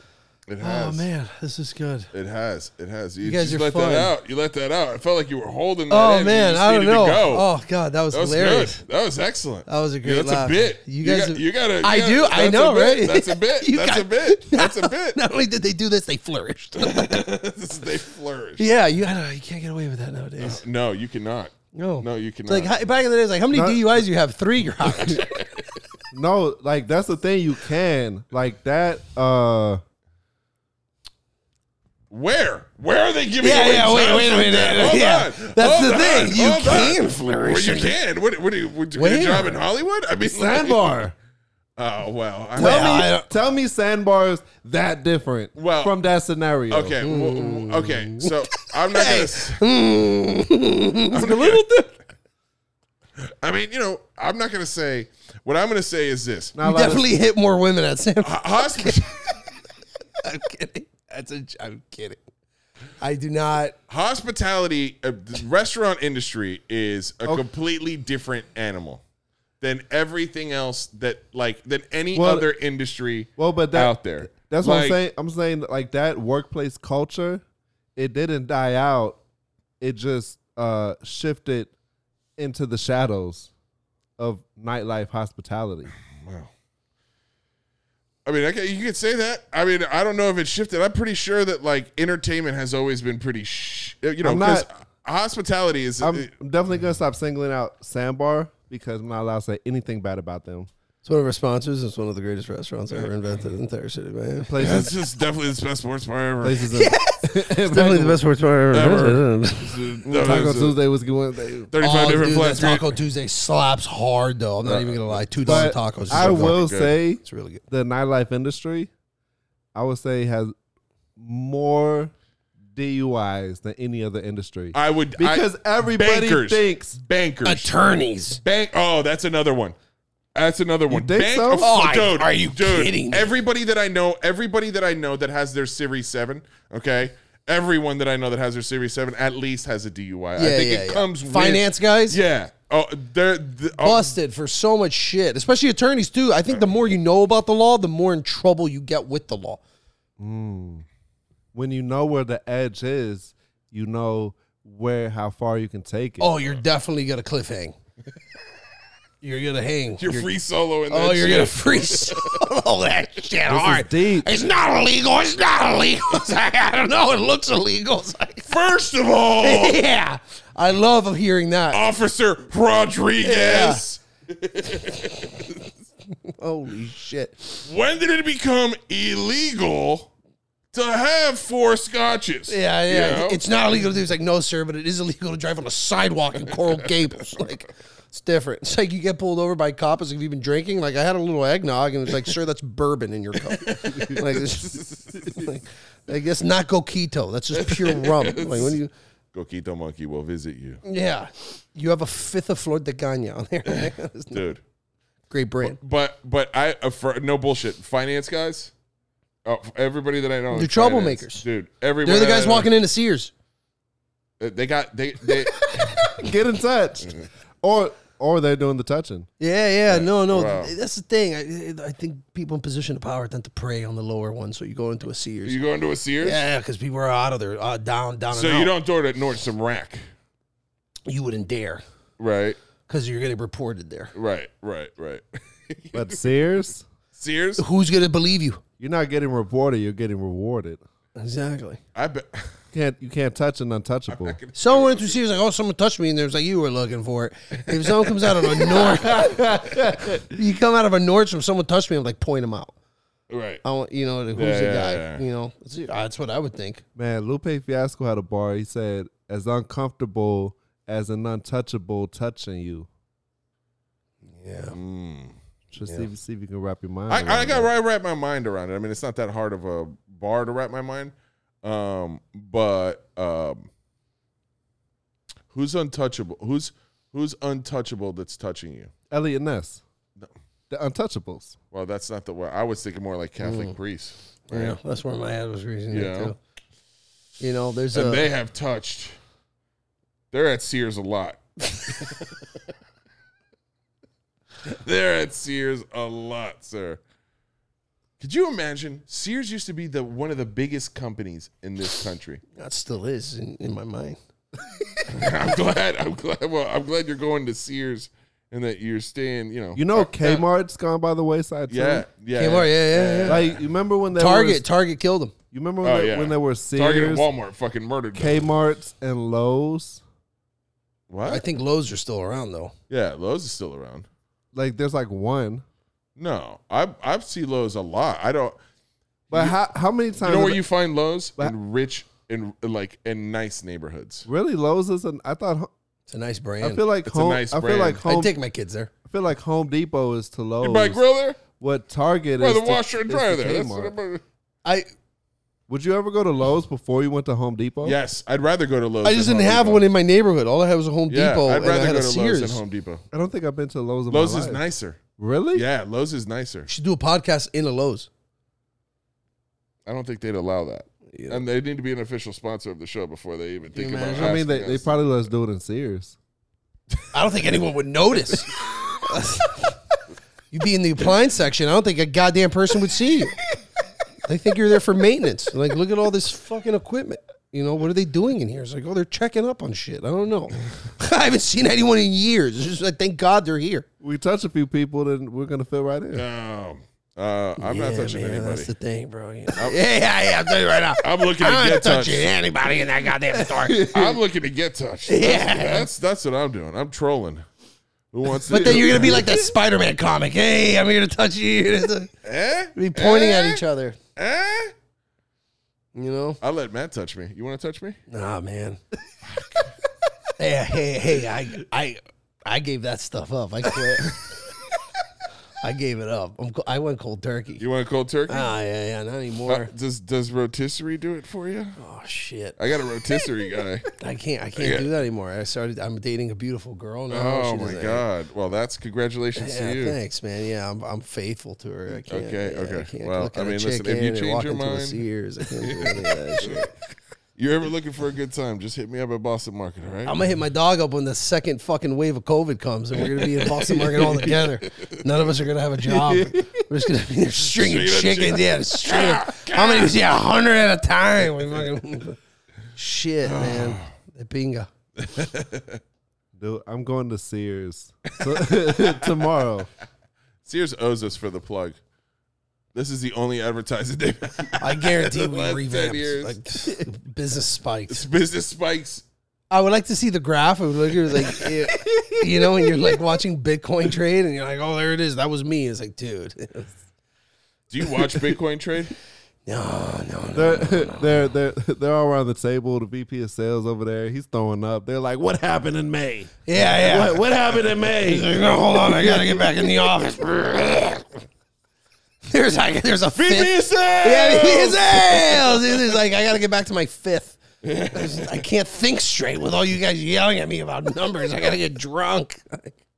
F: It has.
E: man, this is good.
F: It has. It has. You,
E: guys
F: just
E: are
F: let
E: fun.
F: that out. You let that out. It felt like you were holding that in.
E: Oh
F: You
E: man,
F: just
E: I don't
F: needed to
E: know.
F: go.
E: Oh god, that was,
F: That was
E: hilarious.
F: good. That was excellent.
E: That was a
F: Yeah,
E: great
F: that's
E: laugh.
F: a bit.
E: You
F: You,
E: guys
F: got,
E: have-
F: you got to.
E: I do, I know, right?
F: That's a bit.
E: You
F: That's a
E: got-
F: bit. That's a bit.
E: Not only did they do this, they flourished.
F: they flourish.
E: yeah, you gotta, you can't get away with that nowadays.
F: No, you cannot.
E: No,
F: No, you cannot.
E: It's like hi- back in the days, like how many
C: Not-
E: DUIs you have? Three, you're out.
C: No, like that's the thing. You can like that. Uh,
F: Where? Where are they giving?
E: Yeah,
F: away
E: yeah, wait,
F: jobs
E: wait a
F: like
E: minute.
F: that? Hold
E: Yeah.
F: on.
E: That's
F: Hold
E: the thing.
F: on.
E: You
F: Hold
E: can
F: on.
E: flourish
F: Well,
E: in
F: you can. What, what do you? Would you
E: Where?
F: get a job in Hollywood? I mean,
C: sandbar.
F: Like, oh well. I
C: Tell
E: Well, I
C: me,
E: don't-
C: tell me, sandbars that different
F: Well,
C: from that scenario.
F: Okay. well, well, okay. So I'm not gonna. s- I'm not gonna- I mean, you know, I'm not gonna say. What I'm gonna say is this:
C: Not a
E: you
C: lot of-
E: definitely hit more women at San.
F: Ho- hospital
E: I'm kidding. That's a. j- I'm kidding. I do not.
F: hospitality, uh, the restaurant industry is a completely different animal than everything else that like than any
C: Well-
F: other industry
C: well, but that,
F: out there.
C: That's what I'm
F: Like,
C: saying. I'm saying like that workplace culture, it didn't die out. It just uh shifted into the shadows of nightlife hospitality.
F: I mean, I ca- you could say that. I mean, I don't know if it shifted. I'm pretty sure that like entertainment has always been pretty, sh- you know,
C: I'm
F: because
C: not-
F: hospitality is.
C: I'm, I'm definitely gonna stop singling out Sandbar because I'm not allowed to say anything bad about them.
E: It's one of our sponsors. It's one of the greatest restaurants ever invented in the entire city, man.
C: Places,
F: That's just definitely the best sports bar ever.
C: places. In,
E: Definitely the best restaurant
F: Ever.
E: ever.
C: Taco Tuesday was good.
F: Thirty-five
E: Oh,
F: different
E: dude, that
F: flags.
E: Taco Tuesday slaps hard though. I'm not even gonna lie. Two dollar
C: But
E: tacos. is
C: I
E: so good.
C: will
F: good.
C: say
E: It's really good.
C: the nightlife industry, I would say has more DUIs than any other industry.
F: I would I-
C: because everybody
F: bankers.
C: thinks
F: bankers
E: Attorneys.
F: bank. Oh, that's another one. That's another one.
C: think
F: bank,
C: so?
F: of-
E: Oh, I-
F: dude,
E: are you
F: dude,
E: kidding me?
F: Everybody that I know, everybody that I know that has their Series Seven, okay. Everyone that I know that has their Series Seven at least has a DUI. I
E: Yeah,
F: think
E: yeah,
F: it
E: yeah.
F: comes with-
E: Finance guys?
F: Yeah. Oh, they're the, oh,
E: Busted for so much shit, especially attorneys too. I think the more you know about the law, the more in trouble you get with the law.
C: when you know where the edge is, you know where how far you can take it.
E: Oh, you're definitely gonna cliffhang. You're gonna hang.
F: you're free solo in that.
E: oh, you're
F: shit.
E: gonna freeze all that shit hard.
C: deep.
E: It's not illegal. It's not illegal. It's like, I don't know. It looks illegal. It's like,
F: First of all,
E: yeah, Oh, I love hearing that.
F: Officer Rodriguez.
E: Holy shit.
F: When did it become illegal to have four scotches?
E: Yeah,
F: You
E: yeah.
F: know?
E: It's not illegal to do. It's like, no, sir, but it is illegal to drive on a sidewalk in Coral Gables. Like, it's different. It's like you get pulled over by cops. It's Like, have you been drinking? Like, I had a little eggnog, and it's like, sir, that's bourbon in your cup. like, it's, like, I guess not coquito. That's just pure rum. Like, when you,
F: Coquito Monkey will visit you,
E: yeah, you have a fifth of Flor de Gaña on there.
F: dude.
E: Great brand.
F: But but I uh, for, no bullshit. Finance guys, uh, everybody that I know,
E: They're
F: in finance,
E: troublemakers.
F: dude. Everybody,
E: They're the guys walking into Sears.
F: in. They got they they.
C: Get in touch, or or they're doing the touching.
E: Yeah, yeah, no, no.
F: wow.
E: That's the thing. I, I think people in position of power tend to prey on the lower one, so you go into a Sears.
F: you go into a Sears,
E: Yeah, because people are out of their uh, down, down.
F: so
E: and
F: you don't
E: out.
F: door to Nordstrom Rack,
E: you wouldn't dare
F: right?
E: because you're getting reported there.
F: Right, right, right.
C: But Sears,
F: Sears,
E: Who's gonna believe you?
C: you're not getting rewarded. You're getting rewarded.
E: Exactly.
F: I bet.
C: Can't you can't touch an untouchable.
E: Someone went to see was like, oh, someone touched me, and there was like, you were looking for it. If someone comes out of a north, you come out of a Nordstrom, someone touched me, I'm like, point them out.
F: Right.
E: I want, you know, who's
F: Yeah,
E: the
F: yeah,
E: guy?
F: yeah.
E: You know, It's- uh, that's what I would think.
C: Man, Lupe Fiasco had a bar. He said, "As uncomfortable as an untouchable touching you."
E: Yeah,
C: Mm. Just see, if, see if you can wrap your mind. around
F: I, I got
C: that.
F: to wrap my mind around it. I mean, it's not that hard of a bar to wrap my mind. Um, but um, who's untouchable? Who's who's untouchable that's touching you?
C: Elliot Ness, the Untouchables.
F: Well, that's not the way. I was thinking more like Catholic Greece.
E: Yeah,
F: right?
E: that's where my head was reasoning
F: Yeah.
E: too.
J: You know, there's
E: Uh,
F: And
J: a
F: they have touched. They're at Sears a lot. They're at Sears a lot, sir. Could you imagine? Sears used to be the one of the biggest companies in this country.
E: That still is in, in my mind.
F: I'm glad. I'm glad. Well, I'm glad you're going to Sears and that you're staying. You know.
C: You know,
F: uh,
C: Kmart's gone by the wayside. Too.
F: Yeah. Yeah.
E: Kmart, yeah, yeah, yeah.
C: Like you remember when there
E: Target,
C: was-
E: Target killed him.
C: you remember when,
F: Oh,
C: there,
F: yeah.
C: when there were
F: Target and
C: Sears,
F: Walmart fucking murdered. them.
C: Kmart's, and Lowe's?
F: what?
E: I think Lowe's are still around though.
F: yeah, Lowe's is still around.
C: Like there's like one.
F: No, I I see Lowe's a lot. I don't.
C: But how how many
F: You
C: times?
F: know where
C: have-
F: you find Lowe's
C: But-
F: in rich and like in nice neighborhoods.
C: really Lowe's is an? I thought Ho-
E: It's a nice brand.
C: I feel like
F: It's a
C: home.
F: nice
C: I feel like
F: brand.
C: home.
E: I take my kids there.
C: I feel like Home Depot is to Lowe's.
F: You buy grill there,
C: What Target
F: buy
C: is
F: the
C: to-
F: washer
C: is
F: and
C: to
F: dryer there. That's what
C: Kmart.
F: I'm-
E: I
C: Would you ever go to Lowe's before you went to Home Depot?
F: yes, I'd rather go to Lowe's.
E: I just
F: than
E: didn't
F: Home
E: have
F: Depot.
E: one in my neighborhood. All I had was a Home
F: Yeah,
E: Depot
F: I'd
E: and I
F: rather
E: had
F: go
E: a
F: to
E: Sears.
F: Lowe's than Home Depot.
C: I don't think I've been to Lowe's. In
F: Lowe's
C: my
F: is
C: life.
F: nicer.
C: Really?
F: Yeah, Lowe's is nicer.
E: Should do a podcast in a Lowe's.
F: I don't think they'd allow that.
E: Yeah.
F: And they need to be an official sponsor of the show before they even think about.
C: I mean, they,
F: asking
C: they
F: us.
C: probably let us do it in Sears.
E: I don't think anyone would notice. You'd be in the appliance section. I don't think a goddamn person would see you. They think you're there for maintenance. Like, look at all this fucking equipment. You know, what are they doing in here? It's like, oh, they're checking up on shit. I don't know. I haven't seen anyone in years. It's just like, thank God they're here.
C: We touch a few people, then we're gonna fit right in.
F: No, uh, I'm not
E: Yeah,
F: touching
E: man,
F: anybody.
E: That's the thing, bro. Yeah, yeah, yeah, yeah, I'm telling you right now.
F: I'm looking to
E: I'm
F: get
E: not touching
F: touched.
E: anybody in that goddamn store.
F: I'm looking to get touched. That's,
E: Yeah.
F: that's that's what I'm doing. I'm trolling. Who wants?
E: But
F: to-
E: then you're gonna be like that Spider-Man comic. Hey, I'm here to touch you.
F: eh?
E: be pointing at
F: Eh?
E: each other.
F: Eh?
E: You know?
F: I let Matt touch me. You want to touch me?
E: Nah, man. hey, hey, hey! I, I, I gave that stuff up. I quit. I gave it up. I'm, co- I went cold turkey.
F: You want a cold turkey?
E: ah, yeah, yeah, not anymore.
F: Uh, does does rotisserie do it for you?
E: oh shit!
F: I got a rotisserie guy.
E: I can't. I can't
F: Yeah.
E: do that anymore. I started. I'm dating a beautiful girl now.
F: Oh
E: She
F: my
E: doesn't-
F: god! Well, that's congratulations
E: Yeah,
F: to you.
E: thanks, man. Yeah, I'm, I'm faithful to her. I can't,
F: Okay,
E: yeah,
F: okay.
E: I can't
F: Well,
E: look
F: I
E: at a
F: mean, listen, if
E: chicken
F: you
E: and
F: change
E: walk
F: your
E: into
F: mind-
E: its ears, I can't do any of that shit.
F: You're ever looking for a good time? Just hit me up at Boston Market. All right.
E: I'm gonna hit my dog up when the second fucking wave of COVID comes, and we're gonna be in Boston Market all together. None of us are gonna have a job. We're just gonna be there stringing
F: Stringing
E: chickens. Yeah, stringing. How many? Yeah, a hundred at a time. We fucking- Shit, man. The bingo.
C: Dude, I'm going to Sears so- tomorrow.
F: Sears owes us for the plug. This is the only advertising they've had.
E: I guarantee
F: The
E: we
F: last 10
E: revamped.
F: years.
E: Like business spikes.
F: Business spikes.
E: I would like to see the graph. It would look it was like, it- you know, when you're like watching Bitcoin trade, and you're like, oh, there it is. That was me. It's like, dude.
F: Do you watch Bitcoin trade?
E: No, no, no.
C: They're they're they're they're all around the table. The VP of sales over there, he's throwing up. They're like, "What happened in May?
E: Yeah, yeah.
C: What, what happened in May?"
E: He's like, no, hold on, I gotta get back in the office. there's like, there's a fifth. Yeah, VP sales. Dude, There's like, I gotta get back to my fifth. There's- I can't think straight with all you guys yelling at me about numbers. I gotta get drunk.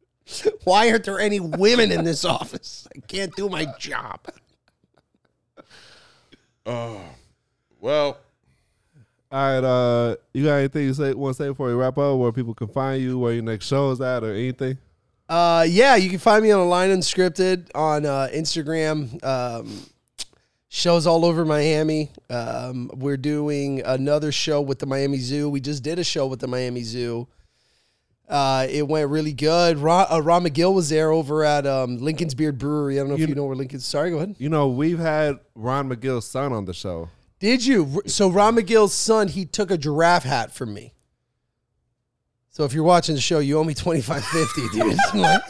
E: Why aren't there any women in this office? I can't do my job.
F: Well,
C: All right, uh, you got anything you say want to say before we wrap up? Where people can find you, where your next show is at, or anything?
E: Uh, yeah, you can find me on Line Unscripted on uh, Instagram. Um, shows all over Miami. Um, we're doing another show with the Miami Zoo. We just did a show with the Miami Zoo. Uh, it went really good. Ra uh, Ron McGill was there over at um, Lincoln's Beard Brewery. I don't know if you know where Lincoln's. Sorry, go ahead.
C: You know, we've had Ron McGill's son on the show.
E: Did you? So Ron McGill's son, he took a giraffe hat from me. So if you're watching the show, you owe me twenty five fifty, dude. I'm like-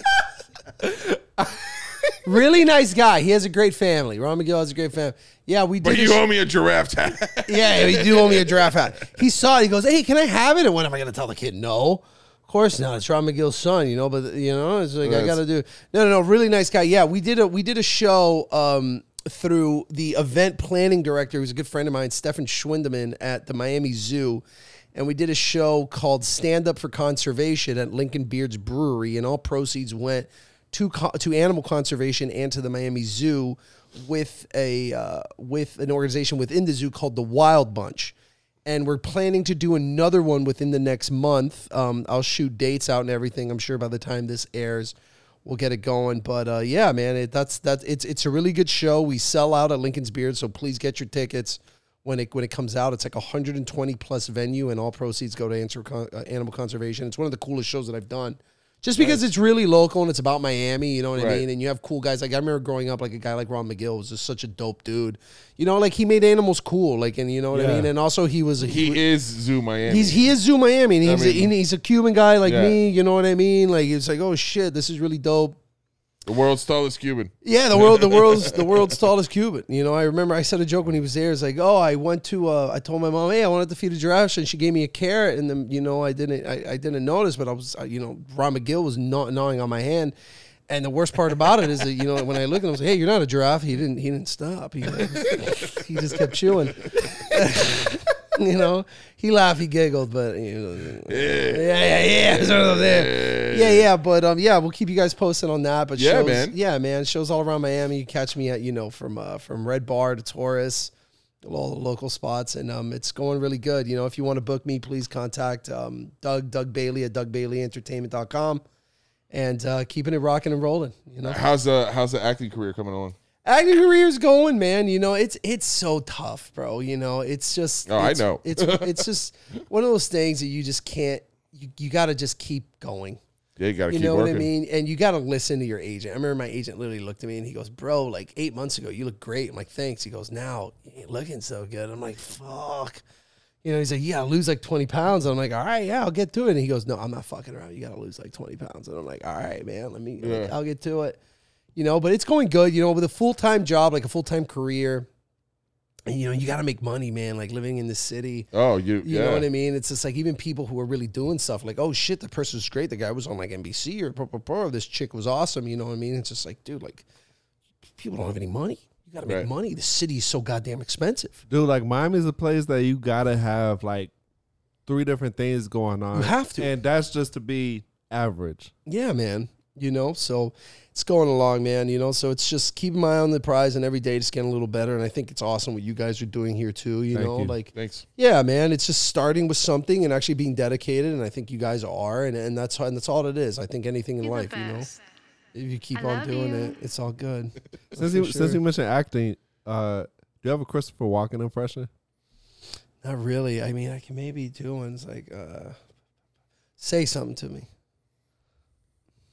E: really nice guy. He has a great family. Ron McGill has a great family. Yeah, we did.
F: but
E: a
F: you
E: sh-
F: owe me a giraffe hat.
E: yeah, you do owe me a giraffe hat. He saw it. He goes, "Hey, can I have it?" And when am I going to tell the kid no?
J: Of course not. It's Rob McGill's son, you know. But you know, it's like I
F: That's-
J: gotta do. No, no, no. Really nice guy. Yeah, we did a we did a show um, through the event planning director, who's a good friend of mine, Stefan Schwindeman at the Miami Zoo, and we did a show called "Stand Up for Conservation" at Lincoln Beard's Brewery, and all proceeds went to co- to animal conservation and to the Miami Zoo with a uh, with an organization within the zoo called the Wild Bunch and we're planning to do another one within the next month. Um, I'll shoot dates out and everything. I'm sure by the time this airs, we'll get it going. But uh, yeah, man, it, that's that's it's it's a really good show. We sell out at Lincoln's Beard, so please get your tickets when it when it comes out. It's like 120 plus venue, and all proceeds go to answer con- uh, animal conservation. It's one of the coolest shows that I've done. Just because it's really local and it's about Miami, you know what I
F: Right.
J: mean? And you have cool guys. Like I remember growing up, like a guy like Ron McGill was just such a dope dude. You know, like he made animals cool. Like and you know what I
C: Yeah.
J: mean? And also he was
F: He is Zoo Miami.
J: He's he is Zoo Miami, and he's,
F: mean-
J: and he's a Cuban guy like
F: Yeah.
J: me. You know what I mean? Like it's like, oh shit, this is really dope.
F: the world's tallest Cuban.
J: Yeah, the world, the world's the world's tallest Cuban. You know, I remember I said a joke when he was there. It's like, oh, I went to, uh, I told my mom, hey, I wanted to feed a giraffe, and she gave me a carrot, and then you know, I didn't, I, I didn't notice, but I was, uh, you know, Ron McGill was gnaw- gnawing on my hand. And the worst part about it is that you know when I look at him, I was like, "Hey, you're not a giraffe." He didn't. He didn't stop. He, he just kept chewing. you know, he laughed, he giggled, but you know, yeah, yeah, yeah, it's one of those there. yeah, yeah. But um, yeah, we'll keep you guys posted on that. But
F: Yeah,
J: shows,
F: man.
J: yeah, man, shows all around Miami. You catch me at you know from uh, from Red Bar to Taurus, all the local spots, and um, it's going really good. You know, if you want to book me, please contact um Doug Doug Bailey at DougBaileyEntertainment.com. And uh, keeping it rocking and rolling, you know.
F: How's the how's the acting career coming along?
J: Acting career's going, man. You know, it's it's so tough, bro. You know, it's just.
F: Oh, I
J: it's-
F: know.
J: it's it's just one of those things that you just can't. You, you got to just keep going.
F: Yeah, you gotta
J: You
F: keep
J: know
F: working.
J: what I mean? And you got to listen to your agent. I remember my agent literally looked at me and he goes, "Bro, like eight months ago, you look great." I'm like, "Thanks." He goes, "Now you ain't looking so good." I'm like, "Fuck." You know, he's like, "Yeah, I lose like 20 pounds." I'm like, "All right, yeah, I'll get to it." And he goes, "No, I'm not fucking around. You got to lose like 20 pounds." And I'm like, "All right, man, let me. like, I'll get to it." You know, but it's going good. You know, with a full time job, like a full time career, and you know, you got to make money, man. Like living in the city.
F: Oh, you
J: You
F: yeah.
J: know what I mean? It's just like even people who are really doing stuff like, oh shit, the person's great. The guy was on like NBC or blah, blah, blah. This chick was awesome. You know what I mean? It's just like, dude, like people don't have any money. You got to make
F: Right.
J: money. The city is so goddamn expensive.
C: Dude, like Miami's a place that you gotta have like three different things going on.
J: You have to.
C: And that's just to be average.
J: Yeah, man. You know, so it's going along, man. You know, so it's just keeping my eye on the prize and every day just getting a little better. And I think it's awesome what you guys are doing here too. You
C: Thank
J: know,
C: you.
J: like
F: Thanks.
J: Yeah, man. It's just starting with something and actually being dedicated, and I think you guys are, and, and that's and that's all it is. I think anything in life, you know, if you keep on doing it, it's all good.
C: Since you since you mentioned acting, uh, do you have a Christopher Walken impression?
J: Not really. I mean, I can maybe do ones like, uh, say something to me.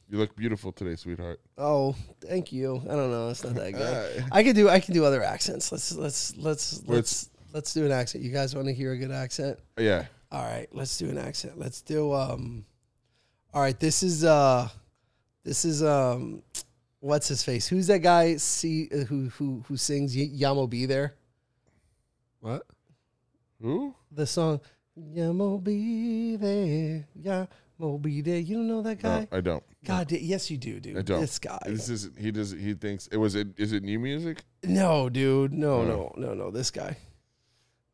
F: You look beautiful today, sweetheart.
J: Oh, thank you. I don't know. It's not that good. I can do. I can do other accents. Let's let's let's let's let's do an accent. You guys want to hear a good accent?
F: Uh, Yeah.
J: All right, let's do an accent. Let's do um All right, this is uh this is um what's his face? Who's that guy see uh, who who who sings Y- Yamo be there?
C: What?
F: Who?
J: The song Yamo be there. Yamo be there. You don't know that guy?
F: No, I don't.
J: God, da- yes you do, dude.
F: I don't.
J: This guy.
F: This isn't. He doesn't. He thinks it was. It is it new music?
J: no, dude. No, no, no, no. This guy.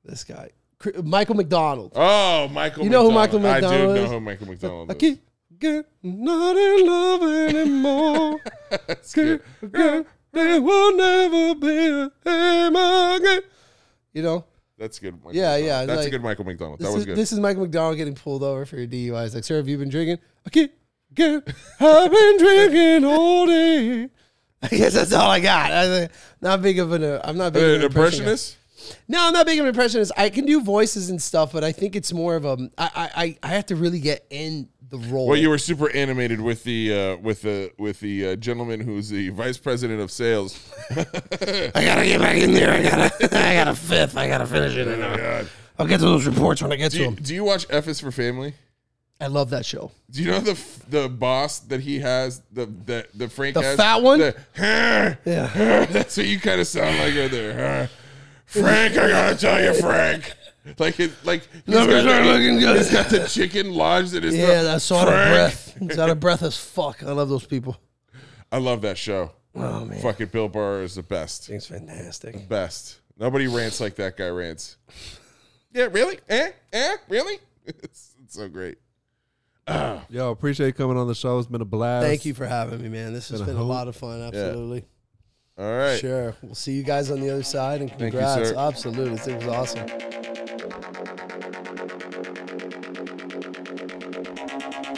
J: This guy. Cr- Michael McDonald.
F: Oh, Michael.
J: You know who
F: McDonald.
J: Michael McDonald
F: I do
J: is?
F: know who Michael McDonald
J: I
F: is.
J: can't get not in love anymore.
F: That's good.
J: Girl, there will never be a time again. You know,
F: That's good. Michael
J: Yeah,
F: McDonald.
J: yeah,
F: That's a
J: like-
F: good Michael McDonald.
J: this
F: That was
J: is
F: good.
J: this is Michael McDonald getting pulled over for your DUIs. Like, sir, have you been drinking? Okay, good. I've been drinking all day. I guess that's all I got. I'm not big of an. Uh, I'm not big of
F: Uh,
J: an impression guy.
F: impressionist.
J: No, I'm not big of an impressionist. I can do voices and stuff, but I think it's more of a. I I I- I have to really get in the role.
F: Well, you were super animated with the uh, with the with the uh, gentleman who's the vice president of sales.
J: I gotta get back in there. I gotta. I got a fifth. I gotta finish it. And I'll,
F: Oh God.
J: I'll get to those reports when I get
F: Do
J: to
F: you,
J: them.
F: do you watch F is for Family?
J: I love that show.
F: Do you know the f- the boss that he has the the the Frank
J: The
F: has?
J: fat one?
F: The,
J: Yeah.
F: That's what you kind of sound like right there. Frank, I gotta tell you, Frank. Like it, like he's
E: Numbers
F: got
E: are
F: the-
E: looking good.
F: He's got the chicken lodged in his
E: Yeah,
F: throat.
E: that's out of
F: Frank.
E: breath. It's out of breath as fuck. I love those people.
F: I love that show.
E: Oh man,
F: Fucking Bill Burr is the best.
E: it's fantastic.
F: Best. Nobody rants like that guy rants. Yeah, really? Eh? Eh? Really? It's, it's so great.
C: Yo, appreciate you coming on the show. It's been a blast.
J: Thank you for having me, man. This has
C: Been a
J: been a
C: hoot.
J: lot of fun. Absolutely.
F: All right.
J: Sure. We'll see you guys on the other side and
F: you,
J: congrats.
F: sir.
J: Absolutely. It was awesome.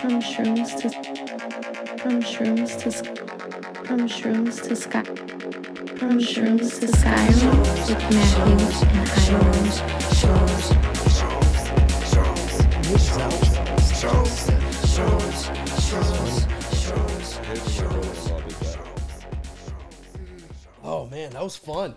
B: From shrooms to from shrooms to from shrooms to sky from shrooms to sky with Matthew and Irons.
E: Oh man, that was fun.